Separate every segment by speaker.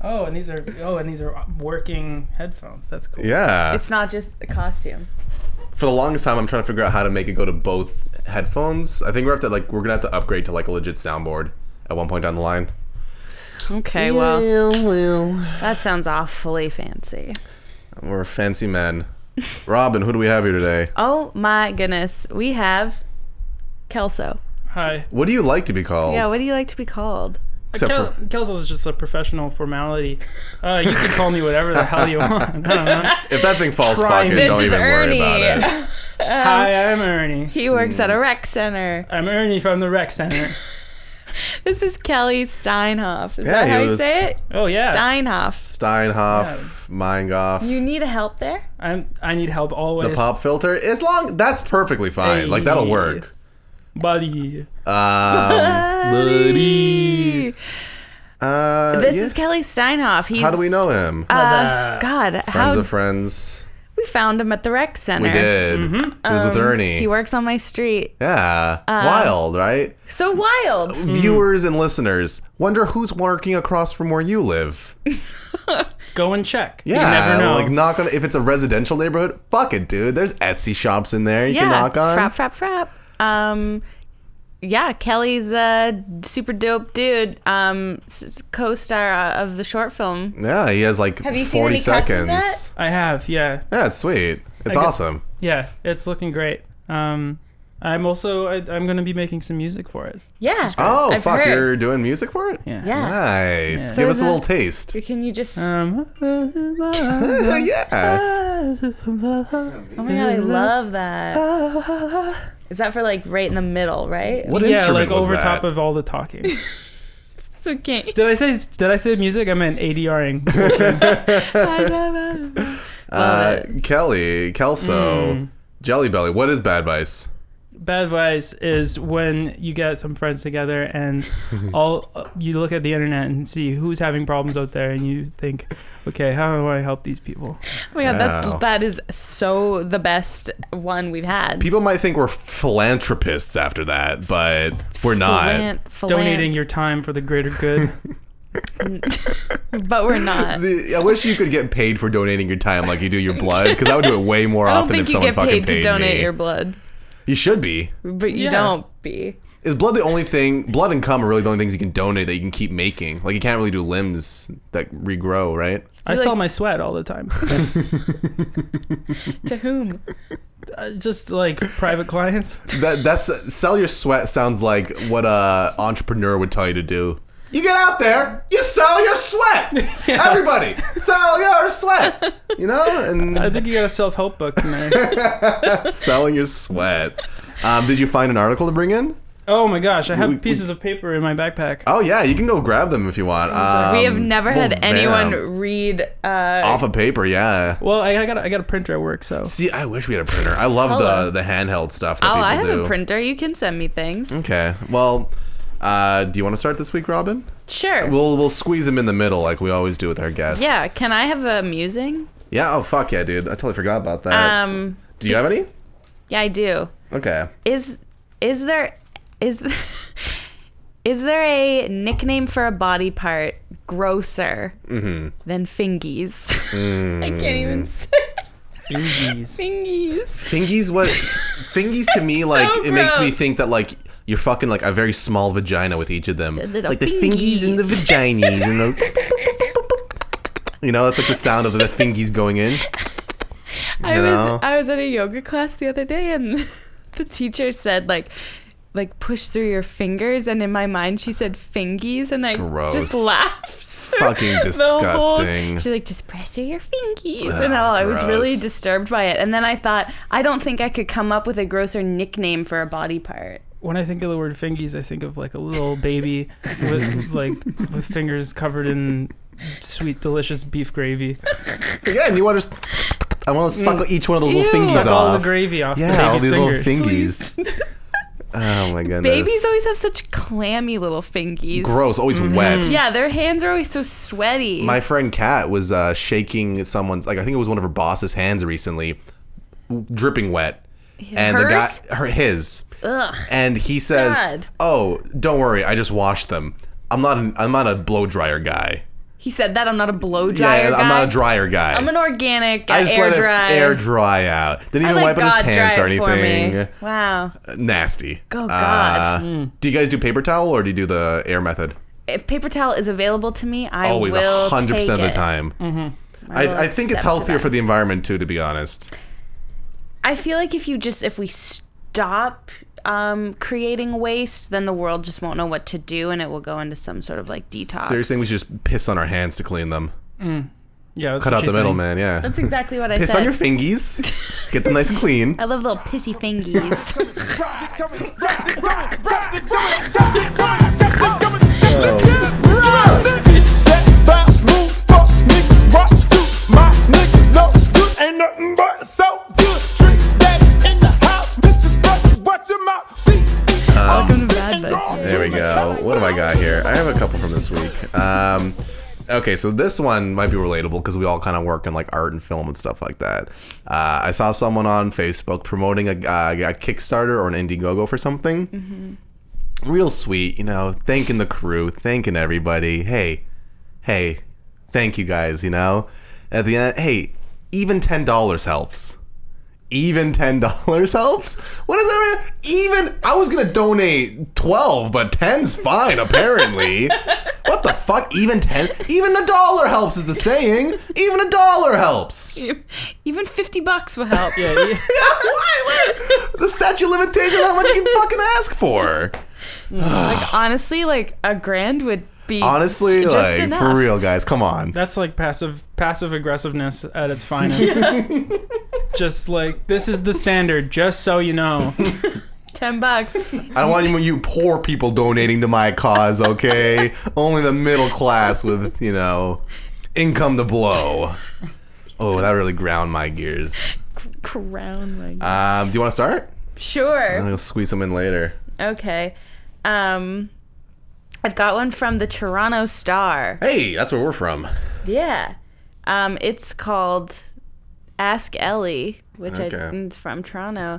Speaker 1: Oh, and these are oh, and these are working headphones. That's cool.
Speaker 2: Yeah.
Speaker 3: It's not just a costume.
Speaker 2: for the longest time I'm trying to figure out how to make it go to both headphones. I think we're have to like we're gonna have to upgrade to like a legit soundboard at one point down the line.
Speaker 3: Okay, well,
Speaker 2: well.
Speaker 3: that sounds awfully fancy.
Speaker 2: We're fancy men. Robin, who do we have here today?
Speaker 3: Oh my goodness, we have Kelso.
Speaker 1: Hi.
Speaker 2: What do you like to be called?
Speaker 3: Yeah, what do you like to be called?
Speaker 2: Except
Speaker 1: Kel-
Speaker 2: for
Speaker 1: Kelso is just a professional formality. Uh, you can call me whatever the hell you want. Uh-huh. I don't know.
Speaker 2: if that thing falls,
Speaker 1: Try
Speaker 2: fuck it.
Speaker 1: me.
Speaker 2: Don't
Speaker 3: This is
Speaker 2: even worry about it.
Speaker 1: Hi, I'm Ernie.
Speaker 3: He works
Speaker 2: Hmm.
Speaker 3: at a rec center.
Speaker 1: I'm Ernie from the rec center.
Speaker 3: This is Kelly Steinhoff. Is
Speaker 2: Yeah,
Speaker 3: that
Speaker 2: he
Speaker 3: how you
Speaker 2: was-
Speaker 3: say it?
Speaker 1: Oh yeah.
Speaker 3: Steinhoff.
Speaker 2: Steinhoff, Meingoff.
Speaker 3: You need help there?
Speaker 2: Uh,
Speaker 1: I'm. I need help always,
Speaker 2: The pop filter. As long that's perfectly fine. Like that'll
Speaker 1: Hey.
Speaker 2: work.
Speaker 1: buddy.
Speaker 2: Um, buddy. Uh,
Speaker 3: This
Speaker 2: yeah.
Speaker 3: is Kelly Steinhoff. He's
Speaker 2: How do we know him?
Speaker 3: Uh, God,
Speaker 2: Friends
Speaker 3: how
Speaker 2: of friends.
Speaker 3: we found him at the rec center.
Speaker 2: We did. It was with Ernie.
Speaker 3: Mm-hmm. Um, He Uh, works on my street.
Speaker 2: yeah. Wild, right?
Speaker 3: So wild.
Speaker 2: Viewers and listeners, wonder who's working across from where you live.
Speaker 1: Go and check.
Speaker 2: Yeah,
Speaker 1: You never know.
Speaker 2: like knock on. If it's a residential neighborhood, fuck it, dude. There's Etsy shops in there you
Speaker 3: yeah.
Speaker 2: can knock on.
Speaker 3: Frap, frap, frap. Um, yeah, Kelly's a super dope dude. Um, s- s- co-star uh, of the short film.
Speaker 2: Yeah, he has like
Speaker 3: Have you seen
Speaker 2: 40
Speaker 3: any cuts of
Speaker 2: seconds.
Speaker 1: I have. Yeah.
Speaker 2: Yeah, it's sweet. It's
Speaker 1: I gu-
Speaker 2: awesome.
Speaker 1: Yeah. It's looking great. Um, I'm also. I, I'm going to be making some music for it.
Speaker 3: Yeah.
Speaker 2: Oh,
Speaker 3: I've
Speaker 2: fuck,
Speaker 3: heard.
Speaker 2: you're doing music for it?
Speaker 1: Yeah.
Speaker 3: Yeah.
Speaker 2: Nice.
Speaker 1: So
Speaker 2: Give
Speaker 3: is
Speaker 2: us a
Speaker 3: that-
Speaker 2: little taste.
Speaker 3: Can you just?
Speaker 1: Um. Uh-huh.
Speaker 2: yeah.
Speaker 3: oh my god, I love that. Is that for like right in the middle, right?
Speaker 2: What
Speaker 1: yeah,
Speaker 2: instrument
Speaker 1: like
Speaker 2: was
Speaker 1: over
Speaker 2: that?
Speaker 1: top of all the talking. did
Speaker 3: It's okay.
Speaker 1: I say? Did I say music? I meant ADRing.
Speaker 3: I love it.
Speaker 2: uh, Kelly, Kelso,
Speaker 1: Hmm.
Speaker 2: Jelly Belly. What is bad advice?
Speaker 1: bad advice is when you get some friends together and all you look at the internet and see who's having problems out there and you think okay how do i help these people
Speaker 3: Oh my god, that's
Speaker 2: Wow.
Speaker 3: that is so the best one we've had.
Speaker 2: People might think we're philanthropists after that, but we're not.
Speaker 3: Philan- philan-
Speaker 1: donating your time for the greater good
Speaker 3: but we're not.
Speaker 2: The- I wish you could get paid for donating your time like you do your blood, because I would do it way more
Speaker 3: I don't
Speaker 2: often
Speaker 3: think
Speaker 2: if
Speaker 3: you
Speaker 2: someone
Speaker 3: get
Speaker 2: fucking
Speaker 3: paid,
Speaker 2: paid,
Speaker 3: to donate
Speaker 2: me.
Speaker 3: your blood,
Speaker 2: You should be.
Speaker 3: but you
Speaker 1: Yeah.
Speaker 3: don't be.
Speaker 2: Is blood the only thing? Blood and cum are really the only things you can donate that you can keep making. Like you can't really do limbs that regrow, right?
Speaker 1: i
Speaker 3: like-
Speaker 1: sell my sweat all the time
Speaker 3: To whom?
Speaker 1: Uh, just like private clients
Speaker 2: That that's sell your sweat sounds like what a entrepreneur would tell you to do. You get out there, you sell your sweat. Everybody, sell your sweat. You know, and
Speaker 1: i think you got a self-help book in there
Speaker 2: selling your sweat. Um, did you find an article to bring in?
Speaker 1: oh my gosh i have
Speaker 2: We- we-
Speaker 1: pieces of paper in my backpack
Speaker 2: Oh yeah, you can go grab them if you want.
Speaker 3: we
Speaker 2: Um,
Speaker 3: have never had
Speaker 2: well,
Speaker 3: anyone
Speaker 2: damn.
Speaker 3: read. Uh,
Speaker 2: off of paper. Yeah.
Speaker 1: well I, I got a, i got a printer at work so
Speaker 2: See, I wish we had a printer. I love
Speaker 3: Hello.
Speaker 2: the the handheld stuff that
Speaker 3: oh,
Speaker 2: people
Speaker 3: I have
Speaker 2: do. Mm.
Speaker 3: a printer. You can send me things.
Speaker 2: Okay. Well, uh, do you want to start this week, Robin?
Speaker 3: Sure.
Speaker 2: We'll we'll squeeze them in the middle like we always do with our guests.
Speaker 3: yeah. Can I have a musing?
Speaker 2: Yeah. Oh fuck yeah, dude. I totally forgot about that.
Speaker 3: Um.
Speaker 2: do you have any?
Speaker 3: Yeah, I do.
Speaker 2: Okay.
Speaker 3: Is is there is th- is there a nickname for a body part grosser
Speaker 2: Mm-hmm.
Speaker 3: than fingies? I can't even
Speaker 2: Mm.
Speaker 3: say
Speaker 1: Bingies.
Speaker 3: fingies.
Speaker 2: Fingies what fingies to me like it makes me
Speaker 3: gross.
Speaker 2: think that like you're fucking like a very small vagina with each of them.
Speaker 3: little
Speaker 2: Like the fingies and the vaginies and the You know, it's like the sound of the fingies going in.
Speaker 3: I
Speaker 2: No.
Speaker 3: was I was at a yoga class the other day and the teacher said like like push through your fingers and in my mind she said fingies and I
Speaker 2: Gross.
Speaker 3: just laughed.
Speaker 2: Fucking
Speaker 3: The whole-
Speaker 2: disgusting.
Speaker 3: She's like, just press through your fingies.
Speaker 2: Ah,
Speaker 3: and oh, I was
Speaker 2: gross.
Speaker 3: really disturbed by it. And then I thought, I don't think I could come up with a grosser nickname for a body part.
Speaker 1: when i think of the word fingies i think of like a little baby with like with fingers covered in sweet delicious beef gravy
Speaker 2: yeah, and you want to just I want to suck each one of those little
Speaker 3: Ew.
Speaker 2: fingies
Speaker 1: suck
Speaker 2: off.
Speaker 1: all the gravy off the
Speaker 2: Yeah,
Speaker 1: baby's
Speaker 2: all these
Speaker 1: fingers.
Speaker 2: little fingies. oh my goodness.
Speaker 3: Babies always have such clammy little fingies.
Speaker 2: Gross, always wet.
Speaker 3: Yeah, their hands are always so sweaty.
Speaker 2: My friend Kat was uh, shaking someone's, like, I think it was one of her boss's hands recently, w- dripping wet. And the
Speaker 3: Hers?
Speaker 2: guy, her, his.
Speaker 3: Ugh.
Speaker 2: And he says,
Speaker 3: God.
Speaker 2: Oh, don't worry, I just washed them. I'm not, an, I'm not a blow dryer guy.
Speaker 3: He said that I'm not a blow dryer
Speaker 2: Yeah,
Speaker 3: guy.
Speaker 2: I'm not a dryer guy.
Speaker 3: I'm an organic.
Speaker 2: I just
Speaker 3: air
Speaker 2: let
Speaker 3: dry.
Speaker 2: it air dry out. Didn't
Speaker 3: I
Speaker 2: even
Speaker 3: let
Speaker 2: wipe on his
Speaker 3: God
Speaker 2: pants
Speaker 3: dry
Speaker 2: or
Speaker 3: it for
Speaker 2: anything.
Speaker 3: me. Wow.
Speaker 2: Nasty.
Speaker 3: Oh, God.
Speaker 2: Uh, Do you guys do paper towel or do you do the air method?
Speaker 3: If paper towel is available to me, I
Speaker 2: Always,
Speaker 3: will
Speaker 2: hundred percent of
Speaker 3: take
Speaker 2: the
Speaker 3: it.
Speaker 2: time.
Speaker 3: will
Speaker 2: I, I think it's
Speaker 3: accept
Speaker 2: healthier
Speaker 3: that.
Speaker 2: for the environment too, to be honest.
Speaker 3: I feel like if you just if we stop um, creating waste, then the world just won't know what to do, and it will go into some sort of like detox.
Speaker 2: So you're saying we should just piss on our hands to clean them?
Speaker 1: Yeah, that's
Speaker 2: Cut
Speaker 1: what
Speaker 2: out the
Speaker 1: she's saying.
Speaker 2: middle, man. Yeah.
Speaker 3: That's exactly what I
Speaker 2: piss
Speaker 3: said.
Speaker 2: on your fingies. Get them nice and clean.
Speaker 3: I love little pissy fingies.
Speaker 4: Ain't nothing but so good. Drink that in the house. Mr. Brother, watch your mouth.
Speaker 3: Welcome to Bad Boys.
Speaker 2: There we go. What have I got here? I have a couple from this week. Um, okay, so this one might be relatable because we all kind of work in like art and film and stuff like that. Uh, I saw someone on Facebook promoting a, uh, a Kickstarter or an Indiegogo for something. Real sweet, you know, thanking the crew, thanking everybody. Hey, hey, thank you guys, you know? At the end, hey, even $10 helps. Even ten dollars helps. What does that mean? Even I was gonna donate twelve, but ten's fine apparently. what the fuck? Even ten? Even a dollar helps is the saying. Even a dollar helps. Yeah,
Speaker 3: Even fifty bucks will help.
Speaker 1: Yeah, yeah.
Speaker 2: why? why? The statute of limitation on how much you can fucking ask for.
Speaker 3: Like honestly, like a grand would be
Speaker 2: Honestly,
Speaker 3: j- just
Speaker 2: like
Speaker 3: enough.
Speaker 2: for real, guys, come on.
Speaker 1: That's like passive passive aggressiveness at its finest. Just like this is the standard, just so you know.
Speaker 3: Ten bucks.
Speaker 2: I don't want any of you poor people donating to my cause, okay? Only the middle class with, you know, income to blow. Oh, that really ground my gears.
Speaker 3: Crown. Like.
Speaker 2: Um, do you want to start?
Speaker 3: sure.
Speaker 2: I'll squeeze them in later.
Speaker 3: Okay. Um, I've got one from the Toronto Star.
Speaker 2: Hey, that's where we're from.
Speaker 3: Yeah. Um, it's called Ask Ellie, which I
Speaker 2: Okay.
Speaker 3: it's from Toronto,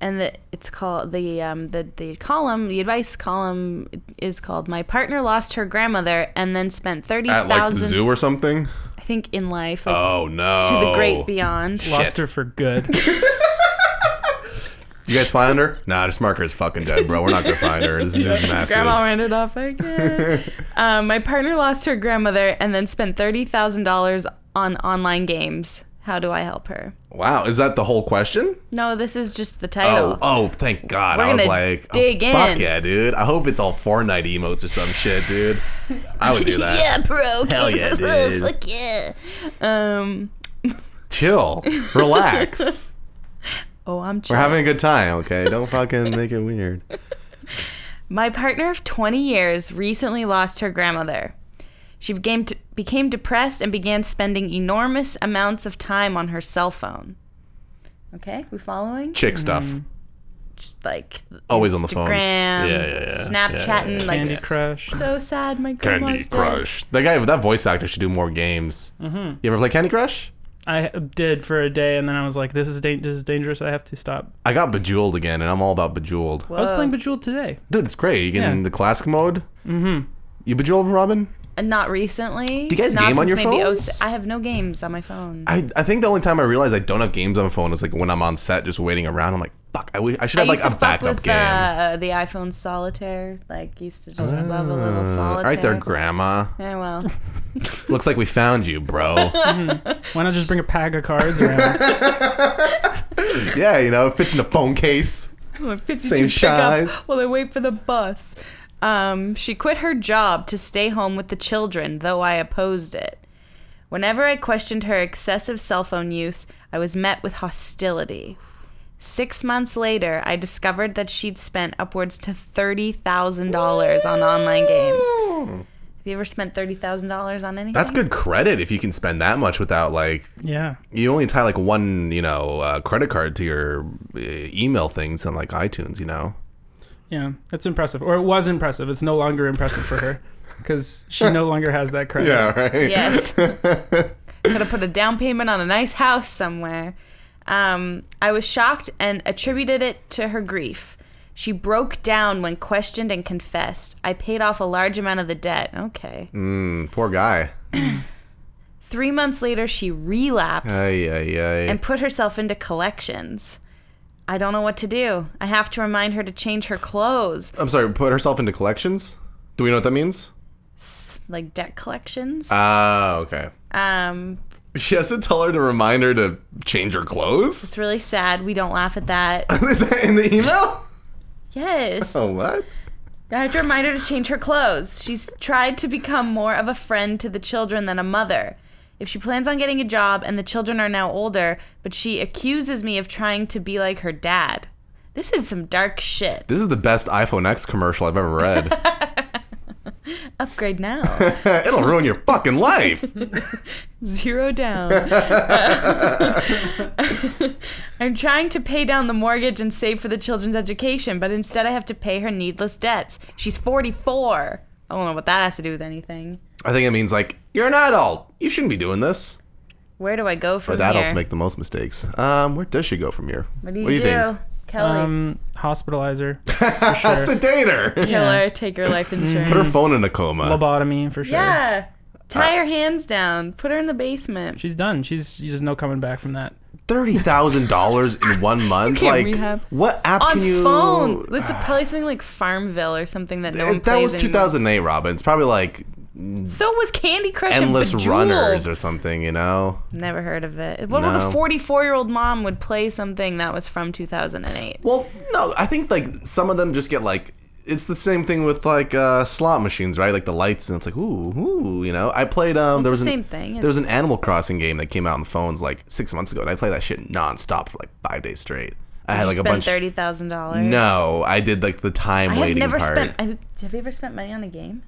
Speaker 3: and the, it's called the um the the column the advice column is called My Partner Lost Her Grandmother and Then Spent Thirty
Speaker 2: At like the
Speaker 3: Thousand
Speaker 2: zoo or something?
Speaker 3: I think in life like,
Speaker 2: Oh, no.
Speaker 3: to the great beyond.
Speaker 1: Lost her for good.
Speaker 2: You guys find her? Nah, just mark her as fucking dead, bro. We're not going to find her. This zoo's massive.
Speaker 3: Grandma ran it off again. um, my partner lost her grandmother and then spent thirty thousand dollars on online games. How do I help her?
Speaker 2: Wow, is that the whole question?
Speaker 3: No, this is just the
Speaker 2: Oh,
Speaker 3: title.
Speaker 2: oh, thank God.
Speaker 3: We're
Speaker 2: I was
Speaker 3: gonna
Speaker 2: like, oh,
Speaker 3: dig
Speaker 2: fuck
Speaker 3: in.
Speaker 2: yeah, dude. I hope it's all Fortnite emotes or some shit, dude. I would do that.
Speaker 3: yeah, bro.
Speaker 2: Hell yeah, dude.
Speaker 3: Fuck yeah. Um.
Speaker 2: Chill. Relax.
Speaker 3: Oh, I'm.
Speaker 2: We're
Speaker 3: Chill.
Speaker 2: having a good time, okay? Don't fucking make it weird.
Speaker 3: My partner of 20 years recently lost her grandmother. She became became depressed and began spending enormous amounts of time on her cell phone. Okay, we following?
Speaker 2: Chick stuff.
Speaker 3: Just like
Speaker 2: Always on the phones.
Speaker 3: Instagram,
Speaker 2: Yeah, yeah, yeah.
Speaker 3: Snapchatting,
Speaker 2: Yeah, yeah,
Speaker 3: like
Speaker 1: Candy Crush.
Speaker 3: so sad. My grandma's
Speaker 2: Candy
Speaker 3: dead.
Speaker 2: Crush. That guy, that voice actor should do more games.
Speaker 3: Mm-hmm.
Speaker 2: You ever play Candy Crush?
Speaker 1: I did for a day, and then I was like, "This is da- this is dangerous. I have to stop."
Speaker 2: I got Bejeweled again, and I'm all about Bejeweled.
Speaker 1: I was
Speaker 3: Whoa.
Speaker 1: playing Bejeweled today.
Speaker 2: Dude, it's great. You can
Speaker 1: Yeah.
Speaker 2: the classic mode. Mm-hmm. You Bejeweled, Robin?
Speaker 3: Uh, Not recently.
Speaker 2: Do you guys
Speaker 3: Not
Speaker 2: game on
Speaker 3: since
Speaker 2: your
Speaker 3: maybe
Speaker 2: phones?
Speaker 3: 06 I have no games on my phone.
Speaker 2: I, I think the only time I realized I don't have games on my phone is like when I'm on set just waiting around. I'm like, fuck, I, wish, I should
Speaker 3: I
Speaker 2: have like
Speaker 3: used
Speaker 2: a
Speaker 3: to fuck
Speaker 2: backup
Speaker 3: with
Speaker 2: game.
Speaker 3: uh, the iPhone solitaire. Like, used to just love a little
Speaker 2: All
Speaker 3: solitaire.
Speaker 2: right there, grandma.
Speaker 3: Yeah, well,
Speaker 2: Looks like we found you, bro.
Speaker 1: Why not just bring a pack of cards around?
Speaker 2: yeah, you know, it fits in the phone case. Same size.
Speaker 3: Well, I wait for the bus. Um, she quit her job to stay home with the children, though I opposed it. Whenever I questioned her excessive cell phone use, I was met with hostility. Six months later, I discovered that she'd spent upwards to $30,000 on online games. Have you ever spent $30,000 on anything?
Speaker 2: That's good credit if you can spend that much without like
Speaker 1: yeah.
Speaker 2: you only tie like one you know uh, credit card to your uh, email things on like iTunes. You know,
Speaker 1: Yeah, it's impressive, or it was impressive. It's no longer impressive for her because she no longer has that credit.
Speaker 2: right.
Speaker 3: Yes. Could have put a down payment on a nice house somewhere. Um, I was shocked and attributed it to her grief. She broke down when questioned and confessed. I paid off a large amount of the debt. Okay.
Speaker 2: Mm, poor guy.
Speaker 3: Three months later, she relapsed
Speaker 2: Ay, ay, ay.
Speaker 3: and put herself into collections. I don't know what to do. I have to remind her to change her clothes,
Speaker 2: I'm sorry, put herself into collections? Do we know what that means?
Speaker 3: like debt collections.
Speaker 2: Ah, okay.
Speaker 3: um,
Speaker 2: She has to tell her to remind her to change her clothes?
Speaker 3: it's really sad. We don't laugh at that.
Speaker 2: Is that in the email?
Speaker 3: Yes.
Speaker 2: Oh, what?
Speaker 3: I have to remind her to change her clothes. She's tried to become more of a friend to the children than a mother. If she plans on getting a job and the children are now older, but she accuses me of trying to be like her dad. This is some dark shit.
Speaker 2: This is the best iPhone X commercial I've ever read. Uh,
Speaker 3: Upgrade now.
Speaker 2: It'll ruin your fucking life.
Speaker 3: Zero down. I'm trying to pay down the mortgage and save for the children's education, but instead I have to pay her needless debts. She's 44. I don't know what that has to do with anything.
Speaker 2: I think it means like you're an adult. You shouldn't be doing this.
Speaker 3: Where do I go from
Speaker 2: But adults
Speaker 3: here?
Speaker 2: make the most mistakes. Um, where does she go from here?
Speaker 3: what do you do, Kelly?
Speaker 1: Um, hospitalizer,
Speaker 2: A sedator.
Speaker 3: Kill
Speaker 1: Yeah.
Speaker 3: her, take her life insurance.
Speaker 2: Mm-hmm. Put her phone in Uh, a coma.
Speaker 1: lobotomy for sure.
Speaker 3: yeah. Tie her hands down. Put her in the basement.
Speaker 1: She's done. She's there's no coming back from that.
Speaker 2: Thirty thousand dollars in one month.
Speaker 3: can't
Speaker 2: Like
Speaker 3: rehab.
Speaker 2: what app
Speaker 3: on
Speaker 2: can you?
Speaker 3: phone. It's probably something like Farmville or something that no one
Speaker 2: It- that was
Speaker 3: plays anymore.
Speaker 2: 2008, Robin. It's probably like
Speaker 3: So was Candy Crush
Speaker 2: endless
Speaker 3: and Bejeweled.
Speaker 2: runners or something. You know.
Speaker 3: Never heard of it. What would
Speaker 2: No.
Speaker 3: a 44 year old mom would play something that was from 2008?
Speaker 2: Well, no, I think like some of them just get like it's the same thing with like uh, slot machines, right? Like the lights, and it's like ooh, ooh, you know. I played um, there
Speaker 3: it's
Speaker 2: was
Speaker 3: the
Speaker 2: an,
Speaker 3: same thing.
Speaker 2: There was an Animal Crossing game that came out on the phones like six months ago, and I played that shit nonstop for like five days straight. I had
Speaker 3: You
Speaker 2: like a
Speaker 3: spent
Speaker 2: bunch.
Speaker 3: thirty thousand dollars.
Speaker 2: No, I did like the time
Speaker 3: I have
Speaker 2: waiting
Speaker 3: never
Speaker 2: part.
Speaker 3: spent. I've, have you ever spent money on a game?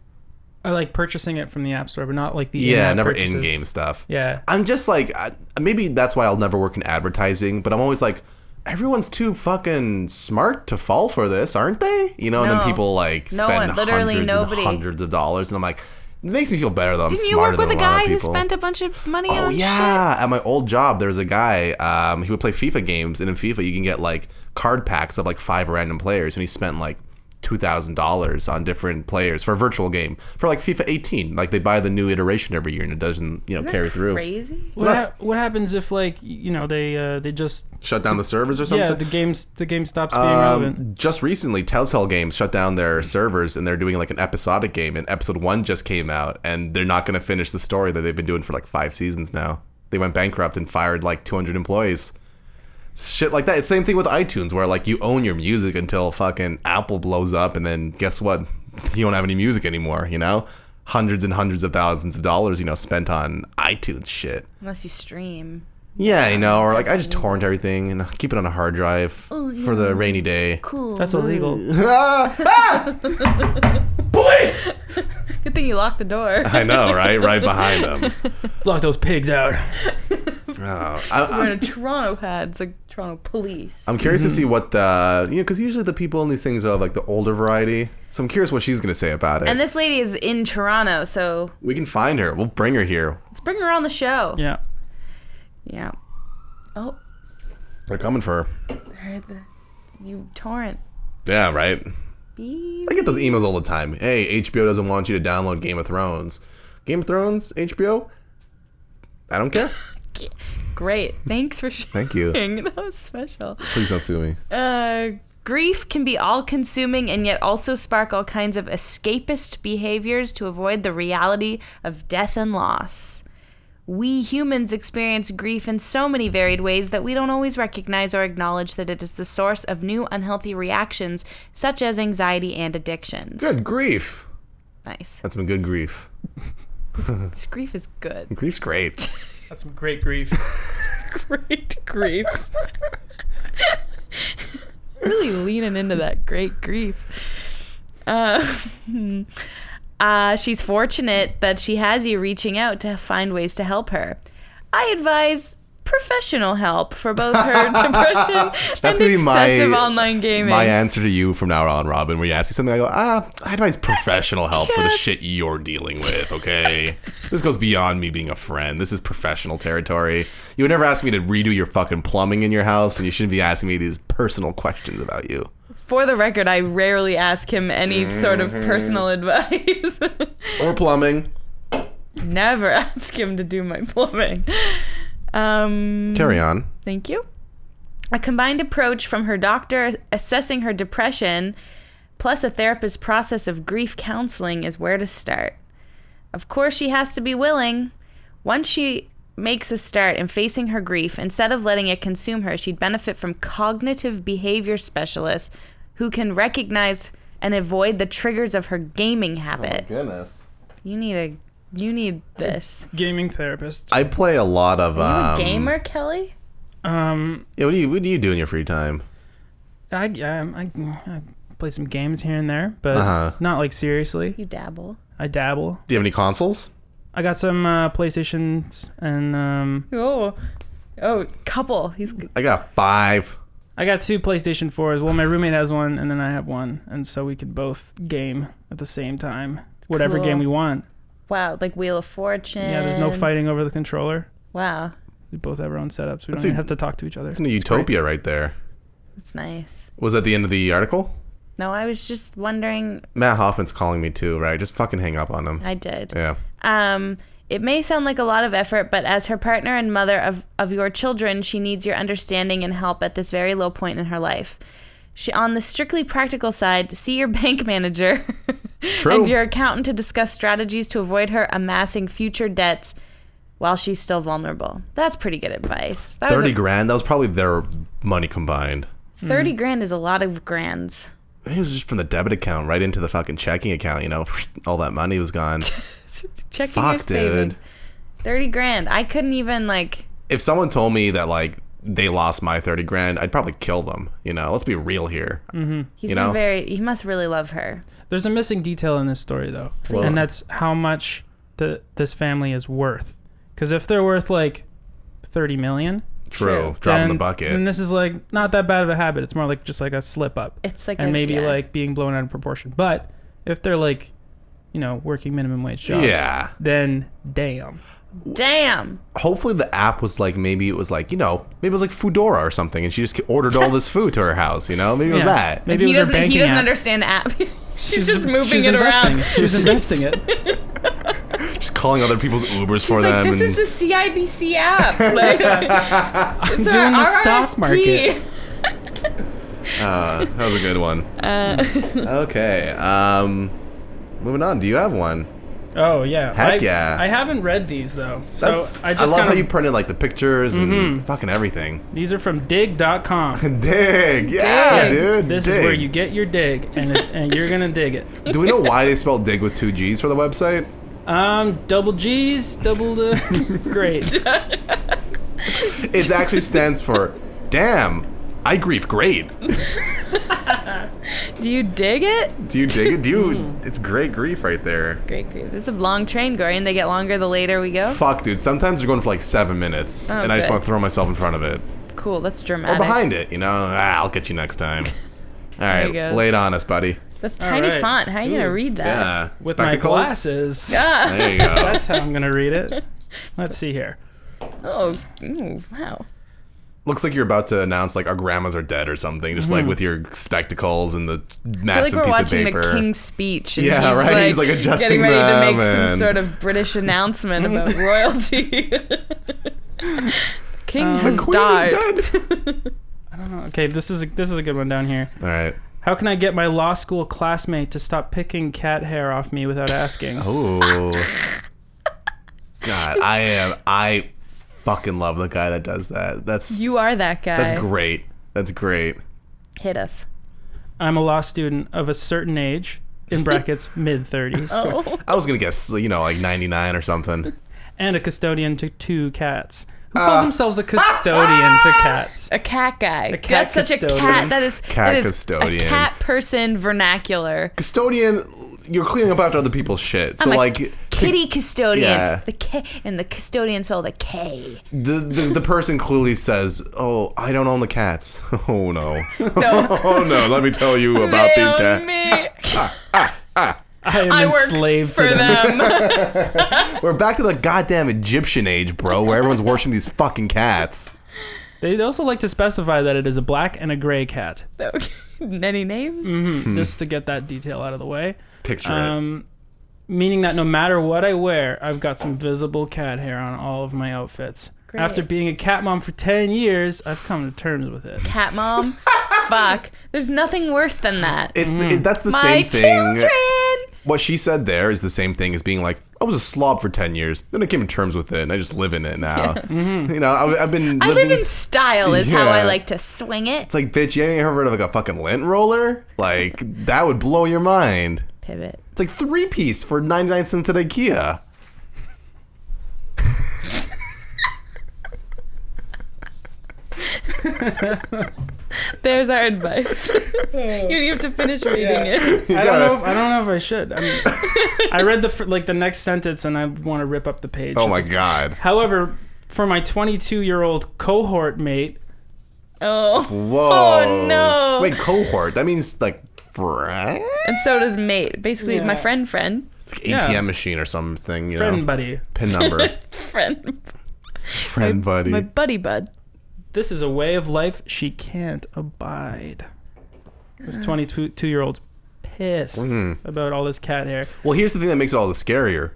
Speaker 1: I like purchasing it from the app store, but not like the
Speaker 2: yeah,
Speaker 1: in-app
Speaker 2: never
Speaker 1: purchases.
Speaker 2: in game stuff.
Speaker 1: Yeah.
Speaker 2: I'm just like I, maybe that's why I'll never work in advertising, but I'm always like everyone's too fucking smart to fall for this, aren't they? You know, and
Speaker 3: No.
Speaker 2: then people like
Speaker 3: No
Speaker 2: spend
Speaker 3: one, literally
Speaker 2: hundreds
Speaker 3: nobody.
Speaker 2: and hundreds of dollars, and I'm like, it makes me feel better though. I'm
Speaker 3: Didn't you
Speaker 2: smarter
Speaker 3: work with a
Speaker 2: than a, lot
Speaker 3: guy
Speaker 2: of
Speaker 3: who
Speaker 2: people.
Speaker 3: spent a bunch of money
Speaker 2: Oh
Speaker 3: on shit?
Speaker 2: yeah, at my old job, there was a guy. Um, he would play FIFA games, and in FIFA, you can get like card packs of like five random players, and he spent like two thousand dollars on different players for a virtual game for like FIFA 18. Like they buy the new iteration every year, and it doesn't you know carry through.
Speaker 3: Crazy.
Speaker 1: What,
Speaker 2: nuts.
Speaker 1: hap- what happens if like you know they uh, they just
Speaker 2: Shut down the servers or something.
Speaker 1: yeah the games the game stops being relevant.
Speaker 2: Um, just recently, Telltale Games shut down their servers and they're doing like an episodic game. And episode one just came out, and they're not going to finish the story that they've been doing for like five seasons now. They went bankrupt and fired like 200 employees. Shit like that. It's same thing with iTunes, where like you own your music until fucking Apple blows up, and then guess what? You don't have any music anymore. You know, hundreds and hundreds of thousands of dollars, you know, spent on iTunes shit.
Speaker 3: Unless you stream.
Speaker 2: Yeah, you know, or like I just torrent everything and keep it on a hard drive for the rainy day.
Speaker 3: Oh, Cool.
Speaker 1: That's illegal.
Speaker 2: Ah! Ah! Police!
Speaker 3: Good thing you locked the door.
Speaker 2: I know, right? Right behind them.
Speaker 1: Lock those pigs out.
Speaker 2: Oh, I,
Speaker 3: Wearing a Toronto hat. It's like Toronto police.
Speaker 2: am curious to see what the you know because usually the people in these things are like the older variety. So I'm curious what she's gonna say about it.
Speaker 3: And this lady is in Toronto, so
Speaker 2: we can find her. We'll bring her here.
Speaker 3: let's bring her on the show.
Speaker 1: Yeah.
Speaker 3: Yeah. Oh,
Speaker 2: They're coming for her.
Speaker 3: I heard the you torrent.
Speaker 2: Yeah, right.
Speaker 3: Beep.
Speaker 2: I get those emails all the time. Hey, HBO doesn't want you to download Game of Thrones. Game of Thrones, HBO. I don't care.
Speaker 3: Great. Thanks for sharing.
Speaker 2: Thank you.
Speaker 3: That was special.
Speaker 2: Please don't sue me.
Speaker 3: Uh, grief can be all consuming and yet also spark all kinds of escapist behaviors to avoid the reality of death and loss. We humans experience grief in so many varied ways that we don't always recognize or acknowledge that it is the source of new unhealthy reactions such as anxiety and addictions.
Speaker 2: Good grief.
Speaker 3: Nice.
Speaker 2: That's been good grief.
Speaker 3: This grief is good.
Speaker 2: Grief's great.
Speaker 1: That's some great grief.
Speaker 3: Great grief. really leaning into that great grief. Uh, uh, she's fortunate that she has you reaching out to find ways to help her. I advise professional help for both her depression
Speaker 2: That's
Speaker 3: and
Speaker 2: gonna be my-
Speaker 3: excessive online gaming.
Speaker 2: My answer to you from now on, Robin, when you ask me something, I go, ah, I advise professional help for the
Speaker 3: Yeah.
Speaker 2: shit you're dealing with, okay? this goes beyond me being a friend. This is professional territory. You would never ask me to redo your fucking plumbing in your house, and you shouldn't be asking me these personal questions about you.
Speaker 3: for the record, I rarely ask him any sort
Speaker 2: Mm-hmm.
Speaker 3: of personal advice.
Speaker 2: or plumbing.
Speaker 3: Never ask him to do my plumbing. Um,
Speaker 2: Carry on.
Speaker 3: Thank you. A combined approach from her doctor assessing her depression plus a therapist's process of grief counseling is where to start. Of course, she has to be willing. Once she makes a start in facing her grief, instead of letting it consume her, she'd benefit from cognitive behavior specialists who can recognize and avoid the triggers of her gaming habit.
Speaker 2: Oh Goodness.
Speaker 3: You need a you need this.
Speaker 1: Gaming therapist.
Speaker 2: I play a lot of.
Speaker 3: Are
Speaker 2: Um,
Speaker 3: you a gamer, Kelly?
Speaker 1: Um,
Speaker 2: Yeah, what do you What do you do in your free time?
Speaker 1: I, um, I, I play some games here and there, but
Speaker 2: Uh-huh.
Speaker 1: not like seriously.
Speaker 3: You dabble.
Speaker 1: I dabble.
Speaker 2: Do you have any consoles?
Speaker 1: I got some uh, PlayStations and um,
Speaker 3: Oh. Oh, couple. He's
Speaker 2: I got five.
Speaker 1: I got two PlayStation 4s. Well, my roommate has one and then I have one, and so we can both game at the same time. Whatever
Speaker 3: Cool.
Speaker 1: game we want.
Speaker 3: Wow, like Wheel of Fortune.
Speaker 1: Yeah, there's no fighting over the controller.
Speaker 3: Wow,
Speaker 1: We both have our own setups. We
Speaker 2: That's
Speaker 1: don't even
Speaker 2: a-
Speaker 1: have to talk to each other.
Speaker 2: It's in a utopia right there.
Speaker 3: that's nice.
Speaker 2: Was that the end of the article?
Speaker 3: No, I was just wondering.
Speaker 2: Matt Hoffman's calling me too, right? Just fucking hang up on him.
Speaker 3: I did.
Speaker 2: Yeah.
Speaker 3: Um, it may sound like a lot of effort, but as her partner and mother of, of your children, she needs your understanding and help at this very low point in her life. She, on the strictly practical side, see your bank manager
Speaker 2: True.
Speaker 3: and your accountant to discuss strategies to avoid her amassing future debts while she's still vulnerable. That's pretty good advice. That was a-
Speaker 2: Thirty grand. That was probably their money combined.
Speaker 1: Mm.
Speaker 3: 30 grand is a lot of grands.
Speaker 2: It was just from the debit account right into the fucking checking account. You know, all that money was gone.
Speaker 3: Checking your
Speaker 2: Fuck,
Speaker 3: savings.
Speaker 2: dude.
Speaker 3: 30 grand. I couldn't even like
Speaker 2: If someone told me that like they lost my thirty grand, I'd probably kill them. You know, let's be real here.
Speaker 3: he's
Speaker 2: You
Speaker 3: been
Speaker 2: know?
Speaker 3: very he must really love her.
Speaker 1: There's a missing detail in this story, though, and that's how much the this family is worth. Because if they're worth like thirty million,
Speaker 2: True.
Speaker 3: True.
Speaker 2: Dropping the
Speaker 1: then-
Speaker 2: bucket.
Speaker 1: then this is like not that bad of a habit. It's more like just like a slip up,
Speaker 3: It's like a,
Speaker 1: and maybe
Speaker 3: yeah.
Speaker 1: like being blown out of proportion. But if they're like, you know, working minimum wage jobs,
Speaker 2: Yeah.
Speaker 1: then damn.
Speaker 3: damn.
Speaker 2: Hopefully the app was like maybe it was like you know maybe it was like Foodora or something, and she just ordered all this food to her house. You know, maybe it was
Speaker 1: Yeah.
Speaker 2: that.
Speaker 1: Maybe it
Speaker 3: He
Speaker 1: was
Speaker 3: doesn't
Speaker 1: her banking
Speaker 3: he doesn't
Speaker 1: app.
Speaker 3: understand app. she's, just moving
Speaker 1: she's
Speaker 3: it
Speaker 1: investing
Speaker 3: around.
Speaker 1: It. She's investing it.
Speaker 2: Just calling other people's Ubers for
Speaker 3: She's like,
Speaker 2: them.
Speaker 3: this
Speaker 2: and
Speaker 3: is the CIBC app. Like, it's our
Speaker 1: doing the stock
Speaker 3: RRSP.
Speaker 1: market.
Speaker 2: Uh, that was a good one. okay. Um, moving on. Do you have one?
Speaker 1: Oh yeah.
Speaker 2: Heck
Speaker 1: I,
Speaker 2: yeah.
Speaker 1: I haven't read these though, so
Speaker 2: That's,
Speaker 1: I
Speaker 2: I,
Speaker 1: just Mm-hmm.
Speaker 2: love
Speaker 1: kind
Speaker 2: how
Speaker 1: of
Speaker 2: you printed like the pictures and fucking everything.
Speaker 1: these are from Dig.com.
Speaker 2: Dig, yeah,
Speaker 1: Dig.
Speaker 2: dude.
Speaker 1: This
Speaker 2: dig.
Speaker 1: is where you get your dig, and, if, and you're gonna dig it.
Speaker 2: Do we know why they spelled dig with two G's for the website?
Speaker 1: Um, double G's, double the great.
Speaker 2: It actually stands for, damn, I grieve great.
Speaker 3: Do you dig it?
Speaker 2: Do you dig it? Do you?
Speaker 1: Hmm.
Speaker 2: it's great grief right there.
Speaker 3: Great grief. It's a long train, Gorian. They get longer the later we go.
Speaker 2: Fuck, dude. Sometimes you're going for like seven minutes, and I just
Speaker 3: good.
Speaker 2: want to throw myself in front of it
Speaker 3: Cool, that's
Speaker 2: or
Speaker 3: dramatic.
Speaker 2: behind it. You know, ah, I'll get you next time. All right,
Speaker 3: you go.
Speaker 2: lay it on us, buddy.
Speaker 3: That's
Speaker 1: All
Speaker 3: tiny
Speaker 1: right.
Speaker 3: font. How are you gonna
Speaker 1: Ooh.
Speaker 3: read that?
Speaker 2: Yeah,
Speaker 1: With my
Speaker 2: spectacles?
Speaker 1: glasses.
Speaker 3: Ah.
Speaker 2: There you go.
Speaker 1: That's how I'm gonna read it. Let's see here.
Speaker 3: Oh, ooh, wow.
Speaker 2: Looks like you're about to announce like our grandmas are dead or something, just like with your spectacles and the
Speaker 3: I Hmm. feel
Speaker 2: massive
Speaker 3: like we're
Speaker 2: piece of
Speaker 3: watching
Speaker 2: paper.
Speaker 3: the King's Speech. And
Speaker 2: Yeah,
Speaker 3: he's
Speaker 2: right,
Speaker 3: Like
Speaker 2: he's, like, adjusting
Speaker 3: getting ready to make
Speaker 2: them
Speaker 3: some
Speaker 2: and-
Speaker 3: sort of British announcement about royalty. King
Speaker 2: Uh, The
Speaker 3: has
Speaker 2: queen
Speaker 3: died.
Speaker 2: is dead.
Speaker 1: Okay, this is a, this is a good one down here.
Speaker 2: All right.
Speaker 1: How can I get my law school classmate to stop picking cat hair off me without asking?
Speaker 2: Oh. God, I am. I fucking love the guy that does that. That's
Speaker 3: You are that guy.
Speaker 2: that's great. That's great.
Speaker 3: Hit us.
Speaker 1: I'm a law student of a certain age, in brackets mid 30s,
Speaker 3: Oh.
Speaker 2: I was gonna guess, you know, like 99 or something.
Speaker 1: and a custodian to two cats. Who calls themselves a custodian to cats?
Speaker 3: A cat guy. A
Speaker 1: cat
Speaker 3: that's such a cat.
Speaker 1: custodian.
Speaker 3: That is
Speaker 2: Cat
Speaker 3: that is
Speaker 2: custodian.
Speaker 3: A cat person vernacular.
Speaker 2: Custodian, you're cleaning up after other people's shit. So
Speaker 3: I'm a
Speaker 2: like,
Speaker 3: kitty custodian.
Speaker 2: Yeah.
Speaker 3: The K and the custodian spelled the K.
Speaker 2: the, the the person clearly says, "Oh, I don't own the cats." Oh no.
Speaker 3: No.
Speaker 2: Oh no, let me tell you about
Speaker 3: They
Speaker 2: these Ah.
Speaker 3: own
Speaker 2: cats.
Speaker 3: me.
Speaker 1: I am
Speaker 3: I work
Speaker 1: enslaved
Speaker 3: for
Speaker 1: to them.
Speaker 3: them.
Speaker 2: We're back to the goddamn Egyptian age, bro, where everyone's worshiping these fucking cats.
Speaker 1: They also like to specify that it is a black and a gray cat,
Speaker 3: Okay. Any names?
Speaker 1: just to get that detail out of the way.
Speaker 2: Picture it.
Speaker 1: Um, meaning that no matter what I wear, I've got some visible cat hair on all of my outfits.
Speaker 3: Great.
Speaker 1: After being a cat mom for 10 years, I've come to terms with it.
Speaker 3: Cat mom. Fuck. There's nothing worse than that.
Speaker 2: It's it, that's the
Speaker 3: hmm. My
Speaker 2: same thing.
Speaker 3: children.
Speaker 2: What she said there is the same thing as being like, I was a slob for ten years, then I came to terms with it, and I just live in it now. You know, I, I've been. Living,
Speaker 3: Mm-hmm. I live in style is how I
Speaker 2: Yeah.
Speaker 3: like to swing it.
Speaker 2: It's like, bitch, you ain't heard of like a fucking lint roller? Like that would blow your mind.
Speaker 3: Pivot.
Speaker 2: It's like three piece for ninety nine cents at IKEA.
Speaker 3: There's our advice. you have to finish reading it.
Speaker 1: I don't
Speaker 2: gotta-
Speaker 1: know. If, I don't know if I should. I, mean, I read the fir- like the next sentence and I want to rip up the page.
Speaker 2: Oh my god.
Speaker 1: However, for my 22 year old cohort mate,
Speaker 3: Oh.
Speaker 2: Whoa.
Speaker 3: Oh, no.
Speaker 2: Wait, cohort. That means like friend,
Speaker 3: And so does mate. Basically, my
Speaker 1: Yeah.
Speaker 3: friend, friend,
Speaker 2: like
Speaker 1: Yeah.
Speaker 2: ATM machine or something. You
Speaker 1: friend
Speaker 2: know,
Speaker 1: buddy,
Speaker 2: pin number,
Speaker 3: friend,
Speaker 2: friend buddy.
Speaker 3: my buddy bud.
Speaker 1: this is a way of life she can't abide. This 22 year old's pissed
Speaker 2: Mm.
Speaker 1: about all this cat hair.
Speaker 2: Well, here's the thing that makes it all the scarier.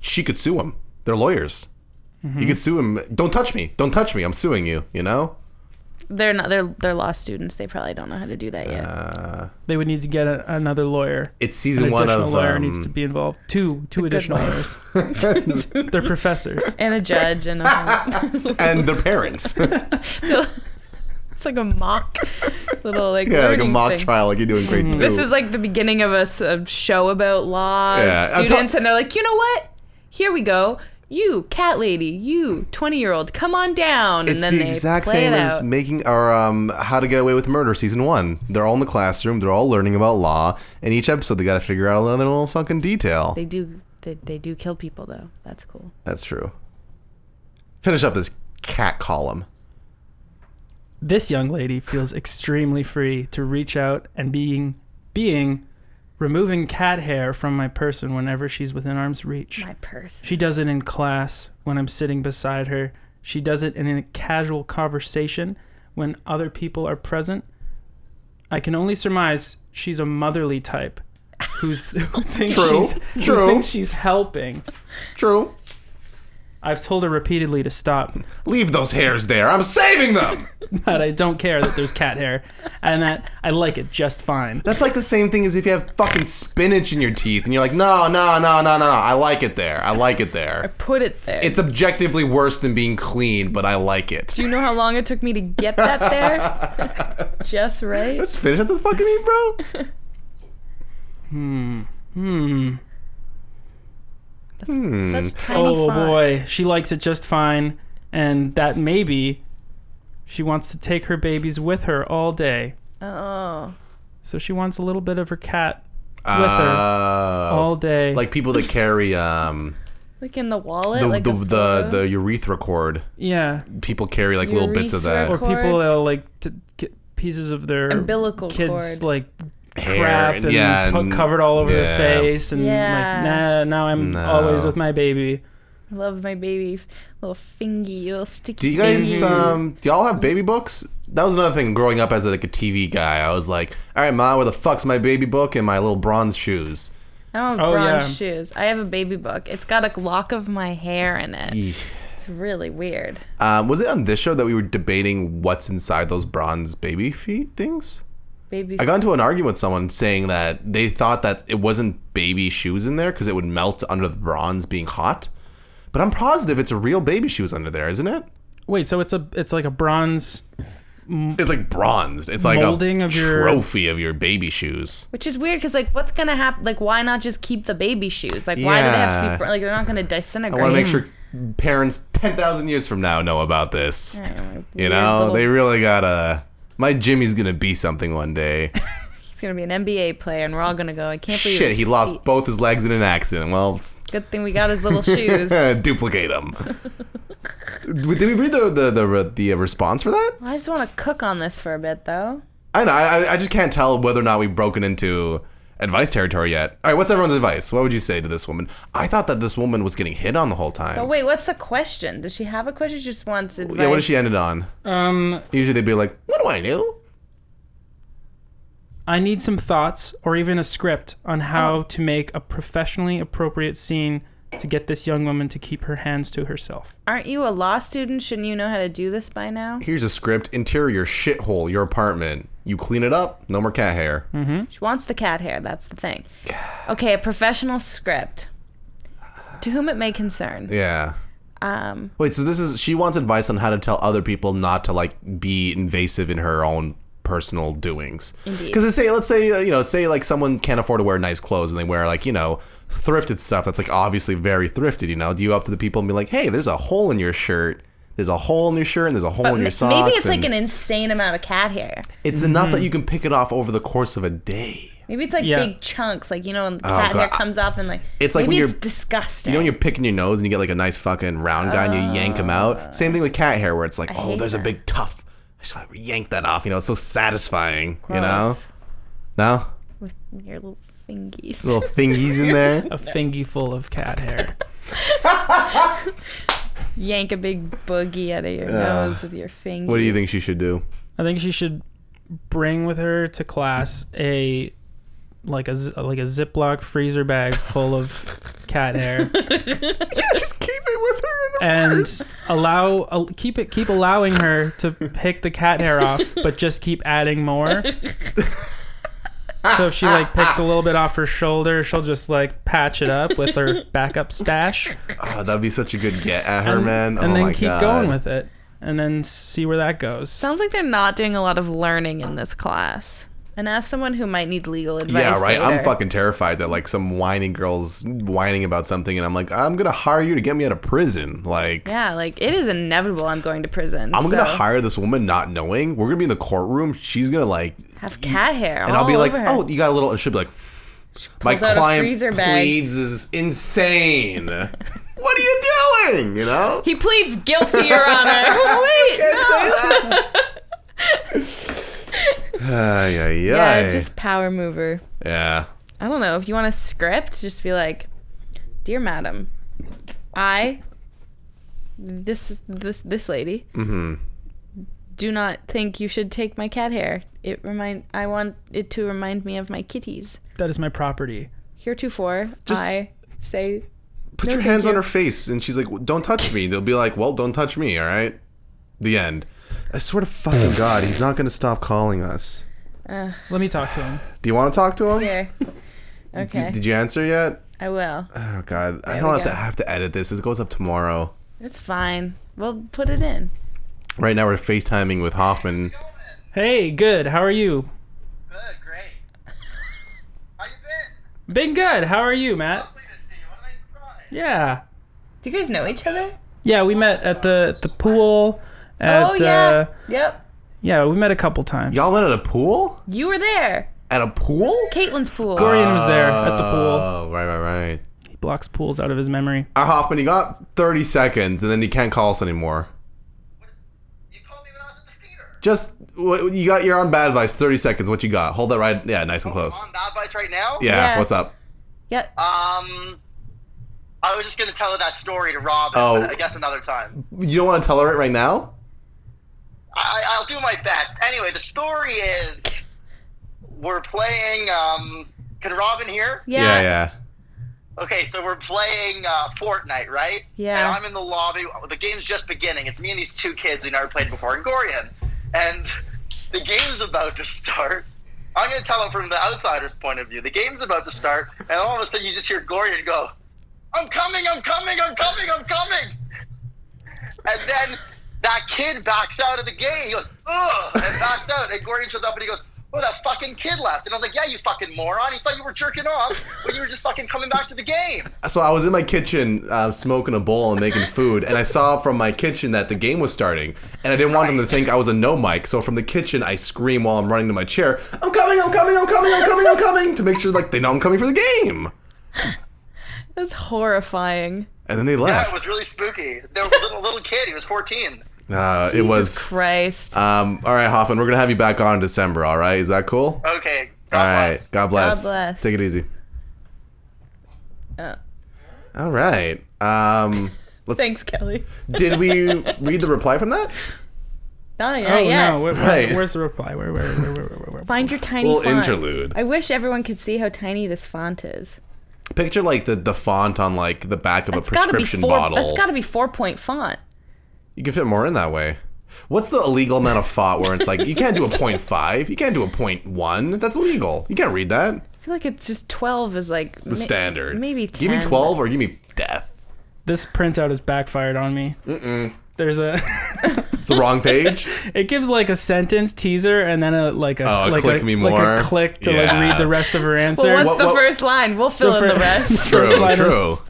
Speaker 2: She could sue him. They're lawyers.
Speaker 1: Mm-hmm.
Speaker 2: You could sue him. Don't touch me. Don't touch me. I'm suing you. You know.
Speaker 3: They're not. They're they're law students. They probably don't know how to do that yet.
Speaker 2: Uh.
Speaker 1: They would need to get a, another lawyer.
Speaker 2: It's
Speaker 1: An
Speaker 2: season one
Speaker 1: additional
Speaker 2: of.
Speaker 1: lawyer
Speaker 2: um,
Speaker 1: needs to be involved. Two, two additional lawyers. They're professors.
Speaker 3: and a judge and a
Speaker 2: and their parents. yeah,
Speaker 3: it's like a mock little like
Speaker 2: like a
Speaker 3: learning
Speaker 2: mock
Speaker 3: thing.
Speaker 2: trial, like you do in grade
Speaker 1: Mm-hmm.
Speaker 2: two.
Speaker 3: This is like the beginning of a, s- a show about law and
Speaker 2: Yeah, I'm ta-
Speaker 3: students, and they're like, you know what? Here we go. You cat lady, you twenty year old, come on down.
Speaker 2: It's
Speaker 3: and then
Speaker 2: the
Speaker 3: they
Speaker 2: exact
Speaker 3: play
Speaker 2: same
Speaker 3: it
Speaker 2: as
Speaker 3: out.
Speaker 2: making or um, How to Get Away with Murder season one. They're all in the classroom. They're all learning about law, and each episode they got to figure out another little fucking detail.
Speaker 3: They do. They, they do kill people though. That's cool.
Speaker 2: That's true. Finish up this cat column.
Speaker 1: This young lady feels extremely free to reach out and being, being, removing cat hair from my person whenever she's within arm's reach.
Speaker 3: My purse.
Speaker 1: She does it in class when I'm sitting beside her. She does it in a casual conversation when other people are present. I can only surmise she's a motherly type who's who thinks
Speaker 2: True.
Speaker 1: she's who
Speaker 2: True.
Speaker 1: thinks she's helping.
Speaker 2: True.
Speaker 1: I've told her repeatedly to stop,
Speaker 2: Leave those hairs there. I'm saving them.
Speaker 1: but I don't care that there's cat hair and that I like it just fine.
Speaker 2: That's like the same thing as if you have fucking spinach in your teeth and you're like, no, no, no, no, no, no. I like it there. I like it there.
Speaker 3: Put it there.
Speaker 2: It's objectively worse than being clean, but I like it.
Speaker 3: do you know how long it took me to get that there? Just right.
Speaker 2: Spinach at the fucking meat, bro? Mm.
Speaker 3: Such tiny
Speaker 1: Oh
Speaker 3: font.
Speaker 1: boy, she likes it just fine, and that maybe she wants to take her babies with her all day.
Speaker 3: Oh.
Speaker 1: So she wants a little bit of her cat with her
Speaker 2: Uh,
Speaker 1: all day.
Speaker 2: Like people that carry um
Speaker 3: Like in the wallet.
Speaker 2: the
Speaker 3: like
Speaker 2: the,
Speaker 3: a
Speaker 2: the,
Speaker 3: photo?
Speaker 2: the urethra cord.
Speaker 1: yeah,
Speaker 2: People carry like little bits of
Speaker 1: or
Speaker 2: that
Speaker 3: Urethra
Speaker 1: people
Speaker 3: Cord.
Speaker 1: will like to get pieces of their
Speaker 3: Umbilical
Speaker 1: kids
Speaker 3: cord.
Speaker 1: like
Speaker 2: hair.
Speaker 1: crap
Speaker 2: and-
Speaker 1: and,
Speaker 2: yeah,
Speaker 1: put-
Speaker 2: and-
Speaker 1: covered all over
Speaker 2: yeah.
Speaker 1: their face and
Speaker 3: Yeah.
Speaker 1: like nah. Now I'm
Speaker 2: No.
Speaker 1: always with my baby.
Speaker 3: Love my baby, little fingy, little sticky.
Speaker 2: Do you guys
Speaker 3: fingy.
Speaker 2: um
Speaker 3: Mm-hmm.
Speaker 2: do y'all have baby books? That was another thing growing up as like a TV guy. I was like, all right, ma, where the fuck's my baby book and my little bronze shoes?
Speaker 3: I don't have
Speaker 1: Oh,
Speaker 3: bronze
Speaker 1: yeah.
Speaker 3: shoes. I have a baby book. It's got a lock of my hair in it.
Speaker 2: Eek.
Speaker 3: It's really weird.
Speaker 2: Um, was it on this show that we were debating what's inside those bronze baby feet things?
Speaker 3: Baby.
Speaker 2: I got into an argument with someone saying that they thought that it wasn't baby shoes in there because it would melt under the bronze being hot. But I'm positive it's a real baby shoes under there, isn't it?
Speaker 1: Wait, so it's a it's like a bronze.
Speaker 2: It's like bronzed. It's like
Speaker 1: Molding
Speaker 2: a
Speaker 1: of your-
Speaker 2: trophy of your baby shoes.
Speaker 3: which is weird because, like, what's going to happen? Like, why not just keep the baby shoes? Like, why do they have to
Speaker 2: Yeah.
Speaker 3: be. br- Like, they're not going to
Speaker 2: I
Speaker 3: disintegrate.
Speaker 2: want to make sure parents 10,000 years from now know about this.
Speaker 3: I don't know,
Speaker 2: You
Speaker 3: weird
Speaker 2: know,
Speaker 3: little-
Speaker 2: they really gotta. My Jimmy's gonna be something one day.
Speaker 3: He's going to be an NBA player, and we're all going to go, I can't believe
Speaker 2: Shit,
Speaker 3: his
Speaker 2: he lost
Speaker 3: feet.
Speaker 2: both his legs in an accident. Well,
Speaker 3: Good thing we got his little shoes.
Speaker 2: eh,
Speaker 3: I
Speaker 2: duplicate him. Did we read the the the, the uh, response for that?
Speaker 3: just want to cook on this for a bit, though.
Speaker 2: I know. I, I- I just can't tell whether or not we've broken into advice territory yet. All right, what's everyone's advice? What would you say to this woman? I thought that this woman was getting hit on the whole time.
Speaker 3: But wait, what's the question? Does she have a question? She just wants advice.
Speaker 2: yeah, what does she end it on?
Speaker 1: Um,
Speaker 2: Usually they'd be like, "What do I know?"
Speaker 1: I need some thoughts or even a script on how to make a professionally appropriate scene to get this young woman to keep her hands to herself.
Speaker 3: Aren't you a law student? Shouldn't you know how to do this by now?
Speaker 2: Here's a script: interior shithole, your apartment. You clean it up. No more cat hair.
Speaker 3: She wants the cat hair. That's the thing. Okay, a professional script. To whom it may concern.
Speaker 2: Yeah.
Speaker 3: Um,
Speaker 2: Wait, so this is she wants advice on how to tell other people not to like be invasive in her own personal doings.
Speaker 3: Indeed.
Speaker 2: Because say, let's say uh, you know, say like someone can't afford to wear nice clothes and they wear like you know thrifted stuff that's like obviously very thrifted. You know, do you go up to the people and be like, hey, there's a hole in your shirt. There's a hole in your shirt and there's a hole in
Speaker 3: m-
Speaker 2: your socks.
Speaker 3: maybe it's like
Speaker 2: and
Speaker 3: an insane amount of cat hair.
Speaker 2: It's enough
Speaker 1: Mm-hmm.
Speaker 2: that you can pick it off over the course of a day.
Speaker 3: Maybe it's like
Speaker 1: Yeah.
Speaker 3: big chunks, like you know, when the cat
Speaker 2: Oh, God.
Speaker 3: hair comes off and like.
Speaker 2: It's like
Speaker 3: maybe
Speaker 2: when
Speaker 3: it's
Speaker 2: you're-
Speaker 3: disgusting.
Speaker 2: You know when you're picking your nose and you get like a nice fucking round guy and you yank him
Speaker 1: Ah.
Speaker 2: out. Same thing with cat hair where it's like, oh,
Speaker 3: hate
Speaker 2: there's a
Speaker 3: that.
Speaker 2: big tuft. I just want to yank that off. You know, it's so satisfying. You know,
Speaker 3: Gross.
Speaker 2: no
Speaker 3: with your little fingies.
Speaker 2: little thingies in there.
Speaker 1: A thingy full of cat hair.
Speaker 3: Yank a big boogie out of your nose with your finger.
Speaker 2: What do you think she should do?
Speaker 1: I think she should bring with her to class a like a z- like a Ziploc freezer bag full of cat hair
Speaker 2: Just keep it with her.
Speaker 1: and allow al- keep it keep allowing her to pick the cat hair off but just keep adding more. So if she like picks a little bit off her shoulder, she'll just like patch it up with her backup stash
Speaker 2: Oh, that'd be such a good get at her, man.
Speaker 1: and
Speaker 2: oh
Speaker 1: then
Speaker 2: my
Speaker 1: keep
Speaker 2: God.
Speaker 1: going with it and then see where that goes.
Speaker 3: Sounds like they're not doing a lot of learning in this class. And ask someone who might need legal advice.
Speaker 2: Yeah, right. I'm
Speaker 3: later.
Speaker 2: fucking terrified that like some whining girl's whining about something, and I'm like, I'm gonna hire you to get me out of prison. Like,
Speaker 3: Yeah, like it is inevitable. I'm going to prison.
Speaker 2: I'm gonna
Speaker 3: so
Speaker 2: hire this woman not knowing. We're gonna be in the courtroom. She's gonna like,
Speaker 3: have cat hair,
Speaker 2: and I'll be
Speaker 3: all
Speaker 2: like,
Speaker 3: over her.
Speaker 2: oh, you got a little. And she'll be like, my
Speaker 3: pulls out a
Speaker 2: client
Speaker 3: freezer bag.
Speaker 2: pleads is insane. what are you doing? You know.
Speaker 3: he pleads guilty, Your Honor. Wait, no.
Speaker 2: Ay, ay,
Speaker 3: Yeah,
Speaker 2: ay.
Speaker 3: just power mover.
Speaker 2: yeah.
Speaker 3: I don't know if you want a script, just be like, dear madam, I, this this this lady, Mm-hmm. do not think you should take my cat hair. It remind I want it to remind me of my kitties.
Speaker 1: That is my property.
Speaker 3: Heretofore,
Speaker 2: Just-
Speaker 3: I say
Speaker 2: Put your hands on her face, and she's like, "Don't touch me." They'll be like, "Well, don't touch me." All right. The end. I swear to fucking God, he's not gonna stop calling us.
Speaker 1: Let me talk to him.
Speaker 2: Do you want to talk to him?
Speaker 3: here. Okay,
Speaker 2: Did, did you answer yet?
Speaker 3: I will.
Speaker 2: Oh God, I don't
Speaker 3: we
Speaker 2: have to
Speaker 3: go.
Speaker 2: have to edit this. It goes up tomorrow.
Speaker 3: It's fine. We'll put it in.
Speaker 2: Right now we're FaceTiming with Hoffman.
Speaker 1: Hey, good. How are you?
Speaker 5: Good, great. How you been?
Speaker 1: Been good. How are you, Matt?
Speaker 5: Lovely to see you. What a nice surprise.
Speaker 1: Yeah.
Speaker 3: Do you guys know each other?
Speaker 1: Yeah, we met at the at the pool. At,
Speaker 3: oh yeah.
Speaker 1: Uh,
Speaker 3: yep.
Speaker 1: yeah, we met a couple times.
Speaker 2: Y'all met at a pool?
Speaker 3: You were there.
Speaker 2: At a pool?
Speaker 3: Caitlin's pool.
Speaker 1: Dorian was there at the pool.
Speaker 2: Oh, right, right, right.
Speaker 1: He blocks pools out of his memory.
Speaker 2: Our Hoffman, he got 30 seconds, and then he can't call us anymore.
Speaker 5: What is, you called me when I was at the theater.
Speaker 2: Just what, you got. You're on bad advice. 30 seconds. What you got? Hold that right. Yeah, nice and close.
Speaker 5: On the advice right now?
Speaker 2: Yeah.
Speaker 3: Yeah.
Speaker 2: What's up?
Speaker 3: Yep.
Speaker 5: Um, I was just gonna tell that story to Rob.
Speaker 2: Oh.
Speaker 5: I guess another time.
Speaker 2: You don't want to tell her it right now?
Speaker 5: I, I'll do my best. Anyway, the story is we're playing. Um, can Robin hear?
Speaker 3: Yeah.
Speaker 2: yeah.
Speaker 5: Okay, so we're playing uh, Fortnite, right?
Speaker 3: Yeah.
Speaker 5: And I'm in the lobby. The game's just beginning. It's me and these two kids we never played before in Gorian. And the game's about to start. I'm going to tell them from the outsider's point of view. The game's about to start, and all of a sudden you just hear Gorian go, I'm coming, I'm coming, I'm coming, I'm coming. And then that kid backs out of the game. He goes, ugh, and backs out. And Gordon shows up and he goes, oh, that fucking kid left. And I was like, yeah, you fucking moron. He thought you were jerking off, but you were just fucking coming back to the game.
Speaker 2: So I was in my kitchen uh, smoking a bowl and making food, and I saw from my kitchen that the game was starting, and I didn't want them to think I was a no mic. So from the kitchen, I scream while I'm running to my chair, "I'm coming! I'm coming! I'm coming! I'm coming! I'm coming!" to make sure like they know I'm coming for the game.
Speaker 3: That's horrifying.
Speaker 2: And then they
Speaker 5: Yeah, it
Speaker 2: left.
Speaker 5: was really spooky. There was a little, little kid. He was 14.
Speaker 2: Uh, it
Speaker 3: Jesus
Speaker 2: was.
Speaker 3: Christ.
Speaker 2: Uh, Um, all right, Hoffman, we're gonna have you back on in December. All right, is that cool?
Speaker 5: Okay.
Speaker 2: All
Speaker 5: Uh, God
Speaker 2: right.
Speaker 5: bless.
Speaker 2: God bless.
Speaker 3: bless.
Speaker 2: Take it easy.
Speaker 3: Oh.
Speaker 2: All right. Um, let's,
Speaker 3: Thanks, Kelly. Oh,
Speaker 2: Did we read the reply from that?
Speaker 3: Not,
Speaker 1: Oh
Speaker 3: not yet.
Speaker 1: no! Where, where-
Speaker 2: Right.
Speaker 1: Where's the reply? Where? Where? Where? Where? Where? where, where?
Speaker 3: Find your tiny
Speaker 2: Little
Speaker 3: font.
Speaker 2: interlude.
Speaker 3: I wish everyone could see how tiny this font is.
Speaker 2: Picture like the, the font on like the back of
Speaker 3: It's
Speaker 2: a
Speaker 3: gotta be
Speaker 2: prescription
Speaker 3: four.
Speaker 2: bottle.
Speaker 3: That's got to be four point font.
Speaker 2: you can fit more in that way. What's the illegal amount of font where it's like you can't do a point five, you can't do a point one. That's illegal. You can't read that.
Speaker 3: I feel like it's just twelve is like
Speaker 2: The standard.
Speaker 3: Maybe 10.
Speaker 2: Give me twelve or give me death.
Speaker 1: This printout has backfired on me. Mm-mm. There's a.
Speaker 2: It's the wrong page.
Speaker 1: It gives like a sentence teaser and then a like a
Speaker 2: Oh, a
Speaker 1: like
Speaker 2: click
Speaker 1: a,
Speaker 2: me
Speaker 1: like
Speaker 2: more.
Speaker 1: a click to
Speaker 2: Yeah.
Speaker 1: like read the rest of her answer.
Speaker 3: Well, what's
Speaker 2: What-
Speaker 3: the
Speaker 2: what-
Speaker 3: first line? We'll fill in the
Speaker 1: fir-
Speaker 3: rest.
Speaker 1: First
Speaker 2: true,
Speaker 1: line
Speaker 2: true.
Speaker 1: is-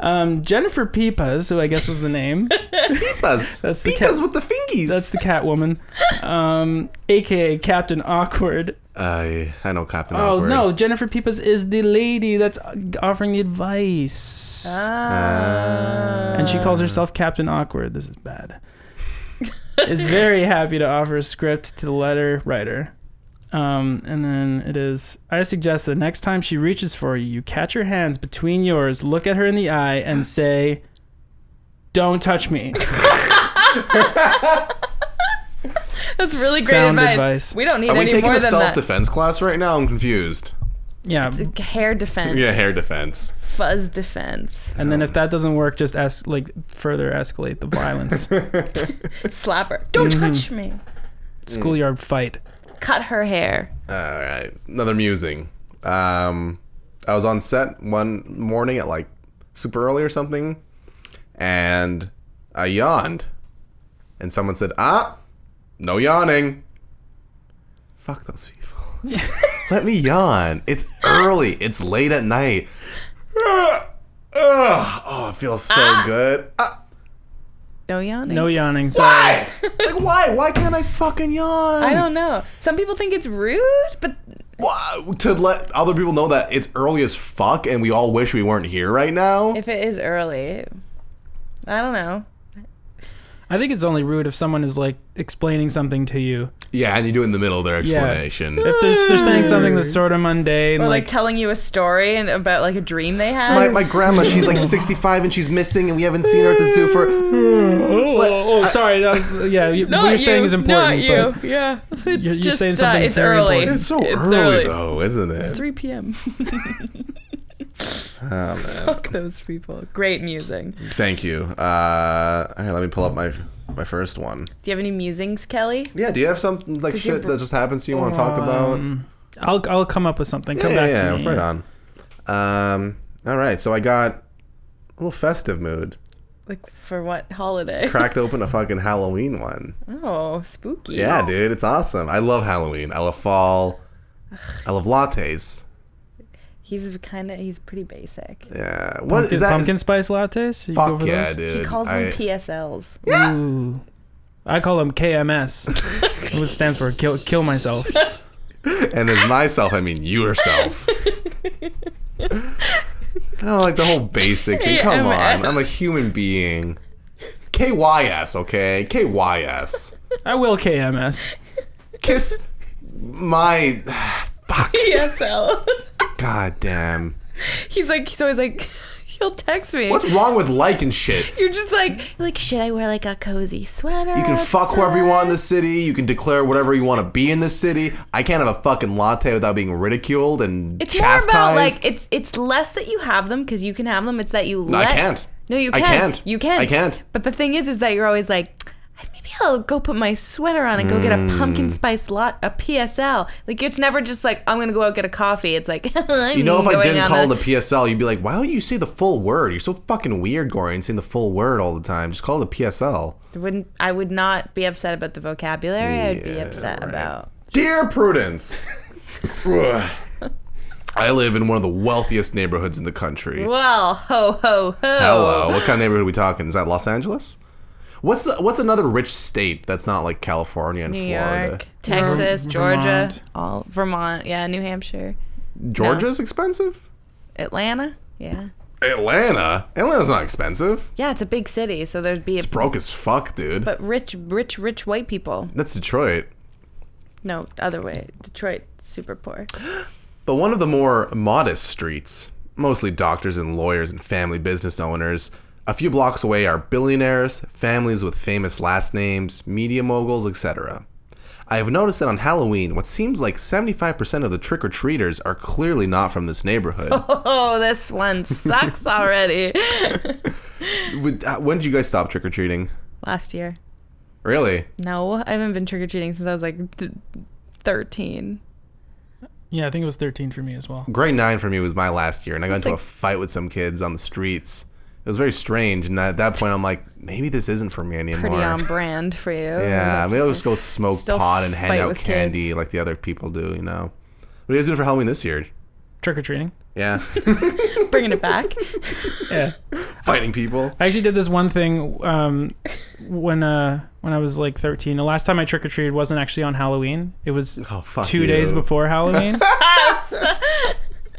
Speaker 1: um, Jennifer Peepas, who I guess was the name.
Speaker 2: Peepas.
Speaker 1: That's the
Speaker 2: Peepas
Speaker 1: cat-
Speaker 2: with the fingies.
Speaker 1: That's the Catwoman, um, aka Captain Awkward.
Speaker 2: I I know Captain
Speaker 1: Oh
Speaker 2: Awkward.
Speaker 1: no, Jennifer Peepas is the lady that's offering the advice,
Speaker 3: Ah.
Speaker 2: Uh,
Speaker 1: and she
Speaker 3: Uh.
Speaker 1: calls herself Captain Awkward. This is bad. is very happy to offer a script to the letter writer. Um, and then it is I suggest that next time she reaches for you, you catch her hands between yours, look at her in the eye, and say, Don't touch me.
Speaker 3: That's really great
Speaker 1: Sound
Speaker 3: advice.
Speaker 1: advice.
Speaker 3: We don't need
Speaker 2: Are we
Speaker 3: any
Speaker 2: taking
Speaker 3: more
Speaker 2: a
Speaker 3: than
Speaker 2: self defense class right now? I'm confused.
Speaker 1: Yeah.
Speaker 3: that. Hair defense.
Speaker 2: Yeah, hair defense.
Speaker 3: Fuzz defense.
Speaker 1: And then if that doesn't work, just es- like further escalate the violence.
Speaker 3: Mm. Slapper. Don't
Speaker 1: Mm-hmm.
Speaker 3: touch me.
Speaker 1: Schoolyard fight.
Speaker 3: Cut her hair.
Speaker 2: All right, another musing. Um, I was on set one morning at like super early or something, and I yawned, and someone said, "Ah, no yawning." Fuck those people. Let me yawn. It's early. It's late at night. Ah, ah. oh, it feels so good. Ah,
Speaker 3: No yawning.
Speaker 1: No yawning. Sorry.
Speaker 2: why? like why? Why can't I fucking yawn?
Speaker 3: Ah. I don't know. Some people think it's rude, but
Speaker 2: Wha- to let other people know that it's early as fuck and we all wish we weren't here right now.
Speaker 3: if it is early, I don't know.
Speaker 1: I think it's only rude if someone is like explaining something to you.
Speaker 2: yeah, and you do it in the middle of their
Speaker 1: Yeah.
Speaker 2: explanation.
Speaker 1: If they're, they're saying something that's sort of mundane,
Speaker 3: Or like,
Speaker 1: like,
Speaker 3: telling you a story and about like a dream they had.
Speaker 2: My, my grandma, she's like 65 and she's missing, and we haven't seen her at the zoo for. Mm.
Speaker 1: oh, oh, oh, sorry, that was yeah. You,
Speaker 3: not
Speaker 1: what you're saying
Speaker 3: you,
Speaker 1: is important.
Speaker 3: Not you.
Speaker 1: But
Speaker 3: Yeah. It's
Speaker 1: you're
Speaker 3: just
Speaker 1: saying
Speaker 3: uh,
Speaker 1: something
Speaker 3: it's
Speaker 1: very
Speaker 3: early.
Speaker 1: important.
Speaker 2: so
Speaker 3: early, early.
Speaker 2: though, isn't it?
Speaker 3: 3 p.m. Oh, Fuck those people. Great musing. Do
Speaker 2: Thank you. Uh, all right, let me pull up my my first one.
Speaker 3: you have any musings, Kelly?
Speaker 2: Yeah, do you have some like
Speaker 3: you're
Speaker 2: shit
Speaker 3: br-
Speaker 2: that just happens to you want to talk about?
Speaker 1: I'll I'll come up with something. Come
Speaker 2: yeah,
Speaker 1: back
Speaker 2: yeah,
Speaker 1: to me.
Speaker 2: Right on. Um, all right, so I got a little festive mood.
Speaker 3: Like for what holiday?
Speaker 2: Cracked open a fucking Halloween one.
Speaker 3: Oh, spooky.
Speaker 2: Yeah, dude, it's awesome. I love Halloween. I love fall. I love lattes.
Speaker 3: He's kind of he's pretty basic.
Speaker 2: Yeah, what is
Speaker 1: Is
Speaker 2: that?
Speaker 1: pumpkin spice lattes? You go
Speaker 2: Fuck
Speaker 1: for
Speaker 2: yeah,
Speaker 1: those?
Speaker 2: dude.
Speaker 3: He calls
Speaker 2: I-
Speaker 3: them PSLs.
Speaker 1: Ooh. I call them KMS, which stands for kill kill myself.
Speaker 2: and as myself, I mean yourself. oh, like the whole basic thing. Come on, I'm a human being. KYS, okay? KYS.
Speaker 1: I will KMS.
Speaker 2: Kiss my. Fuck.
Speaker 3: PSL.
Speaker 2: God damn.
Speaker 3: he's like he's always like he'll text me.
Speaker 2: What's wrong with like and shit?
Speaker 3: You're just like like should I wear like a cozy sweater?
Speaker 2: You can fuck whoever you
Speaker 3: outside?"
Speaker 2: want in the city. You can declare whatever you want to be in the city. I can't have a fucking latte without being ridiculed and
Speaker 3: It's
Speaker 2: chastised.
Speaker 3: more about like it's it's less that you have them because you can have them. It's that you.
Speaker 2: I
Speaker 3: let-
Speaker 2: can't.
Speaker 3: No, you
Speaker 2: I
Speaker 3: can't.
Speaker 2: can't.
Speaker 3: You can't.
Speaker 2: I can't.
Speaker 3: But the thing is, is that you're always like, maybe I'll go put my sweater on and go get
Speaker 2: Mm.
Speaker 3: a pumpkin spice lot, a PSL. Like it's never just like I'm gonna go out get a coffee. It's like
Speaker 2: you know, if I didn't call
Speaker 3: the
Speaker 2: the PSL, you'd be like, "Why would you say the full word? You're so fucking weird, Gorian, saying the full word all the time. Just call it the PSL."
Speaker 3: wouldn't I would not be upset about the vocabulary. I'd be
Speaker 2: Yeah,
Speaker 3: upset
Speaker 2: right.
Speaker 3: about.
Speaker 2: Dear Prudence, I live in one of the wealthiest neighborhoods in the country.
Speaker 3: Well, ho ho ho.
Speaker 2: Hello, what kind of neighborhood are we talking? Is that Los Angeles? What's the, what's another rich state that's not like California and
Speaker 3: New
Speaker 2: Florida?
Speaker 3: York, Texas,
Speaker 1: Verm-
Speaker 3: Georgia,
Speaker 1: Vermont.
Speaker 3: all Vermont, yeah, New Hampshire,
Speaker 2: Georgia's expensive.
Speaker 3: Atlanta, yeah.
Speaker 2: Atlanta? Atlanta's not expensive.
Speaker 3: Yeah, it's a big city, so there'd be a
Speaker 2: Broke as fuck, dude.
Speaker 3: but rich, rich, rich white people.
Speaker 2: That's Detroit.
Speaker 3: No, other way. Detroit, super poor.
Speaker 2: But one of the more modest streets, mostly doctors and lawyers and family business owners, a few blocks away are billionaires, families with famous last names, media moguls, etc. I have noticed that on Halloween, what seems like 75% of the trick or treaters are clearly not from this neighborhood.
Speaker 3: Oh, this one sucks already.
Speaker 2: Would- uh, when did you guys stop trick or treating?
Speaker 3: Last year.
Speaker 2: Really?
Speaker 3: No, I haven't been trick or treating since I was like th- 13.
Speaker 1: Yeah, I think it was 13 for me as well.
Speaker 2: Grade 9 for me was my last year, and I got into
Speaker 3: like-
Speaker 2: a fight with some kids on the streets. It was very strange, and at that point, I'm like, maybe this isn't for me anymore.
Speaker 3: Pretty on brand for you.
Speaker 2: Yeah, maybe I'll just go smoke
Speaker 3: Still
Speaker 2: pot and hand
Speaker 3: fight
Speaker 2: out
Speaker 3: with
Speaker 2: candy like the other people do, you know. What are you guys doing for Halloween this year?
Speaker 1: Trick or treating.
Speaker 2: Yeah,
Speaker 3: Bringing it back.
Speaker 1: Yeah.
Speaker 2: fighting people.
Speaker 1: I actually did this one thing um, when uh, when I was like 13. The last time I trick or treated wasn't actually on Halloween. It was
Speaker 2: Oh fuck!
Speaker 1: two days
Speaker 2: you.
Speaker 1: before Halloween.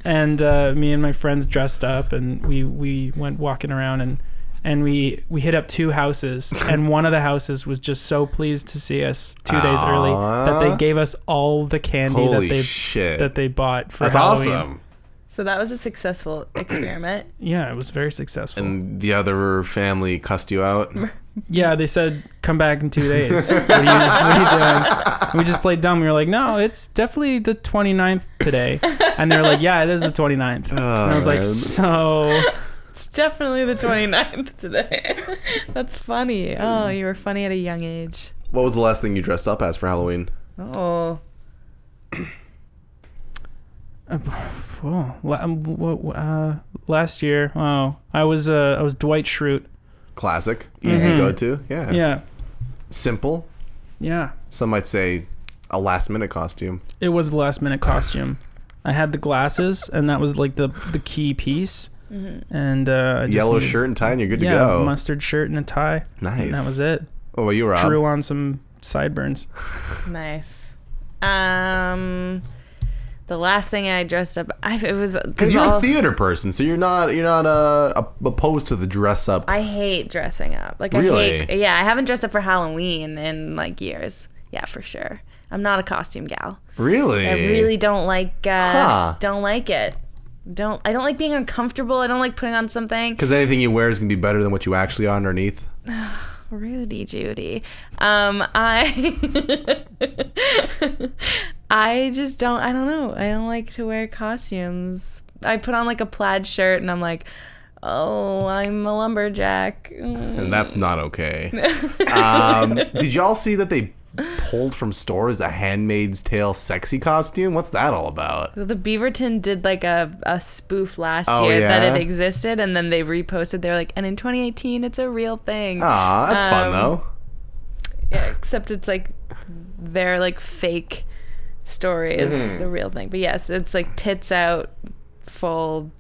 Speaker 1: and uh, me and my friends dressed up, and we we went walking around and. And we, we hit up two houses, and one of the houses was just so pleased to see us two days early that
Speaker 2: Aw.
Speaker 1: they gave us all the candy
Speaker 2: Holy
Speaker 1: that they
Speaker 2: shit!
Speaker 1: that they bought for
Speaker 2: That's
Speaker 1: Halloween.
Speaker 2: awesome.
Speaker 3: So that was a successful experiment.
Speaker 1: Yeah, it was very successful.
Speaker 2: And the other family cussed you out. Uh,
Speaker 1: Yeah, they said come back in two days. what, are you, what are you doing? We just played dumb. We were like, no, it's definitely the 29th today. And they're like, yeah, it is the 29th. And I was like,
Speaker 2: man.
Speaker 1: so
Speaker 3: It's definitely the 29th today. That's funny. Oh, you were funny at a young age.
Speaker 2: What was the last thing you dressed up as for Halloween?
Speaker 3: Oh.
Speaker 1: whoa, la- um, wha- wha- uh, last year, wow, I was uh, I was Dwight Schrute.
Speaker 2: Classic, easy
Speaker 3: Mm-hmm.
Speaker 2: go to. Yeah.
Speaker 1: Yeah,
Speaker 2: Simple.
Speaker 1: yeah.
Speaker 2: Some might say a last minute costume.
Speaker 1: It was the last minute costume. I had the glasses, and that was like the the key piece. And uh, I just
Speaker 2: Yellow
Speaker 1: needed-
Speaker 2: shirt and tie, and you're good
Speaker 1: yeah,
Speaker 2: to go.
Speaker 1: mustard shirt and a tie. And
Speaker 2: nice.
Speaker 1: that was it.
Speaker 2: Oh, well, you were
Speaker 1: Drew on some sideburns.
Speaker 3: Nice. Um, the last thing I dressed up, I, it was
Speaker 2: Because you're
Speaker 3: all-
Speaker 2: a theater person, so you're not you're not uh, opposed to the dress up.
Speaker 3: I hate dressing up. Like I hate.
Speaker 2: Really?
Speaker 3: Yeah, I haven't dressed up for Halloween in like years. Yeah, for sure. I'm not a costume gal.
Speaker 2: Really?
Speaker 3: I really don't like. Uh,
Speaker 2: Huh.
Speaker 3: Don't like it. Don't. I don't like being uncomfortable. I don't like putting on something.
Speaker 2: Because anything you wear is gonna be better than what you actually are underneath.
Speaker 3: Rudy Judy. Um, I I just don't I don't know. I don't like to wear costumes. I put on like a plaid shirt and I'm like, "Oh, I'm a lumberjack." Mm.
Speaker 2: And that's not okay. um, did y'all see that they pulled from stores a Handmaid's Tale sexy costume? What's that all about?
Speaker 3: The Beaverton did like a, a spoof last
Speaker 2: Oh,
Speaker 3: year
Speaker 2: yeah?
Speaker 3: that it existed and then they reposted. They were like, "And in 2018, it's a real thing."
Speaker 2: Aw, that's fun
Speaker 3: Um,
Speaker 2: though.
Speaker 3: Yeah, except it's like their like fake story is
Speaker 2: Mm-hmm.
Speaker 3: the real thing. But yes, it's like tits out, full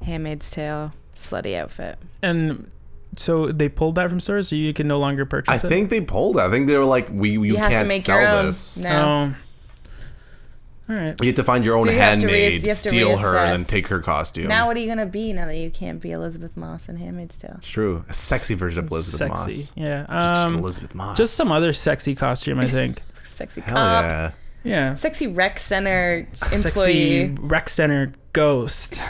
Speaker 3: Handmaid's Tale slutty outfit.
Speaker 1: And so they pulled that from stores, so you can no longer purchase
Speaker 2: I
Speaker 1: it.
Speaker 2: think they pulled. it. I think they were like, we you,
Speaker 3: You have to
Speaker 2: can't
Speaker 3: make your
Speaker 2: sell
Speaker 3: own.
Speaker 2: this.
Speaker 3: No.
Speaker 1: Oh. All right.
Speaker 2: You have to find your own
Speaker 3: you have to reass-
Speaker 2: handmaid,
Speaker 3: you have to
Speaker 2: steal her,
Speaker 3: reassess.
Speaker 2: and then take her costume.
Speaker 3: Now what are you gonna be now that you can't be Elizabeth Moss in Handmaid's Tale?
Speaker 2: it's true. A sexy version of Elizabeth
Speaker 1: sexy.
Speaker 2: Moss.
Speaker 1: Yeah.
Speaker 2: Just
Speaker 1: Um, just,
Speaker 2: Elizabeth Moss.
Speaker 1: some other sexy costume, I think.
Speaker 3: Sexy
Speaker 2: Hell
Speaker 3: cop,
Speaker 2: yeah.
Speaker 1: yeah.
Speaker 3: sexy rec center
Speaker 1: Sexy
Speaker 3: employee.
Speaker 1: rec center ghost.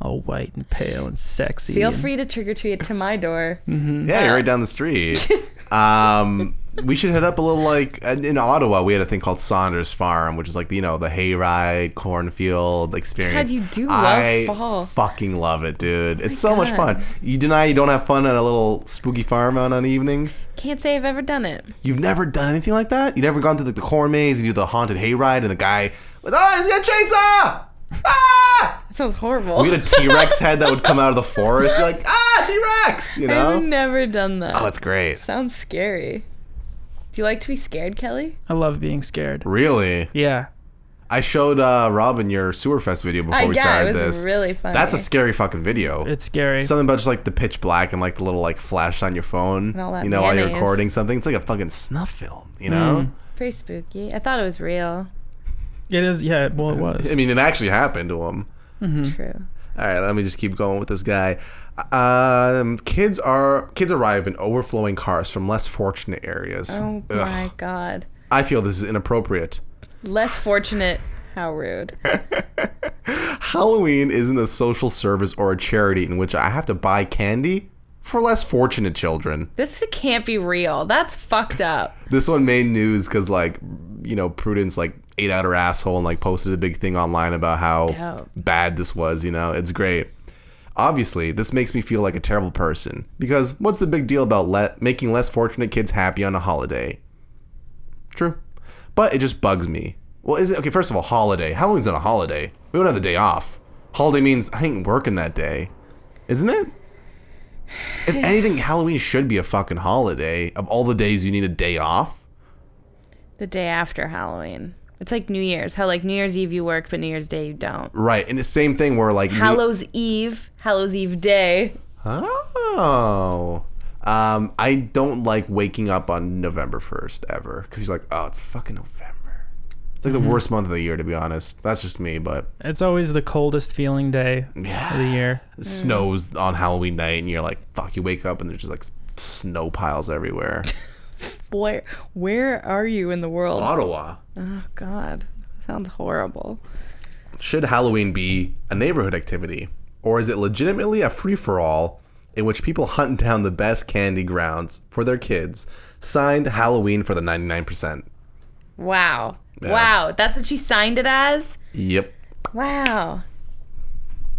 Speaker 1: All white and pale and sexy.
Speaker 3: Feel
Speaker 1: and-
Speaker 3: free to trick or treat to my door.
Speaker 2: Yeah, you're right down the street. um, we should hit up a little like in Ottawa. We had a thing called Saunders Farm, which is like you know the hayride, cornfield experience.
Speaker 3: God, you do love
Speaker 2: I
Speaker 3: fall.
Speaker 2: Fucking love it, dude. It's so much
Speaker 3: God.
Speaker 2: fun. You deny you don't have fun at a little spooky farm on an evening.
Speaker 3: Can't say I've ever done it.
Speaker 2: You've never done anything like that. You've never gone through like the corn maze and do the haunted hayride, and the guy with oh, he's got a chainsaw. Ah!
Speaker 3: That sounds horrible.
Speaker 2: We had a T Rex head that would come out of the forest. You're like ah, T Rex. You know.
Speaker 3: I've never done that.
Speaker 2: Oh, it's great.
Speaker 3: Sounds scary. Do you like to be scared, Kelly?
Speaker 1: I love being scared.
Speaker 2: Really?
Speaker 1: Yeah.
Speaker 2: I showed uh, Robin your Sewerfest video before
Speaker 3: I
Speaker 2: we
Speaker 3: yeah, it
Speaker 2: started
Speaker 3: was
Speaker 2: this.
Speaker 3: really funny.
Speaker 2: That's a scary fucking video.
Speaker 1: It's scary.
Speaker 2: something about just like the pitch black and like the little like flash on your phone.
Speaker 3: all that
Speaker 2: you know, while
Speaker 3: mayonnaise.
Speaker 2: you're recording something. It's like a fucking snuff film, you know?
Speaker 3: pretty spooky. I thought it was real.
Speaker 1: It is. Yeah. Well, it
Speaker 3: Hmm.
Speaker 1: was.
Speaker 2: I mean, it actually happened to him. Hmm.
Speaker 3: True.
Speaker 2: All right, let me just keep going with this guy. Um, kids are kids arrive in overflowing cars from less fortunate areas.
Speaker 3: Oh
Speaker 2: Ugh.
Speaker 3: my god.
Speaker 2: I feel this is inappropriate.
Speaker 3: Less fortunate. How rude.
Speaker 2: Halloween isn't a social service or a charity in which I have to buy candy for less fortunate children.
Speaker 3: This can't be real. That's fucked up.
Speaker 2: This one made news because, like, you know, Prudence like ate out her asshole and like posted a big thing online about how
Speaker 3: Dope.
Speaker 2: bad this was. You know, it's great. Obviously, this makes me feel like a terrible person because what's the big deal about le- making less fortunate kids happy on a holiday? True, but it just bugs me. Well, is it okay? First of all, holiday. Halloween's not a holiday. We don't have the day off. Holiday means I ain't working that day, isn't it? If anything, Halloween should be a fucking holiday. Of all the days you need a day off,
Speaker 3: The day after Halloween. It's like New Year's. How like New Year's Eve you work, but New Year's Day you don't.
Speaker 2: right? And the same thing where like you-
Speaker 3: Hallows Eve, Hallows Eve Day.
Speaker 2: Oh. Um, I don't like waking up on November 1st ever because you're like, oh, it's fucking November. It's like the worst month of the year, to be honest. That's just me, but
Speaker 1: It's always the coldest feeling day of the
Speaker 2: yeah.
Speaker 1: year.
Speaker 2: It snows on Halloween night, and you're like, fuck, you wake up and there's just like s- snow piles everywhere.
Speaker 3: Where where are you in the world?
Speaker 2: Ottawa.
Speaker 3: Oh God, sounds horrible.
Speaker 2: Should Halloween be a neighborhood activity? Or is it legitimately a free for all in which people hunt down the best candy grounds for their kids? Signed Halloween for the 99%.
Speaker 3: Wow,
Speaker 2: Yeah.
Speaker 3: wow, that's what she signed it as.
Speaker 2: Yep.
Speaker 3: Wow,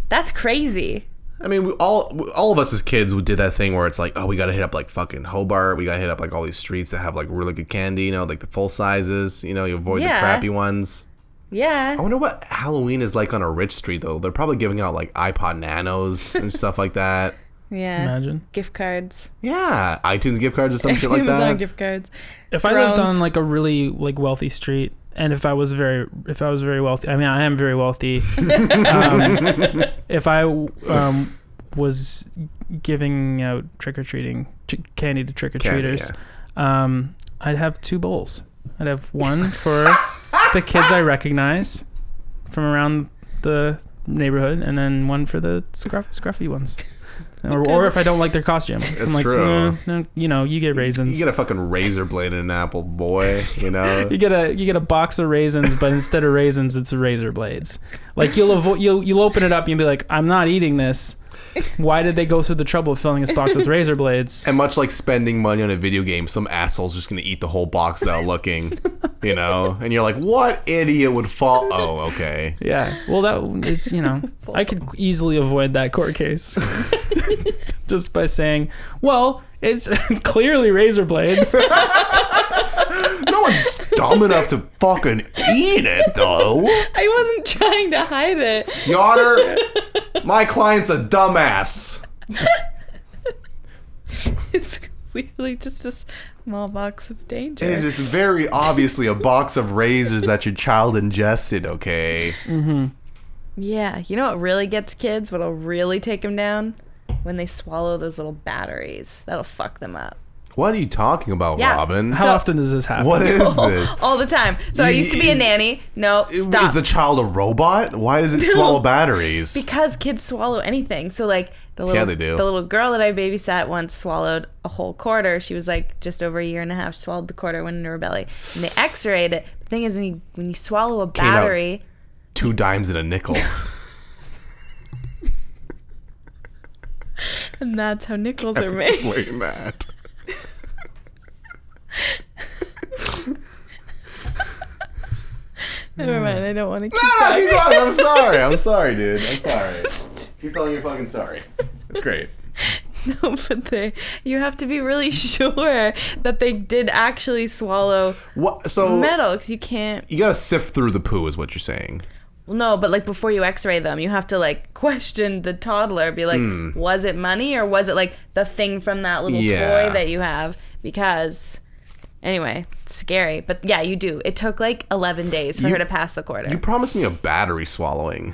Speaker 3: that's crazy.
Speaker 2: I mean, we all we- all of us as kids we did that thing where it's like, oh, we got to hit up like fucking Hobart. We got to hit up like all these streets that have like really good candy, you know, like the full sizes. You know, you avoid
Speaker 3: Yeah.
Speaker 2: the crappy ones. I
Speaker 3: Yeah,
Speaker 2: wonder what Halloween is like on a rich street though. They're probably giving out like iPod Nanos and stuff like that.
Speaker 3: yeah.
Speaker 1: Imagine
Speaker 3: Gift cards.
Speaker 2: Yeah, iTunes gift cards or some shit like
Speaker 3: Amazon
Speaker 2: that.
Speaker 3: gift cards.
Speaker 1: if I lived
Speaker 3: Drones.
Speaker 1: on like a really like wealthy street, and if I was very if I was very wealthy, I mean I am very wealthy. um, if I um, was giving out trick or treating t- candy to trick or
Speaker 2: Candy,
Speaker 1: treaters,
Speaker 2: yeah.
Speaker 1: um, I'd have two bowls. I'd have one for the kids I recognize from around the neighborhood, and then one for the scruff, scruffy ones. Or, or if I don't like their costume, I'm
Speaker 2: It's
Speaker 1: like,
Speaker 2: true.
Speaker 1: "Eh, no, you know, you get raisins.
Speaker 2: You get a fucking razor blade and an apple, boy. You know.
Speaker 1: You get a you get a box of raisins, but instead of raisins, it's razor blades. Like you'll avoid you'll you'll open it up and you'll be like, I'm not eating this. Why did they go through the trouble of filling this box with razor blades?
Speaker 2: And much like spending money on a video game, some asshole's just gonna eat the whole box without looking, you know. And you're like, "What idiot would fall?" Oh, okay.
Speaker 1: Yeah. Well, that it's you know I could easily avoid that court case just by saying, well, it's clearly razor blades.
Speaker 2: No one's dumb enough to fucking eat it, though.
Speaker 3: I wasn't trying to hide it.
Speaker 2: Your Honor, my client's a dumbass.
Speaker 3: It's clearly just a small box of danger.
Speaker 2: It is very obviously a box of razors that your child ingested. Okay,
Speaker 3: Yeah, you know what really gets kids? What'll really take them down? When they swallow those little batteries. That'll fuck them up.
Speaker 2: what are you talking about,
Speaker 3: Yeah.
Speaker 2: Robin?
Speaker 1: How
Speaker 3: So-
Speaker 1: often does this happen?
Speaker 2: what is this?
Speaker 3: All the time. So I used to be a
Speaker 2: Is-
Speaker 3: nanny. No,
Speaker 2: Is
Speaker 3: stop.
Speaker 2: the child a robot? Why does it swallow batteries?
Speaker 3: because kids swallow anything. So like the little
Speaker 2: Yeah, they do.
Speaker 3: the little girl that I babysat once swallowed a whole quarter. She was like just over a year and a half. She swallowed the quarter, went into her belly, and they X-rayed it. The thing is, when you, when you swallow a
Speaker 2: out.
Speaker 3: battery,
Speaker 2: Two dimes and a nickel.
Speaker 3: and that's how nickels are made.
Speaker 2: Wait, Matt.
Speaker 3: Never mind. I don't want to keep.
Speaker 2: Ah, keep going. I'm sorry. I'm sorry, dude. I'm sorry. Keep telling me you're fucking sorry. It's great.
Speaker 3: No, but they, you have to be really sure that they did actually swallow
Speaker 2: What? So
Speaker 3: metal because you can't.
Speaker 2: you gotta sift through the poo, is what you're saying.
Speaker 3: No, but like before you X-ray them, you have to like question the toddler, be like,
Speaker 2: Hmm.
Speaker 3: was it money or was it like the thing from that little
Speaker 2: Yeah.
Speaker 3: toy that you have? Because anyway, it's scary. But yeah, you do. It took like eleven days for
Speaker 2: You-
Speaker 3: her to pass the quarter.
Speaker 2: You promised me a battery swallowing.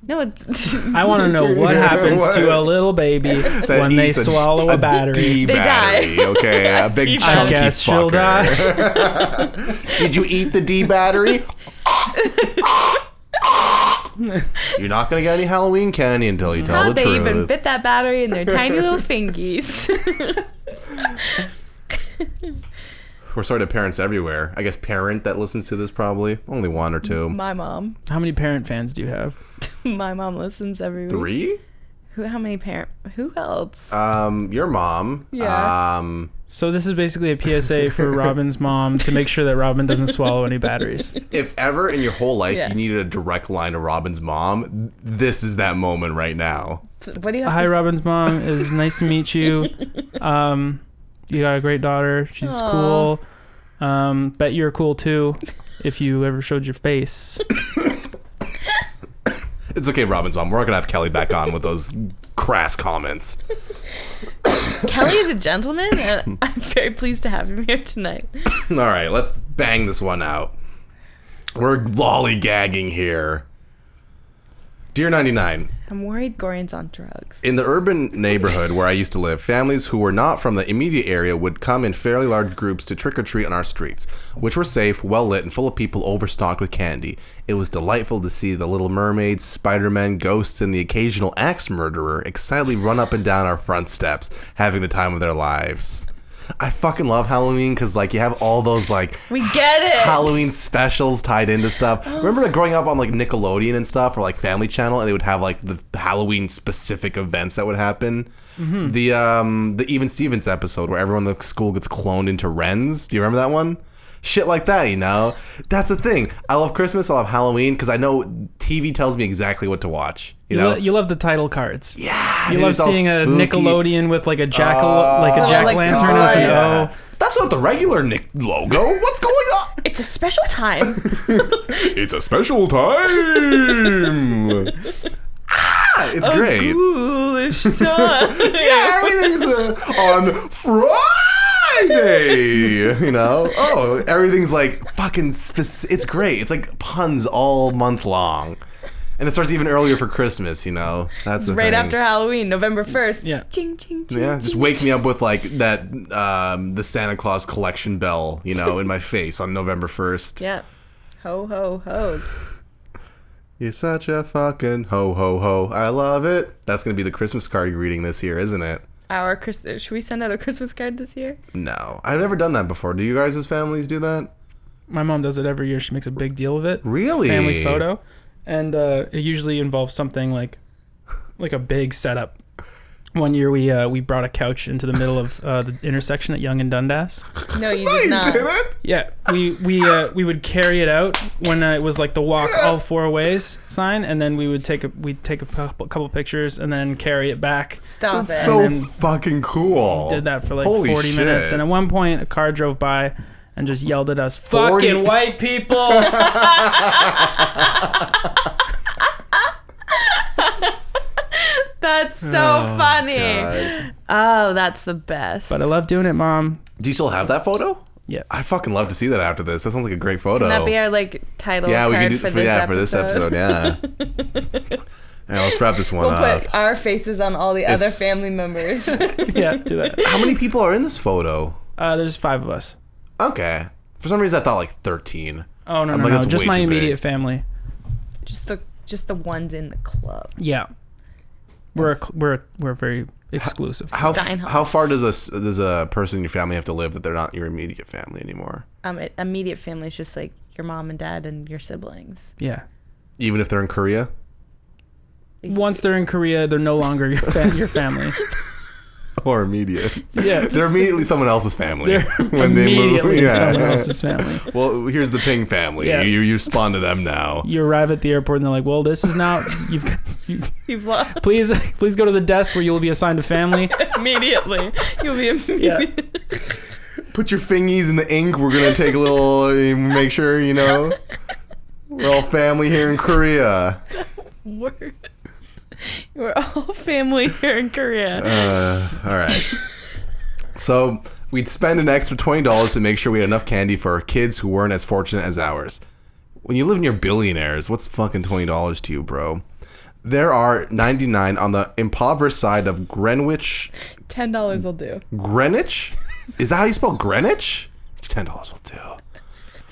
Speaker 3: no, it's,
Speaker 1: I want to know what happens
Speaker 2: What?
Speaker 1: to a little baby when they
Speaker 2: eats a-
Speaker 1: swallow a, battery.
Speaker 2: D
Speaker 3: They
Speaker 2: battery,
Speaker 3: die.
Speaker 2: okay, a big
Speaker 1: I
Speaker 2: chunky
Speaker 1: guess
Speaker 2: fucker.
Speaker 1: she'll die.
Speaker 2: Did you eat the D battery? You're not gonna get any Halloween candy until you tell
Speaker 3: how
Speaker 2: the
Speaker 3: they
Speaker 2: truth.
Speaker 3: even bit that battery in their tiny little fingies.
Speaker 2: We're sorry to parents everywhere. I guess parent that listens to this probably only one or two,
Speaker 3: My mom.
Speaker 1: How many parent fans do you have?
Speaker 3: My mom listens every week.
Speaker 2: three.
Speaker 3: Who? How many parent? Who else?
Speaker 2: Um, your mom.
Speaker 3: Yeah.
Speaker 2: Um,
Speaker 1: So this is basically a PSA for Robin's mom to make sure that Robin doesn't swallow any batteries.
Speaker 2: if ever in your whole life
Speaker 3: Yeah.
Speaker 2: you needed a direct line to Robin's mom, this is that moment right now.
Speaker 3: what do you have?
Speaker 1: Hi,
Speaker 3: to s-
Speaker 1: Robin's mom. It's nice to meet you. Um, you got a great daughter. She's cool. Um, bet you're cool too, if you ever showed your face.
Speaker 2: It's okay, Robin's mom. We're not gonna have Kelly back on with those crass comments.
Speaker 3: Kelly is a gentleman, and I'm very pleased to have him here tonight.
Speaker 2: All right, let's bang this one out. We're lollygagging here. Dear 99,
Speaker 3: I'm worried Gorian's on drugs.
Speaker 2: in the urban neighborhood where I used to live, families who were not from the immediate area would come in fairly large groups to trick or treat on our streets, which were safe, well lit, and full of people overstocked with candy. It was delightful to see the Little Mermaids, Spider Man, ghosts, and the occasional axe murderer excitedly run up and down our front steps, having the time of their lives. I fucking love Halloween because, like, you have all those, like,
Speaker 3: We get it.
Speaker 2: Halloween specials tied into stuff. Remember like growing up on like Nickelodeon and stuff or like Family Channel and they would have like the Halloween specific events that would happen.
Speaker 1: Mm-hmm.
Speaker 2: The um the Even Stevens episode where everyone in the school gets cloned into Wrens. Do you remember that one? Shit like that, you know. That's the thing. I love Christmas. I love Halloween because I know TV tells me exactly what to watch. You
Speaker 1: You,
Speaker 2: know,
Speaker 1: lo- you love the title cards.
Speaker 2: yeah,
Speaker 1: You
Speaker 2: dude,
Speaker 1: love
Speaker 2: it's all
Speaker 1: seeing a
Speaker 2: spooky. Oh,
Speaker 1: Nickelodeon with like a jack like a jack
Speaker 3: like
Speaker 1: lantern as an
Speaker 3: Twilight.
Speaker 1: O.
Speaker 2: That's not the regular Nick logo. What's going on?
Speaker 3: It's a special time.
Speaker 2: It's a special time. ah, it's great.
Speaker 3: Foolish time.
Speaker 2: Yeah, everything's uh, on Friday. You know? Oh, everything's like fucking specific. It's great. It's like puns all month long. And it starts even earlier for Christmas, you know? That's the
Speaker 3: right
Speaker 2: thing.
Speaker 3: after Halloween, November first.
Speaker 1: Yeah.
Speaker 3: Ching ching ching.
Speaker 2: Yeah, just wake me up with like that, um, the Santa Claus collection bell, you know, in my face on November 1st.
Speaker 3: Yep. Ho ho ho's.
Speaker 2: You're such a fucking ho ho ho. I love it. That's gonna be the Christmas card you're reading this year, isn't it?
Speaker 3: Our Chris- should we send out a Christmas card this year?
Speaker 2: No, I've never done that before. Do you guys as families do that?
Speaker 1: My mom does it every year. She makes a big deal of it. It's a
Speaker 2: Really?
Speaker 1: family photo, and uh, it usually involves something like like a big setup. One year we uh, we brought a couch into the middle of uh, the intersection at Young and Dundas.
Speaker 3: No, you did not.
Speaker 2: it.
Speaker 1: Yeah, we we uh, we would carry it out when uh, it was like the walk all four ways sign, and then we would take a we'd take a couple, couple pictures and then carry it back.
Speaker 3: Stop it.
Speaker 2: So
Speaker 1: And then-
Speaker 2: fucking cool.
Speaker 1: Did that for like
Speaker 2: Holy
Speaker 1: 40 minutes,
Speaker 2: shit.
Speaker 1: and at one point a car drove by and just yelled at us,
Speaker 2: 40
Speaker 1: "Fucking white people!"
Speaker 3: that's so funny.
Speaker 2: God.
Speaker 3: Oh, that's the best.
Speaker 1: Oh, but uh, I love doing it, mom.
Speaker 2: Do you still have that photo?
Speaker 1: Yeah.
Speaker 2: I fucking love to see that after this. That sounds like a great photo.
Speaker 3: Can that be our like title
Speaker 2: yeah,
Speaker 3: card
Speaker 2: we can do
Speaker 3: for,
Speaker 2: for,
Speaker 3: this
Speaker 2: yeah
Speaker 3: episode?
Speaker 2: for this episode. Yeah. All right, let's wrap this one
Speaker 3: We'll
Speaker 2: up.
Speaker 3: put our faces on all the other
Speaker 2: It's-
Speaker 3: family members.
Speaker 1: yeah, do that.
Speaker 2: How many people are in this photo?
Speaker 1: Uh, there's five of us.
Speaker 2: Okay. For some reason, I thought like thirteen.
Speaker 1: Oh no,
Speaker 2: I'm
Speaker 1: no,
Speaker 2: like,
Speaker 1: no.
Speaker 2: that's
Speaker 1: just
Speaker 2: way
Speaker 1: my
Speaker 2: too big.
Speaker 1: immediate family.
Speaker 3: just the just the ones in the club.
Speaker 1: Yeah, we're a, cl- we're a, we're very exclusive.
Speaker 2: How f-
Speaker 3: Steinhoffs.
Speaker 2: how far does a s- does a person in your family have to live that they're not your immediate family anymore?
Speaker 3: Um, i- immediate family is just like your mom and dad and your siblings.
Speaker 1: yeah.
Speaker 2: Even if they're in Korea.
Speaker 1: Once they're in Korea, they're no longer your, fa- your family.
Speaker 2: or immediate.
Speaker 1: Yeah.
Speaker 2: They're immediately someone else's family
Speaker 1: They're immediately someone else's family.
Speaker 2: Well, here's the Ping family.
Speaker 1: Yeah.
Speaker 2: You, you respond to them now.
Speaker 1: You arrive at the airport and they're like, "Well, this is not you've." got- You,
Speaker 3: You've lost
Speaker 1: please, please go to the desk where you will be assigned a family.
Speaker 3: immediately. You'll be immediate.
Speaker 1: Yeah.
Speaker 2: Put your fingies in the ink. We're gonna take a little. uh, Make sure you know. We're all family here in Korea.
Speaker 3: We're, we're all family here in Korea.
Speaker 2: Uh, all right. So we'd spend an extra twenty dollars to make sure we had enough candy for our kids who weren't as fortunate as ours. When you live near billionaires, what's fucking twenty dollars to you, bro? There are ninety nine on the impoverished side of Greenwich.
Speaker 3: Ten dollars will do.
Speaker 2: Greenwich? Is that how you spell Greenwich? Ten dollars will do.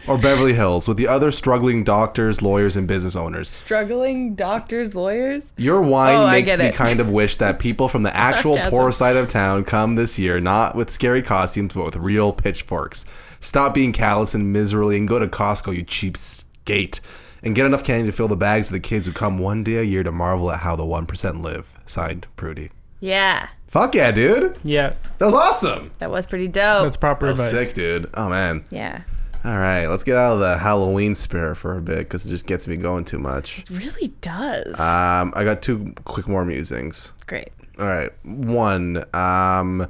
Speaker 2: or Beverly Hills with the other struggling doctors, lawyers, and business owners.
Speaker 3: Struggling doctors, lawyers.
Speaker 2: Your wine
Speaker 3: Oh, I
Speaker 2: makes
Speaker 3: get
Speaker 2: me
Speaker 3: it.
Speaker 2: kind of wish that people from the actual
Speaker 3: Sarcasm.
Speaker 2: poor side of town come this year, not with scary costumes, but with real pitchforks. Stop being callous and miserly and go to Costco, you cheap skate, and get enough candy to fill the bags of the kids who come one day a year to marvel at how the 1% live. Signed, Prudy.
Speaker 3: Yeah,
Speaker 2: Fuck yeah, dude.
Speaker 1: Yeah,
Speaker 2: That was awesome.
Speaker 3: that was pretty dope.
Speaker 1: that's proper
Speaker 2: That was
Speaker 1: advice.
Speaker 2: sick, dude. Oh, man.
Speaker 3: yeah,
Speaker 2: All right, let's get out of the Halloween spirit for a bit because it just gets me going too much.
Speaker 3: really does.
Speaker 1: Ah.
Speaker 2: Um, I got two quick more musings.
Speaker 3: Great.
Speaker 2: All right. One, um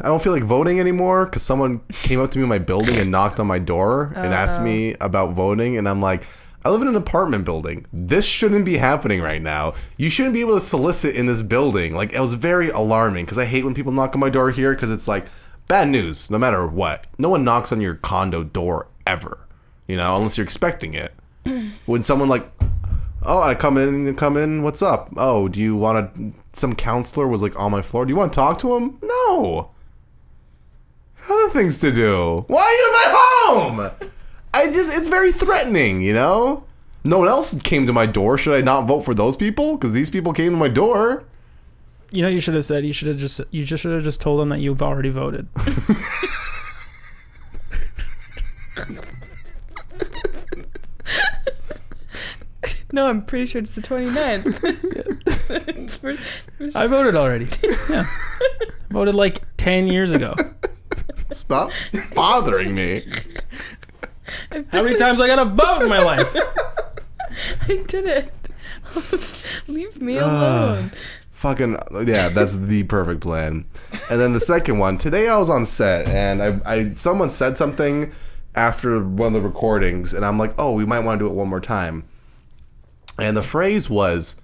Speaker 2: I don't feel like voting anymore cuz someone came up to me in my building and knocked on my door and asked me about voting and I'm like I live in an apartment building. This shouldn't be happening right now. You shouldn't be able to solicit in this building. Like it was very alarming cuz I hate when people knock on my door here cuz it's like bad news no matter what. No one knocks on your condo door ever. You know, unless you're expecting it. when someone like Oh, I come in, come in. What's up? Oh, do you want to? Some counselor was like on my floor. Do you want to talk to him? No. Other things to do. Why are you in my home? I just, it's very threatening, you know? No one else came to my door. Should I not vote for those people? Because these people came to my door.
Speaker 1: You know, what you should have said. You should have just. You just should have just told them that you've already voted.
Speaker 3: No, I'm pretty sure it's the 29th. It's for-
Speaker 1: I voted already. Yeah, voted like ten years ago.
Speaker 2: Stop bothering me.
Speaker 1: How many times I gotta vote in my life?
Speaker 3: I did it. Leave
Speaker 1: Ah.
Speaker 3: me alone.
Speaker 2: Fucking yeah, that's the perfect plan. And then the second one, today I was on set and I, I someone said something after one of the recordings, and I'm like, oh, we might want to do it one more time. And the phrase was,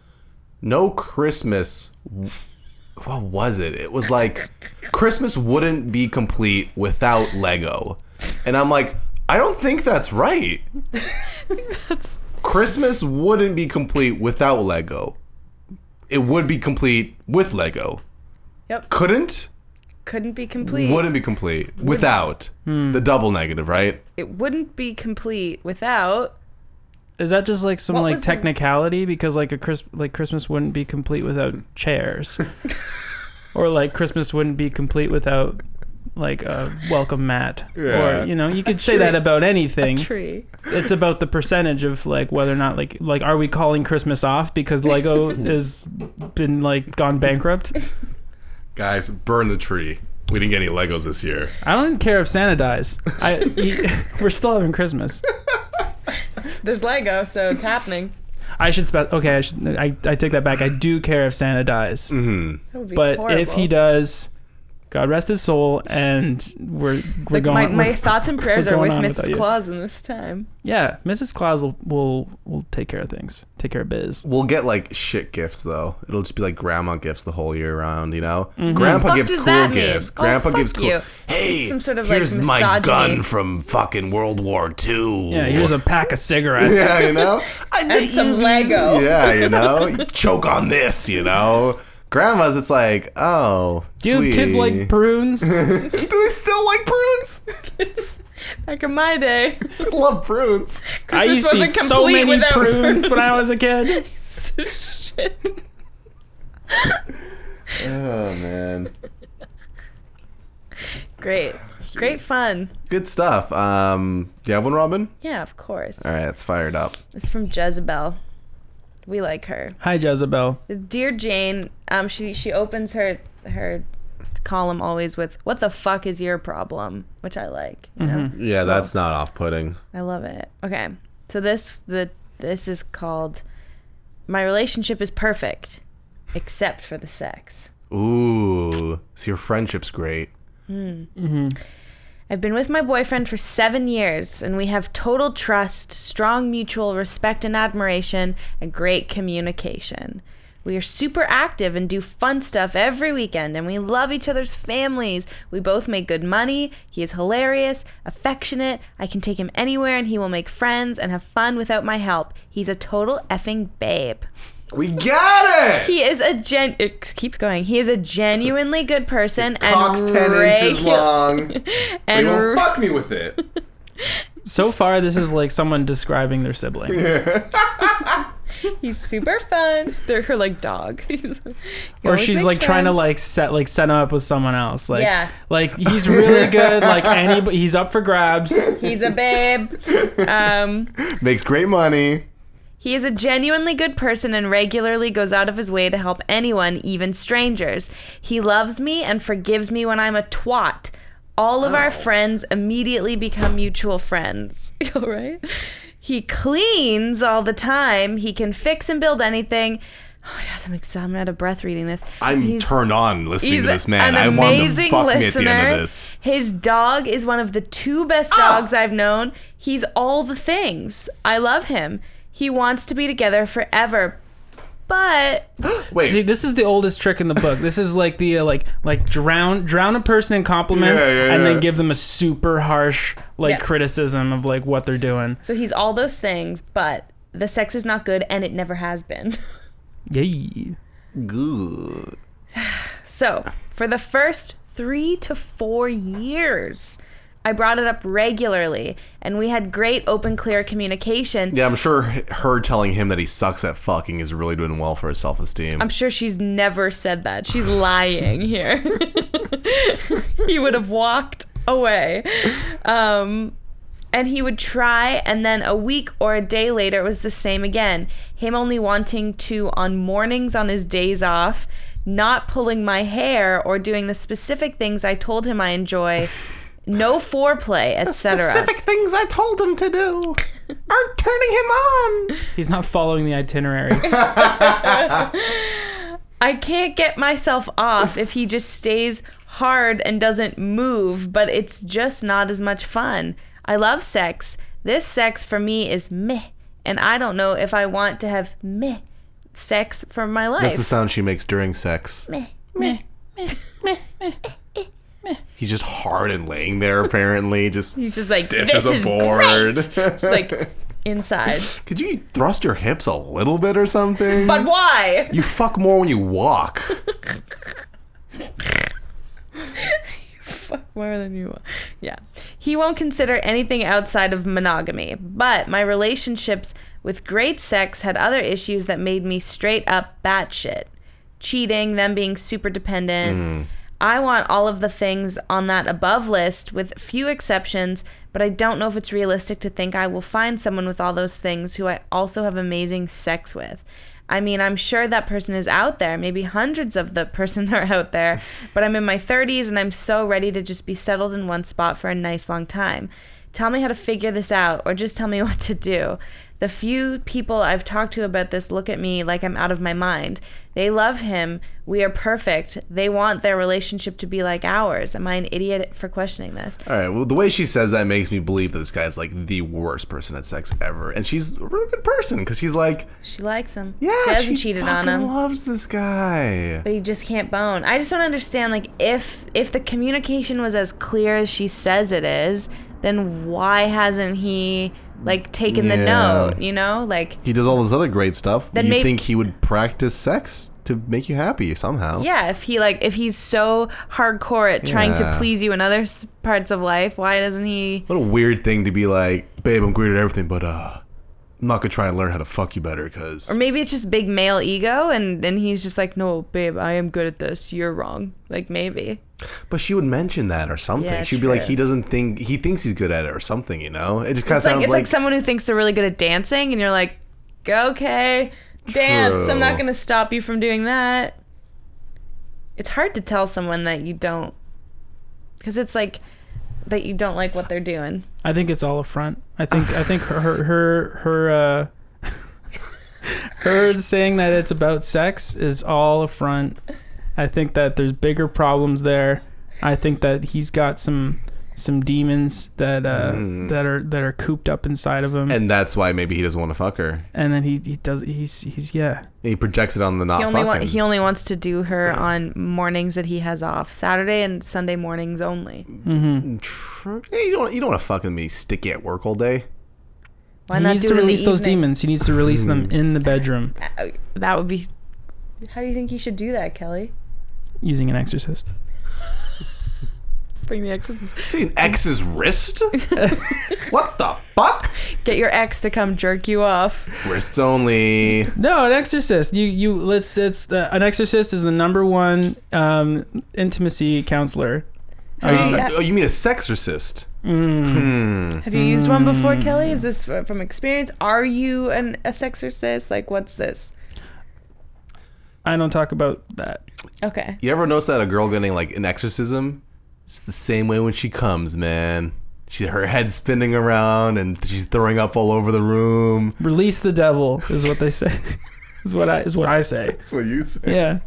Speaker 2: "No Christmas." What was it? It was like Christmas wouldn't be complete without Lego, and I'm like, I don't think that's right. Christmas wouldn't be complete without Lego it would be complete with Lego.
Speaker 3: Yep.
Speaker 2: Couldn't,
Speaker 3: Couldn't be complete.
Speaker 2: wouldn't be complete without
Speaker 3: Hmm.
Speaker 2: the double negative, right?
Speaker 3: it wouldn't be complete without.
Speaker 1: Is that just like some
Speaker 3: What
Speaker 1: like
Speaker 3: was the-
Speaker 1: technicality? Because like a Chris like Christmas wouldn't be complete without chairs, or like Christmas wouldn't be complete without like a welcome mat.
Speaker 2: Yeah.
Speaker 1: Or you know, you could say that about anything.
Speaker 3: Tree.
Speaker 1: It's about the percentage of like whether or not like like are we calling Christmas off because Lego has been like gone bankrupt.
Speaker 2: Guys, burn the tree. We didn't get any Legos this year.
Speaker 1: I don't care if Santa dies. I he- we're still having Christmas.
Speaker 3: There's Lego, so it's happening.
Speaker 1: I should spec. Okay, I, should, I I take that back. I do care if Santa dies.
Speaker 3: That would be
Speaker 1: but
Speaker 3: horrible.
Speaker 1: if he does, God rest his soul, and we're we're
Speaker 3: like
Speaker 1: going.
Speaker 3: my, my
Speaker 1: we're-
Speaker 3: thoughts and prayers
Speaker 1: we're
Speaker 3: are with
Speaker 1: going on without
Speaker 3: Mrs.
Speaker 1: you.
Speaker 3: Claus in this time.
Speaker 1: yeah, Mrs. Claus will, will will take care of things, take care of biz.
Speaker 2: We'll get like shit gifts though. It'll just be like grandma gifts the whole year round, you know? Grandpa
Speaker 3: Fuck
Speaker 2: gives
Speaker 3: Mm-hmm. does
Speaker 2: cool
Speaker 3: that mean?
Speaker 2: gifts.
Speaker 3: Oh,
Speaker 2: Grandpa
Speaker 3: fuck
Speaker 2: gives cool.
Speaker 3: you.
Speaker 2: Hey,
Speaker 3: Some sort of, like,
Speaker 2: here's my gun
Speaker 3: misogyny.
Speaker 2: from fucking World War II.
Speaker 1: Yeah, here's a pack of cigarettes.
Speaker 2: Yeah, you know? I bet
Speaker 3: some
Speaker 2: you these-
Speaker 3: Lego.
Speaker 2: Yeah, you know? Choke on this, you know? Grandma's, it's like, oh.
Speaker 1: Dude, kids like
Speaker 2: sweetie.
Speaker 1: prunes.
Speaker 2: Do they still like prunes?
Speaker 3: Back in my day,
Speaker 2: I love prunes.
Speaker 1: I
Speaker 3: Christmas
Speaker 1: used to
Speaker 3: wasn't
Speaker 1: eat so
Speaker 3: complete
Speaker 1: many
Speaker 3: without
Speaker 1: prunes when I was a kid.
Speaker 3: shit.
Speaker 2: Oh man,
Speaker 3: Great, great fun.
Speaker 2: good stuff. Um, do you have one, Robin?
Speaker 3: Yeah, of course.
Speaker 2: All right, it's fired up.
Speaker 3: It's from Jezebel. We like her.
Speaker 1: Hi, Jezebel.
Speaker 3: Dear Jane, um, she she opens her her column always with "What the fuck is your problem?" which I like. You
Speaker 1: Mm-hmm.
Speaker 3: know?
Speaker 2: Yeah, that's not off-putting.
Speaker 3: I love it. Okay, so this the this is called "My relationship is perfect, except for the sex."
Speaker 2: Ooh, so your friendship's great.
Speaker 3: I've been with my boyfriend for seven years, and we have total trust, strong mutual respect and admiration, and great communication. We are super active and do fun stuff every weekend, and we love each other's families. We both make good money. He is hilarious, affectionate. I can take him anywhere, and he will make friends and have fun without my help. He's a total effing babe.
Speaker 2: We got it.
Speaker 3: He is a gen. It keeps going. He is a genuinely good person and
Speaker 2: Cock's ten
Speaker 3: regu-
Speaker 2: inches long.
Speaker 3: and
Speaker 2: They won't
Speaker 3: re-
Speaker 2: fuck me with it.
Speaker 1: So far, this is like someone describing their sibling.
Speaker 3: He's super fun. They're her like dog.
Speaker 1: or she's like trying to like set like set him up with someone else like
Speaker 3: Yeah.
Speaker 1: like he's really good like anybody he's up for grabs
Speaker 3: He's a babe. Um,
Speaker 2: Makes great money.
Speaker 3: he is a genuinely good person and regularly goes out of his way to help anyone, even strangers. He loves me and forgives me when I'm a twat. All of
Speaker 1: Oh.
Speaker 3: our friends immediately become mutual friends. All right. He cleans all the time. He can fix and build anything. Oh my God, I'm, ex- I'm out of breath reading this.
Speaker 2: I'm
Speaker 3: He's-
Speaker 2: turned on listening to
Speaker 3: He's
Speaker 2: this man.
Speaker 3: An
Speaker 2: I want him to
Speaker 3: amazing
Speaker 2: fuck me at
Speaker 3: listener.
Speaker 2: the end of this. Oh!
Speaker 3: His dog is one of the two best dogs I've known. He's all the things. I love him. He wants to be together forever. But
Speaker 2: Wait.
Speaker 1: See, this is the oldest trick in the book. This is like the uh, like like drown drown a person in compliments
Speaker 2: Yeah, yeah,
Speaker 1: and
Speaker 2: yeah.
Speaker 1: then give them a super harsh like
Speaker 3: Yeah.
Speaker 1: criticism of like what they're doing.
Speaker 3: so he's all those things, but the sex is not good and it never has been.
Speaker 1: Yay.
Speaker 2: Good.
Speaker 3: So, for the first 3 to 4 years, I brought it up regularly and we had great open clear communication.
Speaker 2: Yeah, I'm sure her telling him that he sucks at fucking is really doing well for his self esteem.
Speaker 3: I'm sure she's never said that. She's lying here. he would have walked away. Um, and he would try, and then a week or a day later, it was the same again. Him only wanting to on mornings on his days off, not pulling my hair or doing the specific things I told him I enjoy. No foreplay, etc.
Speaker 2: things I told him to do aren't turning him on.
Speaker 1: He's not following the itinerary.
Speaker 3: I can't get myself off if he just stays hard and doesn't move, but it's just not as much fun. I love sex. This sex for me is meh, and I don't know if I want to have meh sex for my life.
Speaker 2: That's the sound she makes during sex. Meh, meh, meh, meh, He's just hard and laying there, apparently. Just He's
Speaker 3: just like,
Speaker 2: stiff as
Speaker 3: "This
Speaker 2: a
Speaker 3: is
Speaker 2: board.
Speaker 3: It's like inside.
Speaker 2: Could you thrust your hips a little bit or something?
Speaker 3: But why?
Speaker 2: you fuck more when you walk.
Speaker 3: fuck more than you want. Yeah. He won't consider anything outside of monogamy, but my relationships with great sex had other issues that made me straight up batshit. Cheating, them being super dependent. I want all of the things on that above list with few exceptions, but I don't know if it's realistic to think I will find someone with all those things who I also have amazing sex with. I mean, I'm sure that person is out there. Maybe hundreds of the person are out there, but I'm in my 30s and I'm so ready to just be settled in one spot for a nice long time. Tell me how to figure this out or just tell me what to do. The few people I've talked to about this look at me like I'm out of my mind. They love him. We are perfect. They want their relationship to be like ours. Am I an idiot for questioning this?
Speaker 2: All right, well, the way she says that makes me believe that this guy is like the worst person at sex ever. And she's a really good person because she's like,
Speaker 3: She likes him.
Speaker 2: yeah,
Speaker 3: she hasn't
Speaker 2: she
Speaker 3: cheated on
Speaker 2: fucking
Speaker 3: him.
Speaker 2: loves this guy.
Speaker 3: but he just can't bone. I just don't understand like if if the communication was as clear as she says it is, then why hasn't he like taken the
Speaker 2: Yeah.
Speaker 3: note, you know? Like
Speaker 2: He does all this other great stuff.
Speaker 3: Then
Speaker 2: You'd
Speaker 3: may-
Speaker 2: think he would practice sex to make you happy somehow.
Speaker 3: yeah, if he like if he's so hardcore at trying to
Speaker 2: Yeah.
Speaker 3: please you in other s- parts of life, why doesn't he
Speaker 2: What a weird thing to be like, babe, I'm great at everything, but uh, I'm not gonna try and learn how to fuck you better because.
Speaker 3: Or maybe it's just big male ego, and and he's just like, no, babe, I am good at this. You're wrong. Like maybe.
Speaker 2: But she would mention that or something.
Speaker 3: Yeah,
Speaker 2: She'd be like,
Speaker 3: true.
Speaker 2: he doesn't think he thinks he's good at it or something. You know, it just kind of
Speaker 3: It's like
Speaker 2: sounds
Speaker 3: it's like,
Speaker 2: like,
Speaker 3: someone who thinks they're really good at dancing, and you're like, okay, dance. I'm not
Speaker 2: True.
Speaker 3: gonna stop you from doing that. It's hard to tell someone that you don't, because it's like that you don't like what they're doing.
Speaker 1: I think it's all a front. I think I think her her her, her uh her saying that it's about sex is all a front. I think that there's bigger problems there. I think that he's got some some demons that uh
Speaker 2: Mm.
Speaker 1: that are that are cooped up inside of him and,
Speaker 2: and that's why maybe he doesn't want to fuck her.
Speaker 1: then he he does he's he's yeah.
Speaker 2: And he projects it on the not
Speaker 3: He only
Speaker 2: fucking.
Speaker 3: want, he only wants to do her on mornings that he has off, Saturday and Sunday mornings only.
Speaker 2: Tr- yeah, you don't you don't want to fucking be sticky at work all day.
Speaker 3: Why
Speaker 1: he
Speaker 3: not
Speaker 1: needs
Speaker 3: do
Speaker 1: to
Speaker 3: it in the
Speaker 1: release those
Speaker 3: evening?
Speaker 1: demons. He needs to release them in the bedroom
Speaker 3: Uh, That would be. How do you think he should do that, Kelly?
Speaker 1: using an exorcist.
Speaker 3: Bring the exorcist.
Speaker 2: See an ex's wrist? what the fuck?
Speaker 3: Get your ex to come jerk you off.
Speaker 2: Wrists only.
Speaker 1: No, an exorcist. You you let's it's the, an exorcist is the number one um, intimacy counselor.
Speaker 2: Are you-
Speaker 3: Yeah.
Speaker 2: oh, you mean a sexorcist?
Speaker 3: Have you used one before, Kelly? Is this f- from experience? Are you an a sexorcist? Like, what's this?
Speaker 1: I don't talk about that.
Speaker 3: Okay.
Speaker 2: You ever notice that a girl getting like an exorcism? It's the same way when she comes, man. She her head's spinning around and she's throwing up all over the room.
Speaker 1: Release the devil is what they say. is what I is what I say.
Speaker 2: That's what you say.
Speaker 1: Yeah.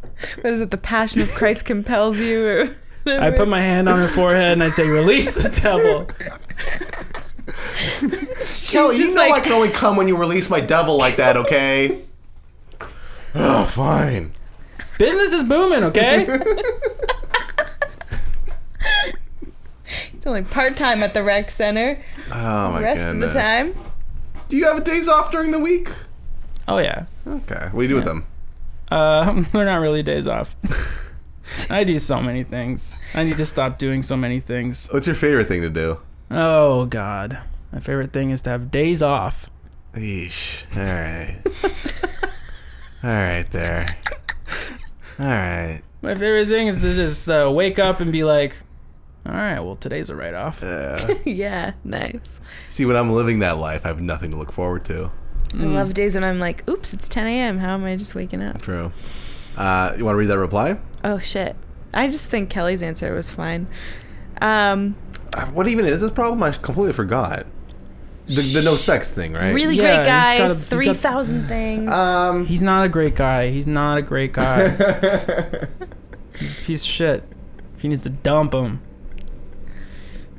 Speaker 3: What is it? The Passion of Christ compels you.
Speaker 1: I put my hand on her forehead and I say, "Release the devil."
Speaker 2: Kelly,
Speaker 3: She's
Speaker 2: you
Speaker 3: just
Speaker 2: know I
Speaker 3: like-
Speaker 2: can only come when you release my devil like that, okay? oh, fine.
Speaker 1: Business is booming, okay?
Speaker 3: It's only part time at the rec center.
Speaker 2: Oh my
Speaker 3: Rest
Speaker 2: goodness.
Speaker 3: of the time,
Speaker 2: Do you have days off during the week?
Speaker 1: Oh yeah.
Speaker 2: Okay. What do you do with them?
Speaker 1: Um, we're not really days off. I do so many things. I need to stop doing so many things.
Speaker 2: What's your favorite thing to do?
Speaker 1: Oh God. My favorite thing is to have days off.
Speaker 2: Eesh. All right. all right there. All right.
Speaker 1: My favorite thing is to just uh, wake up and be like, all right, well, today's a write off.
Speaker 2: Uh,
Speaker 3: yeah, nice.
Speaker 2: see, when I'm living that life, I have nothing to look forward to.
Speaker 1: Mm.
Speaker 3: I love days when I'm like, oops, it's 10 a.m. How am I just waking up?
Speaker 2: True. Uh, you want to read that reply?
Speaker 3: Oh shit. I just think Kelly's answer was fine. Um,
Speaker 2: Uh, What even is this problem? I completely forgot. The, the no sex thing, right?
Speaker 3: really
Speaker 1: Uh, Yeah,
Speaker 3: great
Speaker 1: he's
Speaker 3: guy,
Speaker 1: got a- he's got- Uh,
Speaker 3: 3,000 things.
Speaker 2: Um,
Speaker 1: He's not a great guy. He's not a great guy. He's a piece of shit. She needs to dump him.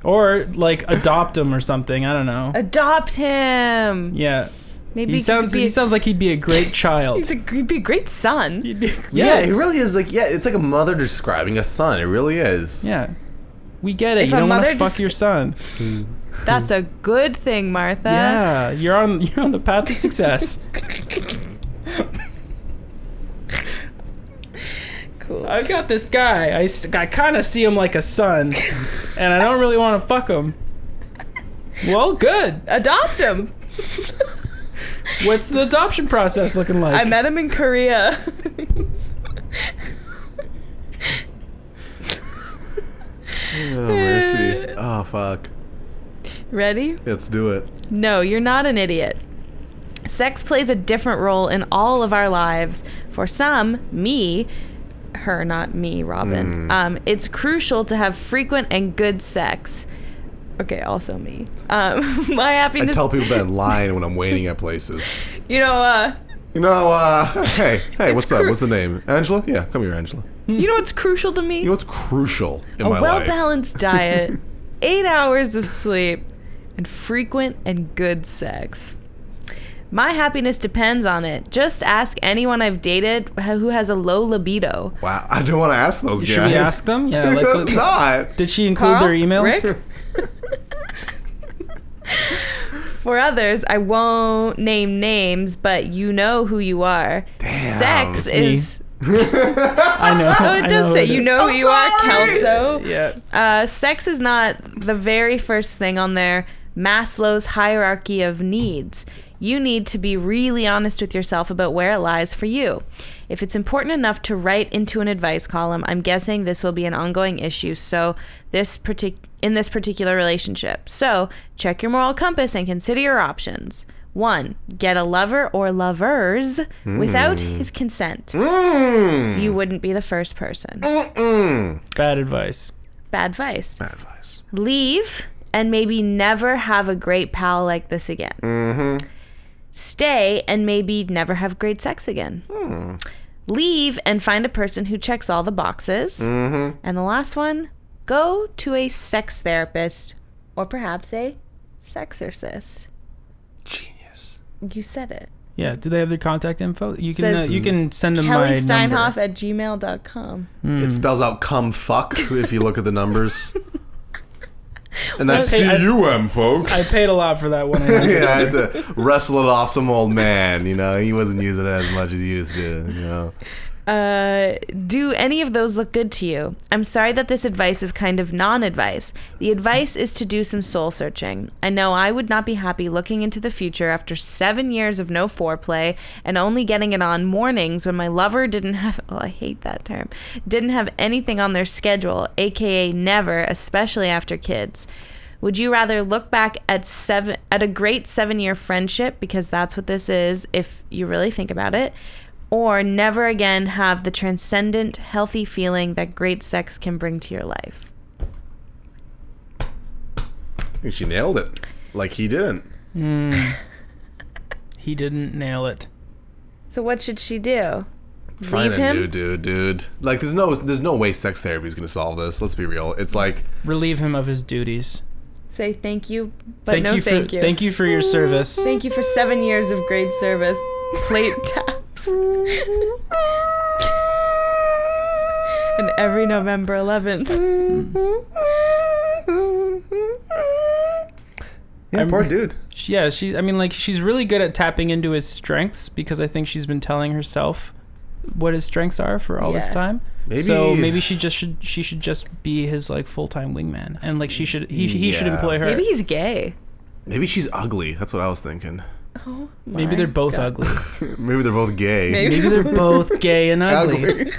Speaker 1: Or, like, adopt him or something. I don't know.
Speaker 3: Adopt him.
Speaker 1: Yeah.
Speaker 3: Maybe
Speaker 1: He
Speaker 3: could
Speaker 1: sounds,
Speaker 3: be
Speaker 1: he sounds like he'd be a great child.
Speaker 3: he's a, he'd be a great son.
Speaker 1: He'd be-
Speaker 2: yeah, it really is like yeah, it's like a mother describing a son. It really is.
Speaker 1: Yeah. We get it.
Speaker 3: If
Speaker 1: you
Speaker 3: a
Speaker 1: don't want to
Speaker 3: mother
Speaker 1: fuck
Speaker 3: just-
Speaker 1: your son.
Speaker 3: That's a good thing, Martha.
Speaker 1: yeah. You're on you're on the path to success.
Speaker 3: Cool.
Speaker 1: I've got this guy. I, kind of see him like a son, and I don't really want to fuck him. Well, good.
Speaker 3: Adopt him.
Speaker 1: What's the adoption process looking like?
Speaker 3: I met him in Korea.
Speaker 2: Oh mercy. Oh fuck.
Speaker 3: Ready?
Speaker 2: Let's do it.
Speaker 3: No, you're not an idiot. Sex plays a different role in all of our lives. For some, me, her, not me, Robin,
Speaker 2: Hmm.
Speaker 3: um, it's crucial to have frequent and good sex. Okay, also me. Um, my
Speaker 2: I
Speaker 3: happiness.
Speaker 2: tell people that in line when I'm waiting at places.
Speaker 3: you know, uh,
Speaker 2: You know, uh, hey, hey, what's up?
Speaker 3: cru-
Speaker 2: What's the name? Angela? Yeah, come here, Angela. You
Speaker 3: you know what's crucial to me?
Speaker 2: know what's crucial in
Speaker 3: a
Speaker 2: my
Speaker 3: well
Speaker 2: life?
Speaker 3: balanced diet, eight hours of sleep, and frequent and good sex. My happiness depends on it. Just ask anyone I've dated who has a low libido.
Speaker 2: Wow, I don't want to ask those
Speaker 1: Should
Speaker 2: guys.
Speaker 1: we ask them? Yeah. Like,
Speaker 2: It's not.
Speaker 1: did she include
Speaker 3: Carl?
Speaker 1: their emails?
Speaker 3: Rick? For others, I won't name names, but you know who you are. Sex
Speaker 2: it's
Speaker 1: me.
Speaker 3: is.
Speaker 1: I know.
Speaker 3: Oh, it does say you know who you
Speaker 2: sorry!
Speaker 3: are, Kelso.
Speaker 1: Yeah.
Speaker 3: Uh, sex is not the very first thing on their Maslow's hierarchy of needs. You need to be really honest with yourself about where it lies for you. If it's important enough to write into an advice column, I'm guessing this will be an ongoing issue. So this partic- in this particular relationship, so check your moral compass and consider your options. One, get a lover or lovers without his consent.
Speaker 2: Mm.
Speaker 3: You wouldn't be the first person.
Speaker 1: Bad advice.
Speaker 3: Bad advice
Speaker 2: Bad advice.
Speaker 3: leave and maybe never have a great pal like this again. Stay and maybe never have great sex again. Leave and find a person who checks all the boxes. And the last one go to a sex therapist or perhaps a sexorcist.
Speaker 2: Genius.
Speaker 3: You said it.
Speaker 1: Yeah. Do they have their contact info? You can uh,
Speaker 3: Says-
Speaker 1: you can send them
Speaker 3: Kelly
Speaker 1: my
Speaker 3: Steinhoff
Speaker 1: number.
Speaker 3: at gmail.com.
Speaker 2: It spells out "cum fuck" if you look at the numbers. And that's
Speaker 1: Okay, I-
Speaker 2: C-U-M, folks.
Speaker 1: I paid a lot for that one.
Speaker 2: yeah, I had to wrestle it off some old man. You know, he wasn't using it as much as he used to. You know,
Speaker 3: Uh, do any of those look good to you? I'm sorry that this advice is kind of non advice. The advice is to do some soul searching. I know I would not be happy looking into the future after seven years of no foreplay and only getting it on mornings when my lover didn't have, oh, I hate that term, didn't have anything on their schedule, aka never, especially after kids. Would you rather look back at seven at a great seven-year friendship because that's what this is if you really think about it, or never again have the transcendent, healthy feeling that great sex can bring to your life?
Speaker 2: I think she nailed it. Like he didn't.
Speaker 1: He didn't nail it.
Speaker 3: So what should she do?
Speaker 2: Find
Speaker 3: Leave
Speaker 2: a
Speaker 3: him?
Speaker 2: new dude, dude. Like there's no there's no way sex therapy is gonna solve this. Let's be real. It's like
Speaker 1: Relieve him of his duties.
Speaker 3: Say thank you, but
Speaker 1: Thank
Speaker 3: no
Speaker 1: you for
Speaker 3: thank you.
Speaker 1: thank you for your service.
Speaker 3: Thank you for seven years of great service. Plate taps. and every November Mm-hmm. 11th.
Speaker 2: yeah, poor dude.
Speaker 1: She- Yeah, she. I mean, like she's really good at tapping into his strengths because I think she's been telling herself what his strengths are for all this
Speaker 3: Yeah.
Speaker 1: time. So
Speaker 2: Maybe-
Speaker 1: maybe she just should she should just be his like full time wingman and like she should he, he should
Speaker 2: Yeah.
Speaker 1: employ her.
Speaker 3: Maybe he's gay.
Speaker 2: Maybe she's ugly. That's what I was thinking.
Speaker 1: Maybe they're both ugly.
Speaker 2: Maybe they're both gay.
Speaker 1: Maybe they're both gay and ugly.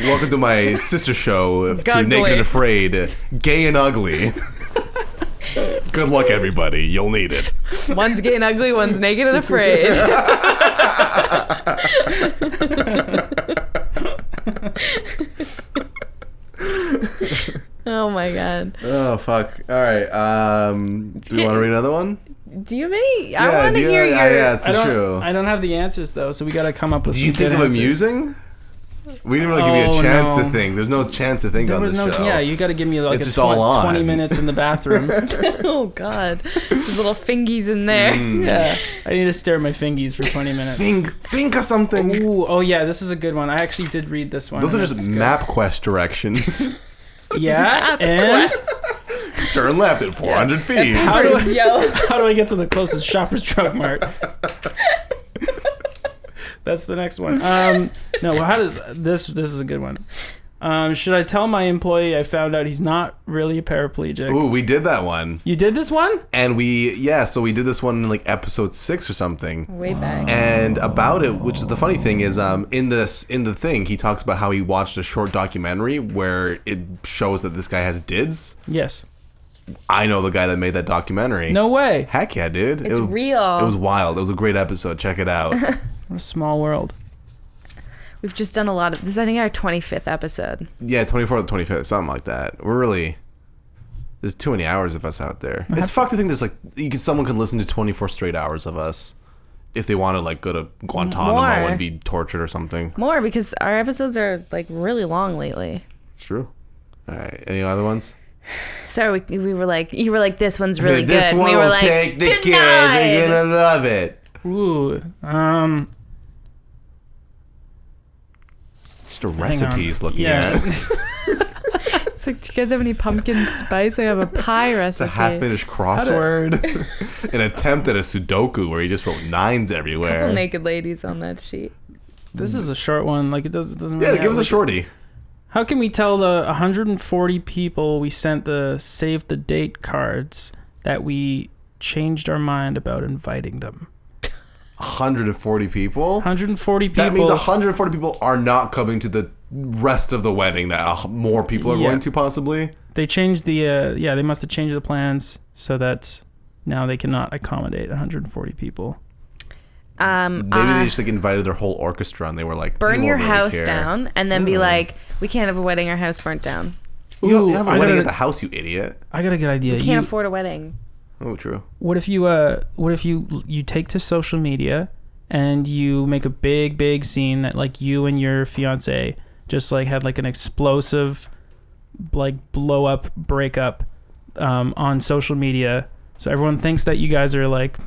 Speaker 2: Welcome to my sister show of Too
Speaker 3: Gugly.
Speaker 2: Naked and Afraid, Gay and Ugly. Good luck, everybody. You'll need it.
Speaker 3: One's gay and ugly, one's naked and afraid. oh my god.
Speaker 2: Oh fuck! All right. Um, do we want to read another one?
Speaker 3: Do you have any? I want to
Speaker 2: do you-
Speaker 3: hear your.
Speaker 2: yeah, yeah, it's
Speaker 1: I don't,
Speaker 2: true.
Speaker 1: I don't have the answers though, so we got to come up with.
Speaker 2: Did
Speaker 1: some
Speaker 2: you think
Speaker 1: good
Speaker 2: of
Speaker 1: answers.
Speaker 2: amusing? We didn't really give you
Speaker 1: Oh,
Speaker 2: a chance to
Speaker 1: no.
Speaker 2: think. There's no chance to think
Speaker 1: There
Speaker 2: on
Speaker 1: was
Speaker 2: this
Speaker 1: no.
Speaker 2: show.
Speaker 1: Yeah, you got to give me like
Speaker 2: It's
Speaker 1: a
Speaker 2: just all
Speaker 1: twen-
Speaker 2: on.
Speaker 1: twenty minutes in the bathroom.
Speaker 3: Oh god, those little fingies in there.
Speaker 1: yeah, I need to stare at my fingies for twenty minutes.
Speaker 2: think, think of something.
Speaker 1: Ooh, oh yeah, this is a good one. I actually did read this one.
Speaker 2: Those are
Speaker 1: and
Speaker 2: just
Speaker 1: it's good.
Speaker 2: MapQuest directions.
Speaker 1: Yeah, and
Speaker 2: Turn left at 400 feet.
Speaker 1: how do, I,
Speaker 3: Yo,
Speaker 1: how do I get to the closest Shoppers Drug Mart? That's the next one. Um, no, well, how does this? This is a good one. Um, should I tell my employee I found out he's not really a paraplegic?
Speaker 2: Ooh, we did that one,
Speaker 1: You did this one?
Speaker 2: and we yeah, so we did this one in like episode six or something.
Speaker 3: way back.
Speaker 2: and about it which is the funny thing is um in this in the thing he talks about how he watched a short documentary where it shows that this guy has dids
Speaker 1: Yes.
Speaker 2: i know the guy that made that documentary
Speaker 1: No way.
Speaker 2: heck yeah dude
Speaker 3: It's real.
Speaker 2: it was wild it was a great episode check it out
Speaker 1: What a small world.
Speaker 3: We've just done a lot of this. is, I think our twenty fifth episode.
Speaker 2: yeah 24th to 25th something like that we're really there's too many hours of us out there it's fucked to think there's like you could someone could listen to 24 straight hours of us if they want to like go to guantanamo
Speaker 3: More.
Speaker 2: and be tortured or something
Speaker 3: More because our episodes are like really long lately.
Speaker 2: true all right any other ones
Speaker 3: Sorry, we, we were like you were like this one's really
Speaker 2: this
Speaker 3: good. and
Speaker 2: one
Speaker 3: we were
Speaker 2: will
Speaker 3: like
Speaker 2: take the kids. They're
Speaker 3: denied.
Speaker 2: gonna love it.
Speaker 1: Ooh. Um.
Speaker 2: Just a
Speaker 1: hang on.
Speaker 2: recipe he's looking
Speaker 1: yeah.
Speaker 2: at. It's
Speaker 3: It's like, do you guys have any pumpkin spice? I have a pie
Speaker 2: a
Speaker 3: recipe.
Speaker 2: half-finished crossword, an attempt at a Sudoku where he just wrote nines everywhere.
Speaker 3: naked ladies on that sheet.
Speaker 1: This is a short one. Like it doesn't doesn't.
Speaker 2: yeah,
Speaker 1: really
Speaker 2: give us a
Speaker 1: have-
Speaker 2: shorty.
Speaker 1: How can we tell the 140 people we sent the save the date cards that we changed our mind about inviting them?
Speaker 2: 140 people.
Speaker 1: 140 people.
Speaker 2: That means 140 people are not coming to the rest of the wedding that uh, more people are
Speaker 1: Yeah.
Speaker 2: going to possibly.
Speaker 1: they changed the uh, yeah. They must have changed the plans so that now they cannot accommodate 140 people.
Speaker 2: Maybe
Speaker 3: Um, uh,
Speaker 2: they just like invited their whole orchestra and they were like,
Speaker 3: burn
Speaker 2: "We
Speaker 3: your
Speaker 2: don't really
Speaker 3: house
Speaker 2: care."
Speaker 3: down and then be like, we can't have a wedding. Our house burnt down.
Speaker 2: You don't you
Speaker 1: Ooh,
Speaker 2: have a
Speaker 1: I
Speaker 2: wedding
Speaker 1: gotta-
Speaker 2: at the house, you idiot.
Speaker 1: I got a good idea.
Speaker 3: Can't
Speaker 1: You-
Speaker 3: afford a wedding.
Speaker 2: Oh, true.
Speaker 1: What if you uh what if you you take to social media and you make a big big scene that like you and your fiance just like had like an explosive like blow up breakup um, on social media so everyone thinks that you guys are like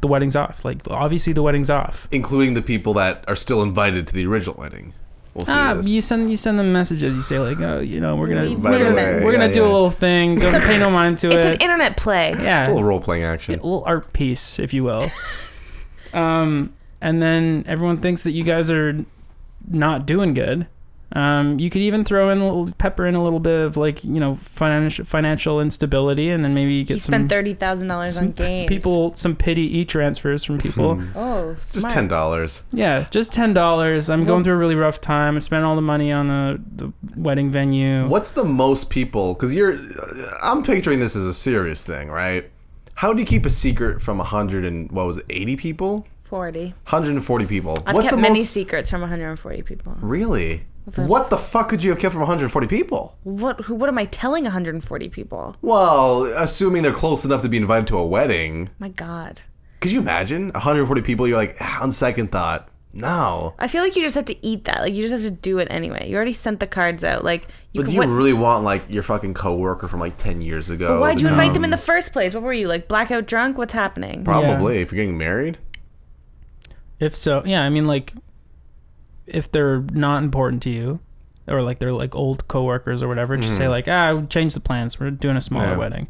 Speaker 1: the wedding's off like obviously the wedding's off
Speaker 2: Including the people that are still invited to the original wedding. We'll see
Speaker 1: ah,
Speaker 2: this.
Speaker 1: you send you send them messages you say like oh you know we're gonna
Speaker 3: Leave
Speaker 2: By the
Speaker 3: Wait a
Speaker 2: way,
Speaker 3: minute.
Speaker 1: we're gonna
Speaker 2: yeah,
Speaker 1: do
Speaker 2: yeah.
Speaker 1: a little thing don't pay no mind to
Speaker 3: It's
Speaker 1: it
Speaker 3: an internet play.
Speaker 1: yeah
Speaker 2: A little role playing action.
Speaker 1: a little art piece, if you will. um, and then everyone thinks that you guys are not doing good. Um, you could even throw in a little pepper in a little bit of like you know financial financial instability, and then maybe you get
Speaker 3: He
Speaker 1: some
Speaker 3: spent thirty thousand dollars
Speaker 1: some
Speaker 3: on games.
Speaker 1: people some pity e transfers from people.
Speaker 3: Oh,
Speaker 2: Just
Speaker 3: smart.
Speaker 2: ten dollars.
Speaker 1: Yeah, just ten dollars. I'm going through a really rough time. I spent all the money on the, the wedding venue.
Speaker 2: What's the most people? Because you're, I'm picturing this as a serious thing, right? How do you keep a secret from a hundred and what was it, eighty people?
Speaker 3: Forty.
Speaker 2: Hundred and forty people.
Speaker 3: I've
Speaker 2: What's
Speaker 3: kept
Speaker 2: the
Speaker 3: many
Speaker 2: most?
Speaker 3: secrets from 140 people.
Speaker 2: really? What the fuck could you have kept from 140 people?
Speaker 3: What? Who? What am I telling 140 people?
Speaker 2: Well, assuming they're close enough to be invited to a wedding.
Speaker 3: My God.
Speaker 2: Could you imagine 140 people? You're like, "Ah, on second thought, no.
Speaker 3: I feel like you just have to eat that. Like you just have to do it anyway. You already sent the cards out. Like
Speaker 2: But
Speaker 3: you.
Speaker 2: do
Speaker 3: could-
Speaker 2: you
Speaker 3: what-
Speaker 2: really want like your fucking coworker from like 10 years ago?
Speaker 3: why'd
Speaker 2: to
Speaker 3: you invite them
Speaker 2: come?
Speaker 3: in the first place? What were you like blackout drunk? What's happening?
Speaker 2: Probably if you're getting married.
Speaker 1: If so, yeah, I mean, like, if they're not important to you, or like they're like old coworkers or whatever, just say like, ah, we changed the plans. We're doing a smaller
Speaker 2: Mm-hmm. Yeah.
Speaker 1: wedding.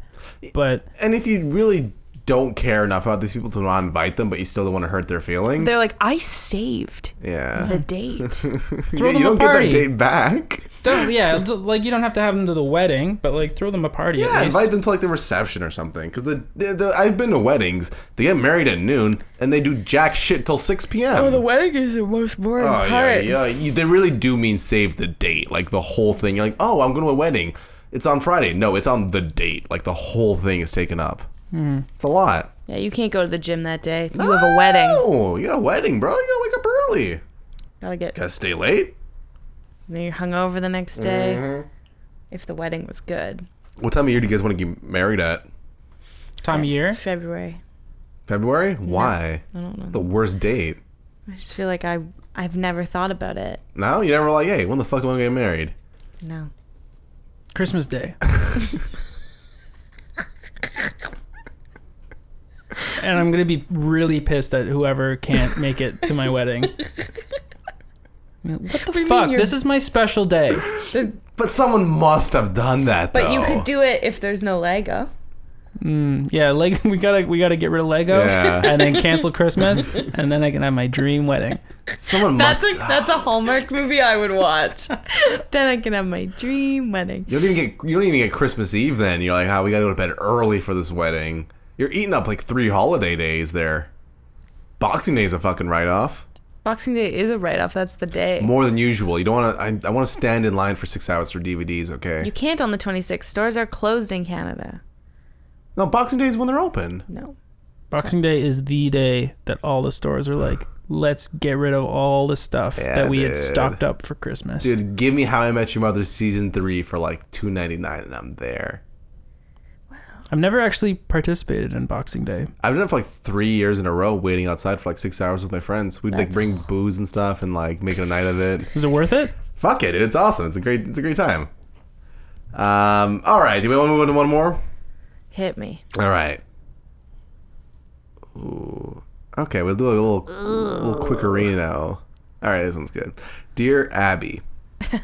Speaker 1: But
Speaker 2: And if you really don't care enough about these people to not invite them, but you still don't want to hurt their feelings,
Speaker 3: They're like, I saved
Speaker 2: yeah,
Speaker 3: the date.
Speaker 1: throw
Speaker 2: you
Speaker 1: them
Speaker 2: don't
Speaker 1: a party.
Speaker 2: get that date back.
Speaker 1: Don't- yeah, d- like you don't have to have them to the wedding, but like throw them a party
Speaker 2: Yeah,
Speaker 1: at least.
Speaker 2: invite them to like the reception or something. Because the, the, the I've been to weddings. They get married at noon and they do jack shit till six p.m.
Speaker 3: Oh, the wedding is the most boring
Speaker 2: Oh,
Speaker 3: part.
Speaker 2: yeah, yeah. You, they really do mean save the date, like the whole thing. You're like, oh, I'm going to a wedding. It's on Friday. No, it's on the date. Like the whole thing is taken up. It's a lot.
Speaker 3: Yeah, you can't go to the gym that day. Hmm. You have a wedding.
Speaker 2: Oh, you got a wedding, bro. You gotta wake up early.
Speaker 3: Gotta get.
Speaker 2: Gotta stay late.
Speaker 3: Then you're hungover the next day.
Speaker 2: Mm-hmm.
Speaker 3: If the wedding was good,
Speaker 2: What time of year do you guys want to get married at?
Speaker 1: Time of year.
Speaker 3: February.
Speaker 2: February? Why?
Speaker 3: I don't know.
Speaker 2: The worst date.
Speaker 3: I just feel like I I've never thought about it.
Speaker 2: No, you never like, hey, when the fuck do I get married?
Speaker 3: No.
Speaker 1: Christmas Day. and I'm gonna be really pissed at whoever can't make it to my wedding. I mean, What the
Speaker 3: do you mean
Speaker 1: fuck?
Speaker 3: you're-
Speaker 1: This is my special day.
Speaker 2: But someone must have done that.
Speaker 3: But you
Speaker 2: though.
Speaker 3: could do it if there's no oh. Lego.
Speaker 1: Yeah, like we gotta we gotta get rid of Lego
Speaker 2: Yeah.
Speaker 1: and then cancel Christmas and then I can have my dream wedding.
Speaker 2: Someone
Speaker 3: That's a
Speaker 2: must.
Speaker 3: that's a Hallmark movie I would watch. then I can have my dream wedding.
Speaker 2: You don't even get you don't even get Christmas Eve then. You're like, how we gotta go to bed early for this wedding. You're eating up like three holiday days there. Boxing Day's a fucking write off.
Speaker 3: Boxing Day is a write off. That's the day.
Speaker 2: More than usual. You don't wanna I, I wanna stand in line for six hours for DVDs, okay?
Speaker 3: you can't on the 26th. Stores are closed in Canada.
Speaker 2: no, Boxing Day is when they're open.
Speaker 3: No.
Speaker 1: Boxing Day is the day that all the stores are like, let's get rid of all the stuff that we
Speaker 2: dude.
Speaker 1: had stocked up for Christmas.
Speaker 2: Dude, give me How I Met Your Mother season three for like two ninety nine and I'm there.
Speaker 1: I've never actually participated in Boxing Day.
Speaker 2: I've done it for like three years in a row, waiting outside for like six hours with my friends. We'd like bring booze and stuff and like make it a night of it.
Speaker 1: Is it worth it?
Speaker 2: Fuck it, it's awesome. It's a great it's a great time. Um, all right, do we want to move on to one more?
Speaker 3: Hit me.
Speaker 2: All right. Ooh. Okay, we'll do a little little quickerino. All right, this one's good. Dear Abby,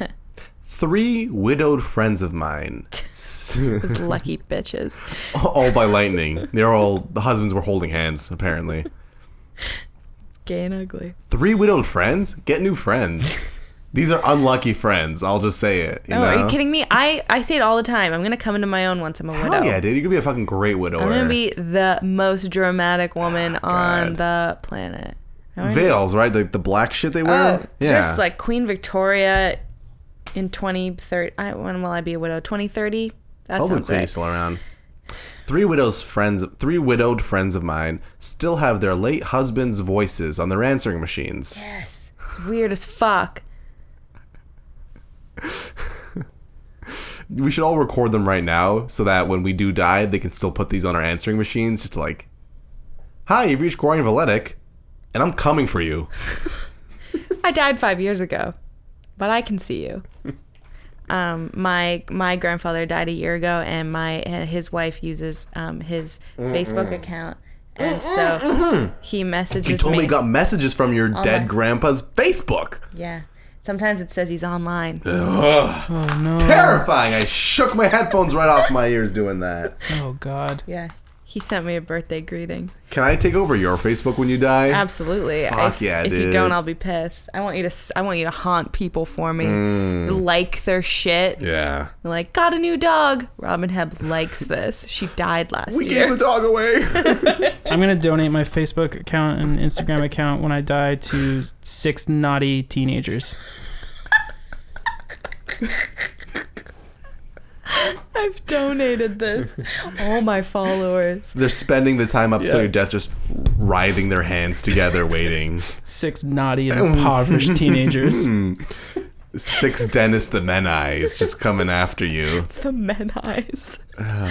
Speaker 2: three widowed friends of mine, s-
Speaker 3: Those lucky bitches.
Speaker 2: all by lightning. They're all the husbands were holding hands apparently.
Speaker 3: Gay and ugly.
Speaker 2: Three widowed friends get new friends. These are unlucky friends. I'll just say it. You
Speaker 3: Oh,
Speaker 2: know?
Speaker 3: are you kidding me? I, I say it all the time. I'm gonna come into my own once I'm a widow.
Speaker 2: Hell yeah, dude! You're gonna be a fucking great widower.
Speaker 3: I'm gonna be the most dramatic woman on
Speaker 2: God.
Speaker 3: the planet.
Speaker 2: veils, right? The, the black shit they wear.
Speaker 3: Oh, just like Queen Victoria in 2030. I, when will I be a widow? 2030? That
Speaker 2: Hopefully
Speaker 3: sounds
Speaker 2: Queenie's
Speaker 3: right.
Speaker 2: still around. Three widows friends, three widowed friends of mine still have their late husbands' voices on their answering machines.
Speaker 3: Yes. It's weird as fuck.
Speaker 2: We should all record them right now so that when we do die, they can still put these on our answering machines. Just like, hi, you've reached Gorian Valetic, and I'm coming for you.
Speaker 3: I died five years ago, but I can see you. Um, my my grandfather died a year ago, and my and his wife uses um, his Facebook account, and so he messages
Speaker 2: You told me
Speaker 3: me.
Speaker 2: you got messages from your dead
Speaker 3: my-
Speaker 2: grandpa's Facebook.
Speaker 3: yeah, sometimes it says he's online.
Speaker 2: Ugh,
Speaker 1: Oh no.
Speaker 2: terrifying. I shook my headphones right off my ears doing that.
Speaker 1: Oh god.
Speaker 3: Yeah,
Speaker 6: He sent me a birthday greeting.
Speaker 2: Can I take over your Facebook when you die?
Speaker 6: Absolutely.
Speaker 2: Fuck
Speaker 6: if,
Speaker 2: yeah,
Speaker 6: If you
Speaker 2: dude.
Speaker 6: don't, I'll be pissed. I want you to. s- I want you to haunt people for me. Like their shit.
Speaker 2: Mm. Yeah.
Speaker 6: Like got a new dog. Robin Hebb likes this. She died last
Speaker 2: We
Speaker 6: year.
Speaker 2: gave the dog away.
Speaker 1: I'm gonna donate my Facebook account and Instagram account when I die to six naughty teenagers.
Speaker 6: I've donated this. All my followers.
Speaker 2: They're spending the time up
Speaker 1: Yeah.
Speaker 2: till your death just writhing their hands together, waiting.
Speaker 1: Six naughty and impoverished teenagers.
Speaker 2: Six Dennis the Menai's just coming after you.
Speaker 6: The men eyes.
Speaker 2: Um,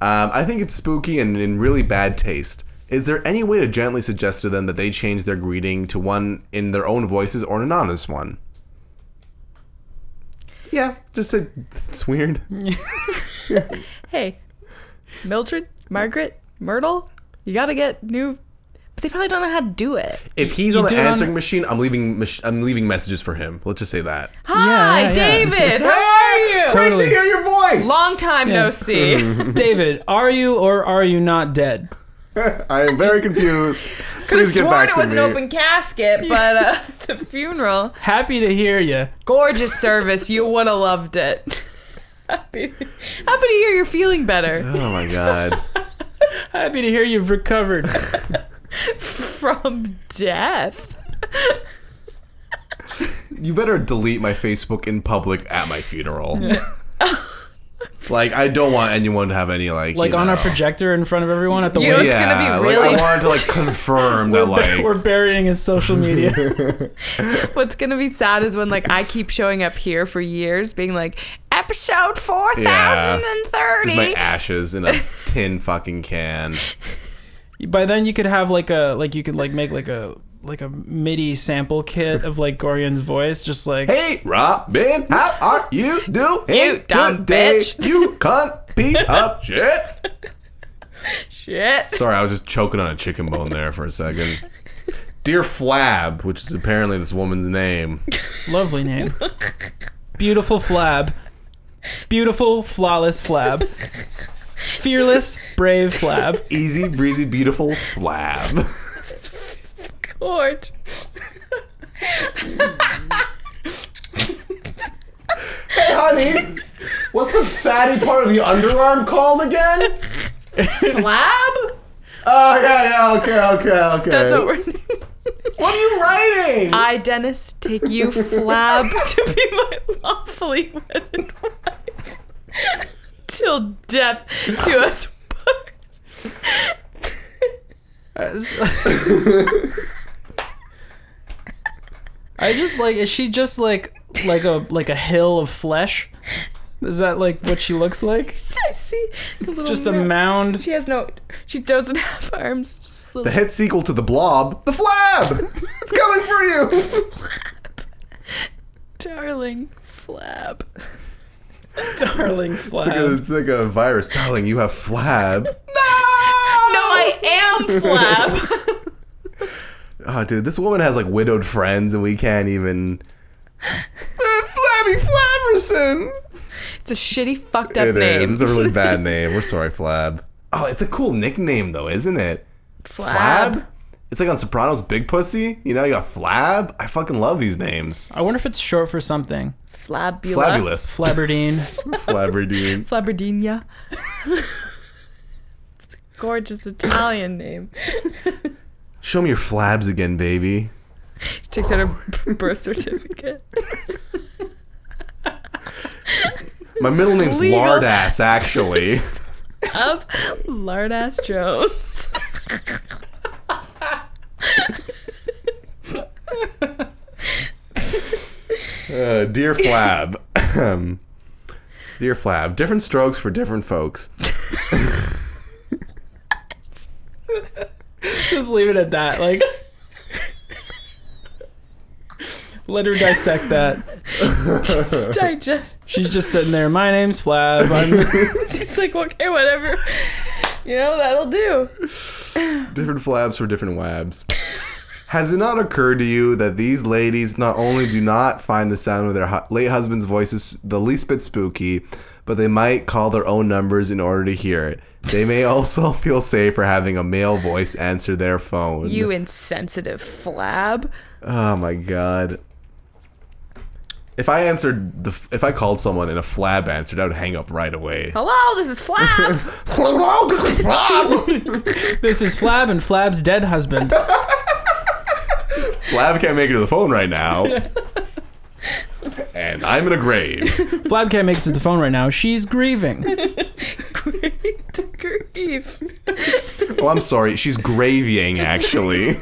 Speaker 2: I think it's spooky and in really bad taste. Is there any way to gently suggest to them that they change their greeting to one in their own voices or an anonymous one? Yeah, just say it's weird.
Speaker 1: Mm.
Speaker 6: Hey, Mildred, Margaret, Myrtle. You gotta get new. But they probably don't know how to do it.
Speaker 2: If he's on
Speaker 1: You
Speaker 2: the
Speaker 1: do it on-
Speaker 2: answering machine, I'm leaving. mach- I'm leaving messages for him. Let's just say that.
Speaker 6: Hi,
Speaker 1: yeah, yeah.
Speaker 6: David.
Speaker 2: Oh, Hey,
Speaker 6: How are you?
Speaker 2: great to
Speaker 1: Totally.
Speaker 2: hear your voice.
Speaker 6: Long time no
Speaker 1: Yeah.
Speaker 6: see.
Speaker 1: David, are you or are you not dead?
Speaker 2: I am very confused.
Speaker 6: Could have
Speaker 2: Please get
Speaker 6: sworn
Speaker 2: back
Speaker 6: it
Speaker 2: to
Speaker 6: was
Speaker 2: me.
Speaker 6: an open casket, but uh, the funeral.
Speaker 1: Happy to hear you.
Speaker 6: Gorgeous service. You would have loved it. happy, happy to hear you're feeling better
Speaker 2: oh my god.
Speaker 1: Happy to hear you've recovered.
Speaker 6: from death.
Speaker 2: You better delete my Facebook in public at my funeral. like I don't want anyone to have any like
Speaker 1: Like
Speaker 2: you
Speaker 1: on our
Speaker 2: know-
Speaker 1: projector in front of everyone at the
Speaker 6: You-
Speaker 1: wake.
Speaker 6: it's gonna be
Speaker 2: Yeah,
Speaker 6: really-
Speaker 2: Like, I wanted to like confirm that like
Speaker 1: We're burying his social media.
Speaker 6: What's gonna be sad is when like I keep showing up here for years, being like episode four thousand and
Speaker 2: just
Speaker 6: thirty.
Speaker 2: my ashes in a tin fucking can.
Speaker 1: By then you could have like a like you could like make like a like a MIDI sample kit of like Gorion's voice, just like
Speaker 2: Hey Robin, how are you doing
Speaker 6: You dumb
Speaker 2: today?
Speaker 6: bitch.
Speaker 2: You cunt piece of shit.
Speaker 6: Shit.
Speaker 2: Sorry, I was just choking on a chicken bone there for a second. Dear Flab, which is apparently this woman's name.
Speaker 1: Lovely name. Beautiful flab. Beautiful, flawless flab. Fearless, brave flab.
Speaker 2: Easy breezy beautiful Flab.
Speaker 6: Gorge.
Speaker 2: Honey, what's the fatty part of the underarm called again?
Speaker 6: Flab?
Speaker 2: Okay, okay, okay, okay.
Speaker 6: That's what we're.
Speaker 2: What are you writing?
Speaker 6: I, Dennis, take you flab to be my lawfully wedded wife. Till death do us part.
Speaker 1: I just like is she just like like a like a hill of flesh? Is that like what she looks like?
Speaker 6: I see the little
Speaker 1: Just a
Speaker 6: mouse.
Speaker 1: mound.
Speaker 6: She has no. She doesn't have arms. Just
Speaker 2: the
Speaker 6: little.
Speaker 2: hit sequel to The Blob, The Flab. It's coming for you.
Speaker 6: darling flab.
Speaker 1: Darling
Speaker 2: It's like, a,
Speaker 1: flab.
Speaker 2: it's like a virus, darling. You have Flab.
Speaker 6: No, I am flab.
Speaker 2: Oh, dude, this woman has like widowed friends, and we can't even. Uh, Flabby Flaberson.
Speaker 6: it's a shitty, fucked up
Speaker 2: It
Speaker 6: name.
Speaker 2: is. It's a really bad name. We're sorry, Flab. Oh, it's a cool nickname though, isn't it? Flab. It's like on Sopranos, Big Pussy. You know, you got Flab. I fucking love these names.
Speaker 1: I wonder if it's short for something.
Speaker 6: Flabula.
Speaker 2: Flabulous.
Speaker 1: Flaberdine.
Speaker 2: Flaberdine.
Speaker 6: Flabberdinia. It's a Gorgeous Italian name.
Speaker 2: Show me your flabs again, baby.
Speaker 6: She takes out her birth certificate.
Speaker 2: My middle name's
Speaker 6: Legal.
Speaker 2: Lardass, actually.
Speaker 6: Up, Lardass Jones.
Speaker 2: Uh, dear Flab. Um, dear Flab. Different strokes for different folks.
Speaker 1: just leave it at that. Like let her dissect that.
Speaker 6: Digest.
Speaker 1: She's just sitting there. My name's Flab. I'm
Speaker 6: It's like, okay, whatever. You know, that'll do.
Speaker 2: Different flabs for different wabs. Has it not occurred to you that these ladies not only do not find the sound of their hu- late husband's voices the least bit spooky, but they might call their own numbers in order to hear it? They may also feel safer having a male voice answer their phone.
Speaker 3: You insensitive flab.
Speaker 2: Oh my god. If I answered the, if I called someone and a flab answered, I would hang up right away.
Speaker 6: Oh.
Speaker 3: Hello, this is Flab.
Speaker 2: flab
Speaker 1: This is Flab and Flab's dead husband.
Speaker 2: can't make it to the phone right now. And I'm in a grave.
Speaker 1: Flab can't make it to the phone right now. She's grieving.
Speaker 3: Great grief.
Speaker 2: Oh, I'm sorry. She's gravying, actually.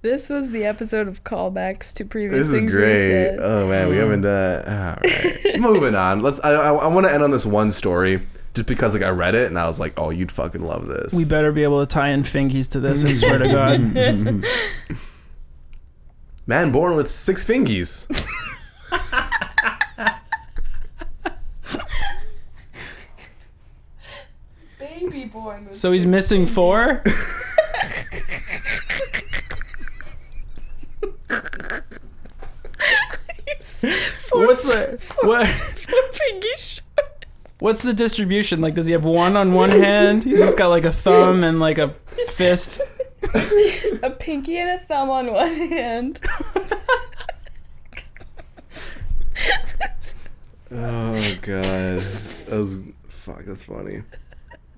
Speaker 3: This was the episode of callbacks to previous
Speaker 2: This is
Speaker 3: things
Speaker 2: great.
Speaker 3: we said.
Speaker 2: Oh man, we haven't done. All right. Moving on. Let's. I, I, I want to end on this one story, just because like I read it and I was like, oh, you'd fucking love this.
Speaker 1: We better be able to tie in fingies to this. I swear to God.
Speaker 2: Man born with six fingies.
Speaker 3: Baby born was
Speaker 1: So he's missing four.
Speaker 3: four,
Speaker 1: What's the what?
Speaker 3: four pinky short.
Speaker 1: What's the distribution like? Does he have one on one hand? He's just got like a thumb and like a fist.
Speaker 3: A pinky and a thumb on one hand.
Speaker 2: Oh god, that was fuck. That's funny.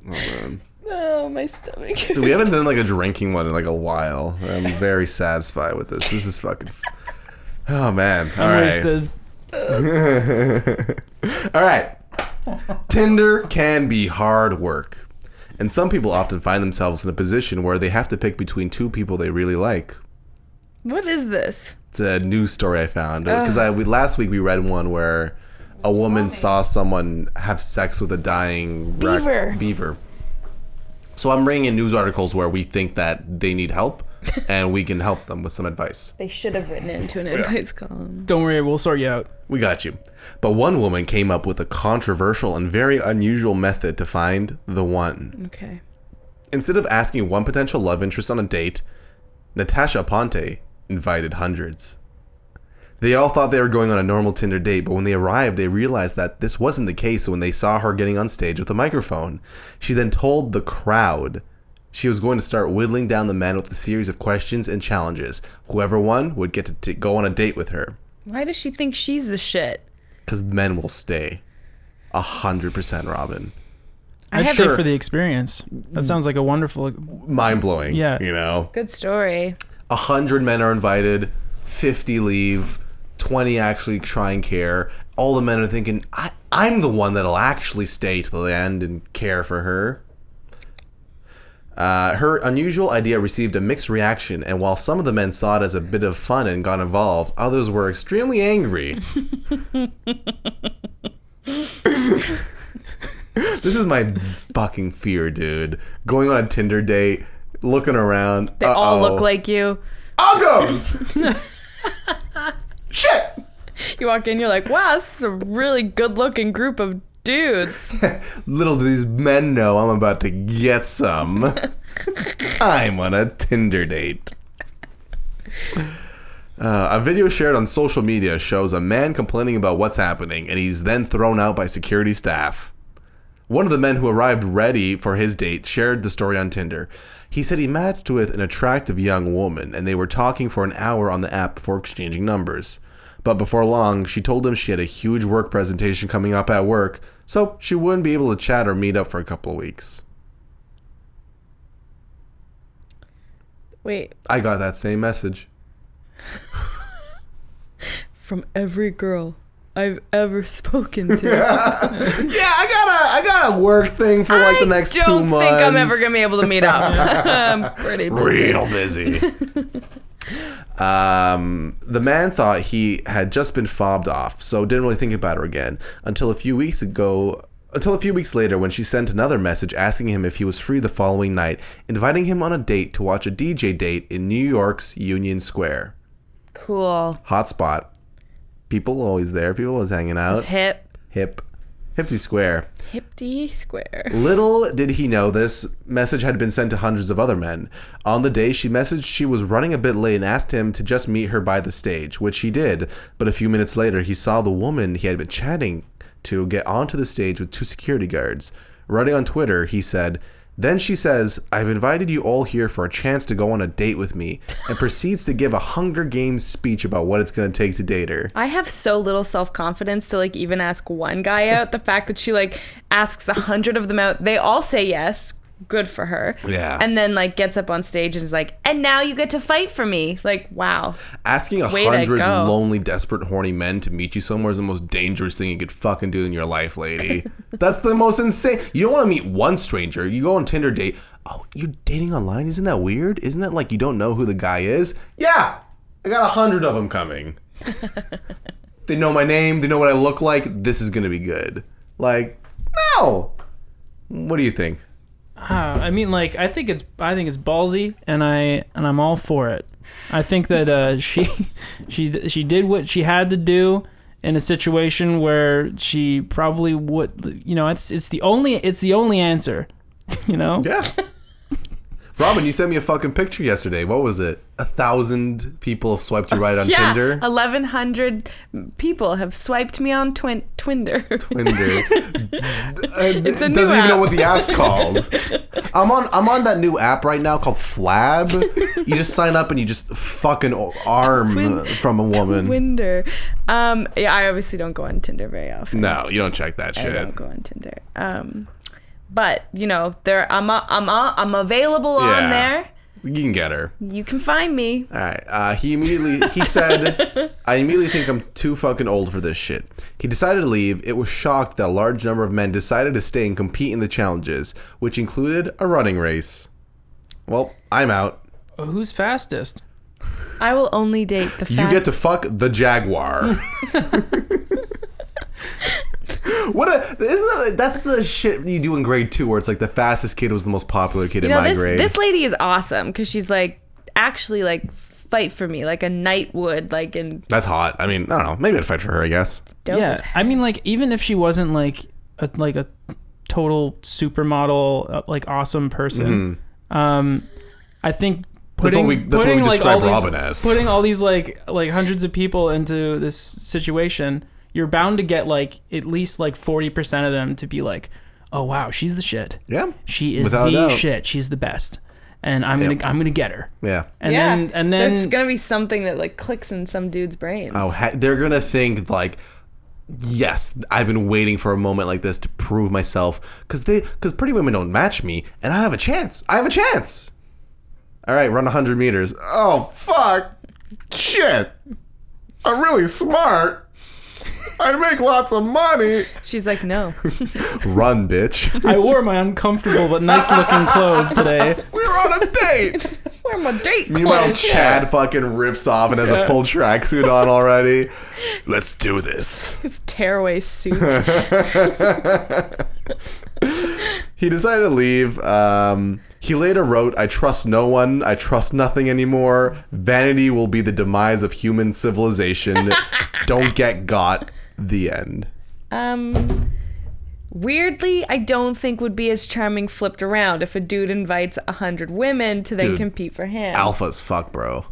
Speaker 2: Oh man,
Speaker 3: Oh, my stomach.
Speaker 2: Dude, we haven't done like a drinking one in like a while. I'm very satisfied with this. This is fucking. Oh man. All
Speaker 1: Where's
Speaker 2: right.
Speaker 1: the-
Speaker 2: All right. Tinder can be hard work. And some people often find themselves in a position where they have to pick between two people they really like.
Speaker 3: What is this?
Speaker 2: It's a news story I found because I we, last week we read one where a woman saw someone have sex with a dying rec-
Speaker 3: Beaver.
Speaker 2: beaver. So I'm bringing in news articles where we think that they need help and we can help them with some advice.
Speaker 3: They should have written it into an advice column.
Speaker 1: Don't worry, we'll sort you out.
Speaker 2: We got you. But one woman came up with a controversial and very unusual method to find the one.
Speaker 3: Okay.
Speaker 2: Instead of asking one potential love interest on a date, Natasha Ponte invited hundreds. They all thought they were going on a normal Tinder date, but when they arrived, they realized that this wasn't the case when they saw her getting on stage with a microphone. She then told the crowd she was going to start whittling down the men with a series of questions and challenges. Whoever won would get to t- go on a date with her,
Speaker 3: Why does she think she's the shit?
Speaker 2: because men will stay. A hundred percent, Robin.
Speaker 1: I would
Speaker 3: have-
Speaker 1: stay
Speaker 2: Sure.
Speaker 1: for the experience. That
Speaker 2: Mm.
Speaker 1: sounds like a wonderful.
Speaker 2: Mind blowing.
Speaker 1: Yeah.
Speaker 2: You know?
Speaker 3: Good story.
Speaker 2: 100 men are invited, 50 leave, 20 actually try and care. All the men are thinking, I, I'm the one that'll actually stay to the end and care for her. Uh, her unusual idea received a mixed reaction, and while some of the men saw it as a bit of fun and got involved, others were extremely angry. this is my fucking fear, dude. Going on a Tinder date, looking around.
Speaker 3: They all
Speaker 2: uh-oh.
Speaker 3: look like you.
Speaker 2: Uggos! Shit!
Speaker 3: You walk in, you're like, wow, this is a really good looking group of dudes.
Speaker 2: Little do these men know I'm about to get some. I'm on a Tinder date. Uh, a video shared on social media shows a man complaining about what's happening, and he's then thrown out by security staff. One of the men who arrived ready for his date shared the story on Tinder. He said he matched with an attractive young woman and they were talking for an hour on the app before exchanging numbers. But before long, she told him she had a huge work presentation coming up at work, so she wouldn't be able to chat or meet up for a couple of weeks.
Speaker 3: Wait,
Speaker 2: I got that same message.
Speaker 3: from every girl I've ever spoken to.
Speaker 2: Yeah, I got a I got a work thing for like the next
Speaker 3: I
Speaker 2: two
Speaker 3: don't
Speaker 2: months.
Speaker 3: think I'm ever gonna be able to meet up. I'm pretty busy.
Speaker 2: real busy. um, the man thought he had just been fobbed off, so didn't really think about her again until a few weeks ago. Until a few weeks later, when she sent another message asking him if he was free the following night, inviting him on a date to watch a DJ date in New York's Union Square.
Speaker 3: Cool.
Speaker 2: Hotspot. People always there, people always hanging out.
Speaker 3: It's hip.
Speaker 2: Hip. Hipsy Square.
Speaker 3: Hipty Square.
Speaker 2: Little did he know this message had been sent to hundreds of other men. On the day she messaged she was running a bit late and asked him to just meet her by the stage, which he did. But a few minutes later, he saw the woman he had been chatting to get onto the stage with two security guards. Writing on Twitter, he said, then she says, I've invited you all here for a chance to go on a date with me, and proceeds to give a Hunger Games speech about what it's going to take to date her.
Speaker 3: I have so little self confidence to like even ask one guy out. The fact that she like asks a hundred of them out, they all say yes. Good for her.
Speaker 2: Yeah.
Speaker 3: And then like gets up on stage and is like, and now you get to fight for me. Like, wow.
Speaker 2: Asking a
Speaker 3: Way to
Speaker 2: hundred
Speaker 3: go.
Speaker 2: lonely, desperate, horny men to meet you somewhere is the most dangerous thing you could fucking do in your life, lady. That's the most insane. You don't want to meet one stranger. You go on Tinder date. Oh, you're dating online? Isn't that weird? Isn't that like you don't know who the guy is? Yeah, I got a hundred of them coming. they know my name. They know what I look like. This is gonna be good. Like, no. What do you think?
Speaker 1: Ah, I mean, like, I think it's I think it's ballsy, and I and I'm all for it. I think that uh, she she she did what she had to do in a situation where she probably would. You know, it's it's the only it's the only answer. You know,
Speaker 2: Yeah. Robin, you sent me a fucking picture yesterday. What was it? A thousand people swiped you right on
Speaker 3: Yeah.
Speaker 2: Tinder.
Speaker 3: 1,100 people have swiped me on twin- Twinder.
Speaker 2: Tinder. And
Speaker 3: a
Speaker 2: doesn't
Speaker 3: new
Speaker 2: even know
Speaker 3: app.
Speaker 2: what the app's called. I'm on I'm on that new app right now called Flab. You just sign up and you just fucking arm from a woman.
Speaker 3: Twinder. Um, yeah, I obviously don't go on Tinder very often.
Speaker 2: No, you don't check that
Speaker 3: I
Speaker 2: shit.
Speaker 3: don't go on Tinder. Um, but you know, there I'm a, I'm a, I'm available on
Speaker 2: Yeah.
Speaker 3: there.
Speaker 2: You can get her.
Speaker 3: You can find me.
Speaker 2: All right. Uh, he immediately he said, "I immediately think I'm too fucking old for this shit." He decided to leave. It was shocked that a large number of men decided to stay and compete in the challenges, which included a running race. Well, I'm out.
Speaker 1: who's fastest?
Speaker 3: I will only date the
Speaker 2: You
Speaker 3: fast.
Speaker 2: get to fuck the jaguar. what a isn't that that's the shit you do in grade two, where it's like the fastest kid was the most popular kid
Speaker 3: you
Speaker 2: in
Speaker 3: know
Speaker 2: my
Speaker 3: this
Speaker 2: grade.
Speaker 3: this lady is awesome because she's like actually like fight for me like a knight would like and
Speaker 2: that's hot. I mean, I don't know. Maybe I'd fight for her. I guess.
Speaker 3: dope
Speaker 1: yeah,
Speaker 3: as
Speaker 1: I mean, like even if she wasn't like a, like a total supermodel, uh, like awesome person, um, I think
Speaker 2: Mm-hmm. That's
Speaker 1: putting
Speaker 2: what we- that's what we
Speaker 1: putting like all
Speaker 2: describe
Speaker 1: these
Speaker 2: Robin as.
Speaker 1: putting all these like like hundreds of people into this situation, you're bound to get like at least like forty percent of them to be like, oh wow, she's the shit.
Speaker 2: Yeah.
Speaker 1: she is
Speaker 2: Without a
Speaker 1: the
Speaker 2: doubt.
Speaker 1: shit. She's the best, and I'm
Speaker 2: Yep.
Speaker 1: gonna I'm gonna get her.
Speaker 2: Yeah.
Speaker 1: And
Speaker 3: yeah
Speaker 1: then and
Speaker 3: there's
Speaker 1: then
Speaker 3: gonna be something that like clicks in some dude's brains
Speaker 2: Oh, ha- they're gonna think like, yes, I've been waiting for a moment like this to prove myself because they because pretty women don't match me, and I have a chance. I have a chance. All right, run hundred meters. Oh fuck, shit! I'm really smart. I make lots of money.
Speaker 3: she's like no
Speaker 2: Run, bitch.
Speaker 1: I wore my uncomfortable but nice looking clothes today.
Speaker 2: We were on a date.
Speaker 3: where my date
Speaker 2: Meanwhile,
Speaker 3: clothes?
Speaker 2: Chad fucking rips off and has a full tracksuit on already. Let's do this.
Speaker 3: his tearaway suit
Speaker 2: He decided to leave. Um, he later wrote, I trust no one. I trust nothing anymore. Vanity will be the demise of human civilization. Don't get got. The end.
Speaker 3: um weirdly i don't think would be as charming flipped around if a dude invites a hundred women to then
Speaker 2: Dude.
Speaker 3: compete for him
Speaker 2: Alpha's fuck, bro.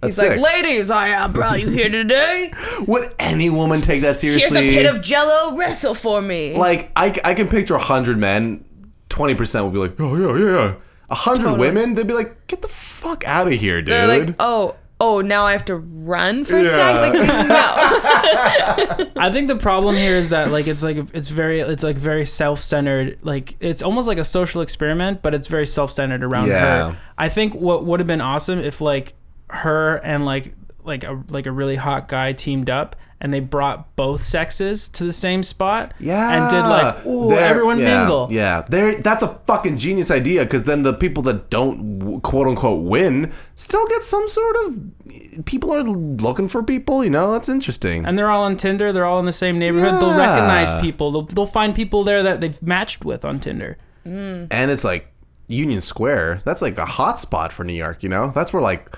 Speaker 2: That's
Speaker 3: he's like
Speaker 2: sick.
Speaker 3: ladies i uh, brought you here today
Speaker 2: Would any woman take that
Speaker 3: here's a
Speaker 2: seriously?
Speaker 3: pit of jello wrestle for me
Speaker 2: like, I, I can picture 100 men, 20% will be like, oh, yeah, yeah, yeah. 100 women, they'd be like, get the fuck out of here, dude.
Speaker 3: They're like, oh, oh, now I have to run for a sec. Like, no.
Speaker 1: I think the problem here is that like it's like it's very it's like very self-centered. Like it's almost like a social experiment, but it's very self-centered around
Speaker 2: Yeah.
Speaker 1: her. I think what would have been awesome if like her and like like a like a really hot guy teamed up and they brought both sexes to the same spot.
Speaker 2: Yeah.
Speaker 1: And did like ooh
Speaker 2: There-
Speaker 1: everyone
Speaker 2: yeah,
Speaker 1: mingle.
Speaker 2: Yeah. There that's a fucking genius idea because then the people that don't w- quote unquote win still get some sort of people are looking for people, you know? That's interesting.
Speaker 1: And they're all on Tinder. They're all in the same neighborhood. They'll
Speaker 2: Yeah.
Speaker 1: recognize people. They'll, they'll find people there that they've matched with on Tinder.
Speaker 2: and it's like Union Square. That's like a hot spot for New York, you know? That's where like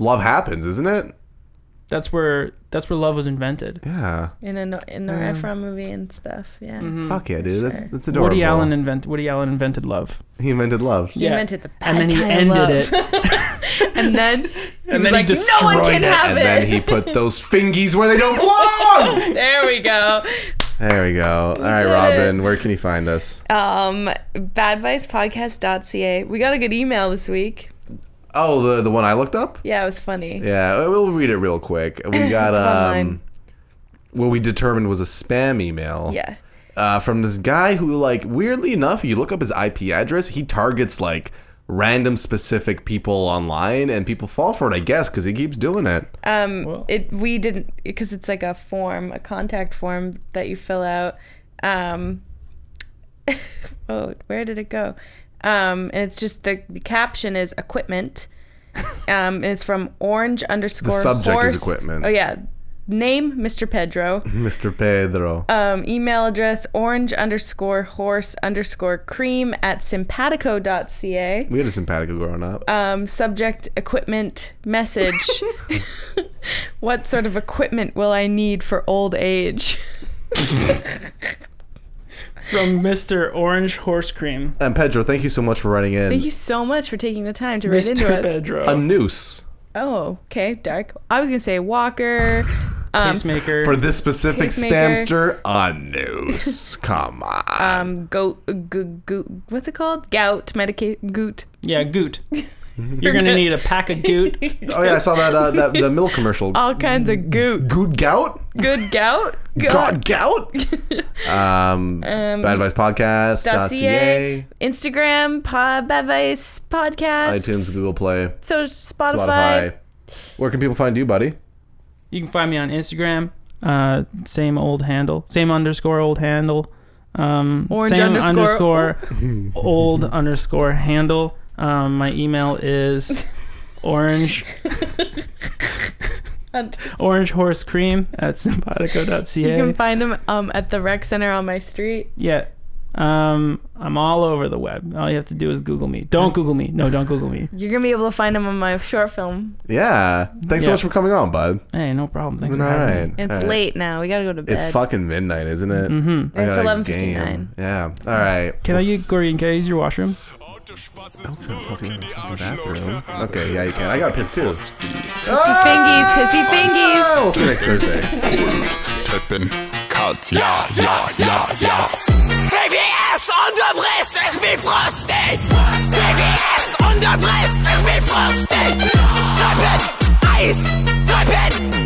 Speaker 2: love happens, isn't it?
Speaker 1: That's where that's where love was invented.
Speaker 2: Yeah.
Speaker 6: in a Nor- in Nora Ephron movie and stuff. Yeah,
Speaker 3: Mm-hmm.
Speaker 2: Fuck yeah, dude. That's that's adorable.
Speaker 1: Woody Allen invent Woody Allen invented love.
Speaker 2: He invented love.
Speaker 1: yeah.
Speaker 6: invented the
Speaker 1: And
Speaker 6: bad
Speaker 1: then he
Speaker 6: kind of
Speaker 1: ended
Speaker 6: love.
Speaker 1: it.
Speaker 6: and then he was
Speaker 1: then he
Speaker 6: like, no one
Speaker 1: destroyed
Speaker 6: can
Speaker 1: it,
Speaker 6: have
Speaker 2: And
Speaker 6: it.
Speaker 2: then he put those fingies where they don't belong.
Speaker 6: there we go.
Speaker 2: there we go. All right,
Speaker 6: did it.
Speaker 2: Robin, where can you find us?
Speaker 6: Um, badvicepodcast.ca. We got a good email this week.
Speaker 2: Oh, the the one I looked up?
Speaker 6: Yeah, it was funny.
Speaker 2: Yeah, we'll read it real quick. We got um
Speaker 6: online.
Speaker 2: what we determined was a spam email.
Speaker 6: Yeah.
Speaker 2: uh, from this guy who, like, weirdly enough, you look up his IP address, he targets like random specific people online, and people fall for it, I guess, because he keeps doing it.
Speaker 6: Um, it we didn't because it's like a form, a contact form that you fill out. Um, oh, where did it go? Um, and it's just the, the caption is equipment. Um, and it's from orange underscore.
Speaker 2: subject is
Speaker 6: horse.
Speaker 2: equipment. Mm-hmm.
Speaker 6: Oh yeah, name Mr. Pedro.
Speaker 2: Mr. Pedro.
Speaker 6: Um, email address orange underscore horse underscore cream at simpatico.ca.
Speaker 2: we had a simpatico growing up.
Speaker 6: Um, subject equipment message. what sort of equipment will I need for old age?
Speaker 1: From Mr. Orange Horse Cream.
Speaker 2: and Pedro, thank you so much for writing in
Speaker 6: Thank you so much for taking the time to write
Speaker 1: Mr.
Speaker 6: into us.
Speaker 1: Pedro.
Speaker 2: a noose
Speaker 6: Oh, okay, dark. I was gonna say walker. Um,
Speaker 1: Pacemaker.
Speaker 2: for this specific
Speaker 6: Pacemaker.
Speaker 2: spamster. A noose. Come on.
Speaker 6: um, goat. Go, go, what's it called? Gout medication. Goot.
Speaker 1: yeah, goot. You're gonna need a pack of goot.
Speaker 2: oh yeah, I saw that uh, that the milk commercial.
Speaker 6: All kinds of goot.
Speaker 2: Good gout.
Speaker 6: Good gout.
Speaker 2: Mm. God gout. um, Bad Advice Podcast. dot
Speaker 6: .ca,
Speaker 2: .ca,
Speaker 6: Instagram, pod, Badvice podcast,
Speaker 2: iTunes, Google Play.
Speaker 6: so Spotify.
Speaker 2: Spotify. Where can people find you, buddy?
Speaker 1: You can find me on Instagram. Uh, same old handle. Same underscore old handle. Um,
Speaker 6: Orange
Speaker 1: same
Speaker 6: underscore-
Speaker 1: underscore old underscore handle. Um, my email is orange
Speaker 6: And
Speaker 1: orange horse cream at simpatico.ca.
Speaker 6: You can find them um, at the rec center on my street.
Speaker 1: Yeah. Um, I'm all over the web. All you have to do is Google me. Don't Google me. No, don't Google me.
Speaker 6: You're gonna be able to find them on my short film.
Speaker 2: Yeah. Thanks so
Speaker 1: Yeah.
Speaker 2: much for coming on, bud.
Speaker 1: Hey, no problem. Thanks
Speaker 2: All
Speaker 1: for having me.
Speaker 2: right.
Speaker 6: And it's
Speaker 2: All right.
Speaker 6: late now. We gotta go to bed.
Speaker 2: It's fucking midnight, isn't it? Mm-hmm.
Speaker 6: It's 11:59.
Speaker 2: Yeah. All right.
Speaker 1: Can I
Speaker 2: We'll
Speaker 1: use
Speaker 2: s-
Speaker 1: Gorian? Can I use your washroom?
Speaker 2: bathroom? Okay. Yeah, you can. I got to piss too.
Speaker 6: Pissy fingies, pissy fingies.
Speaker 2: Ah, we'll see you next Thursday.
Speaker 7: Treppen, kalt, ja, ja, ja, ja.
Speaker 4: BWS unterbrichst, ich bin frostig. BWS unterbrichst, ich bin frostig. Treppen, Eis, Treppen,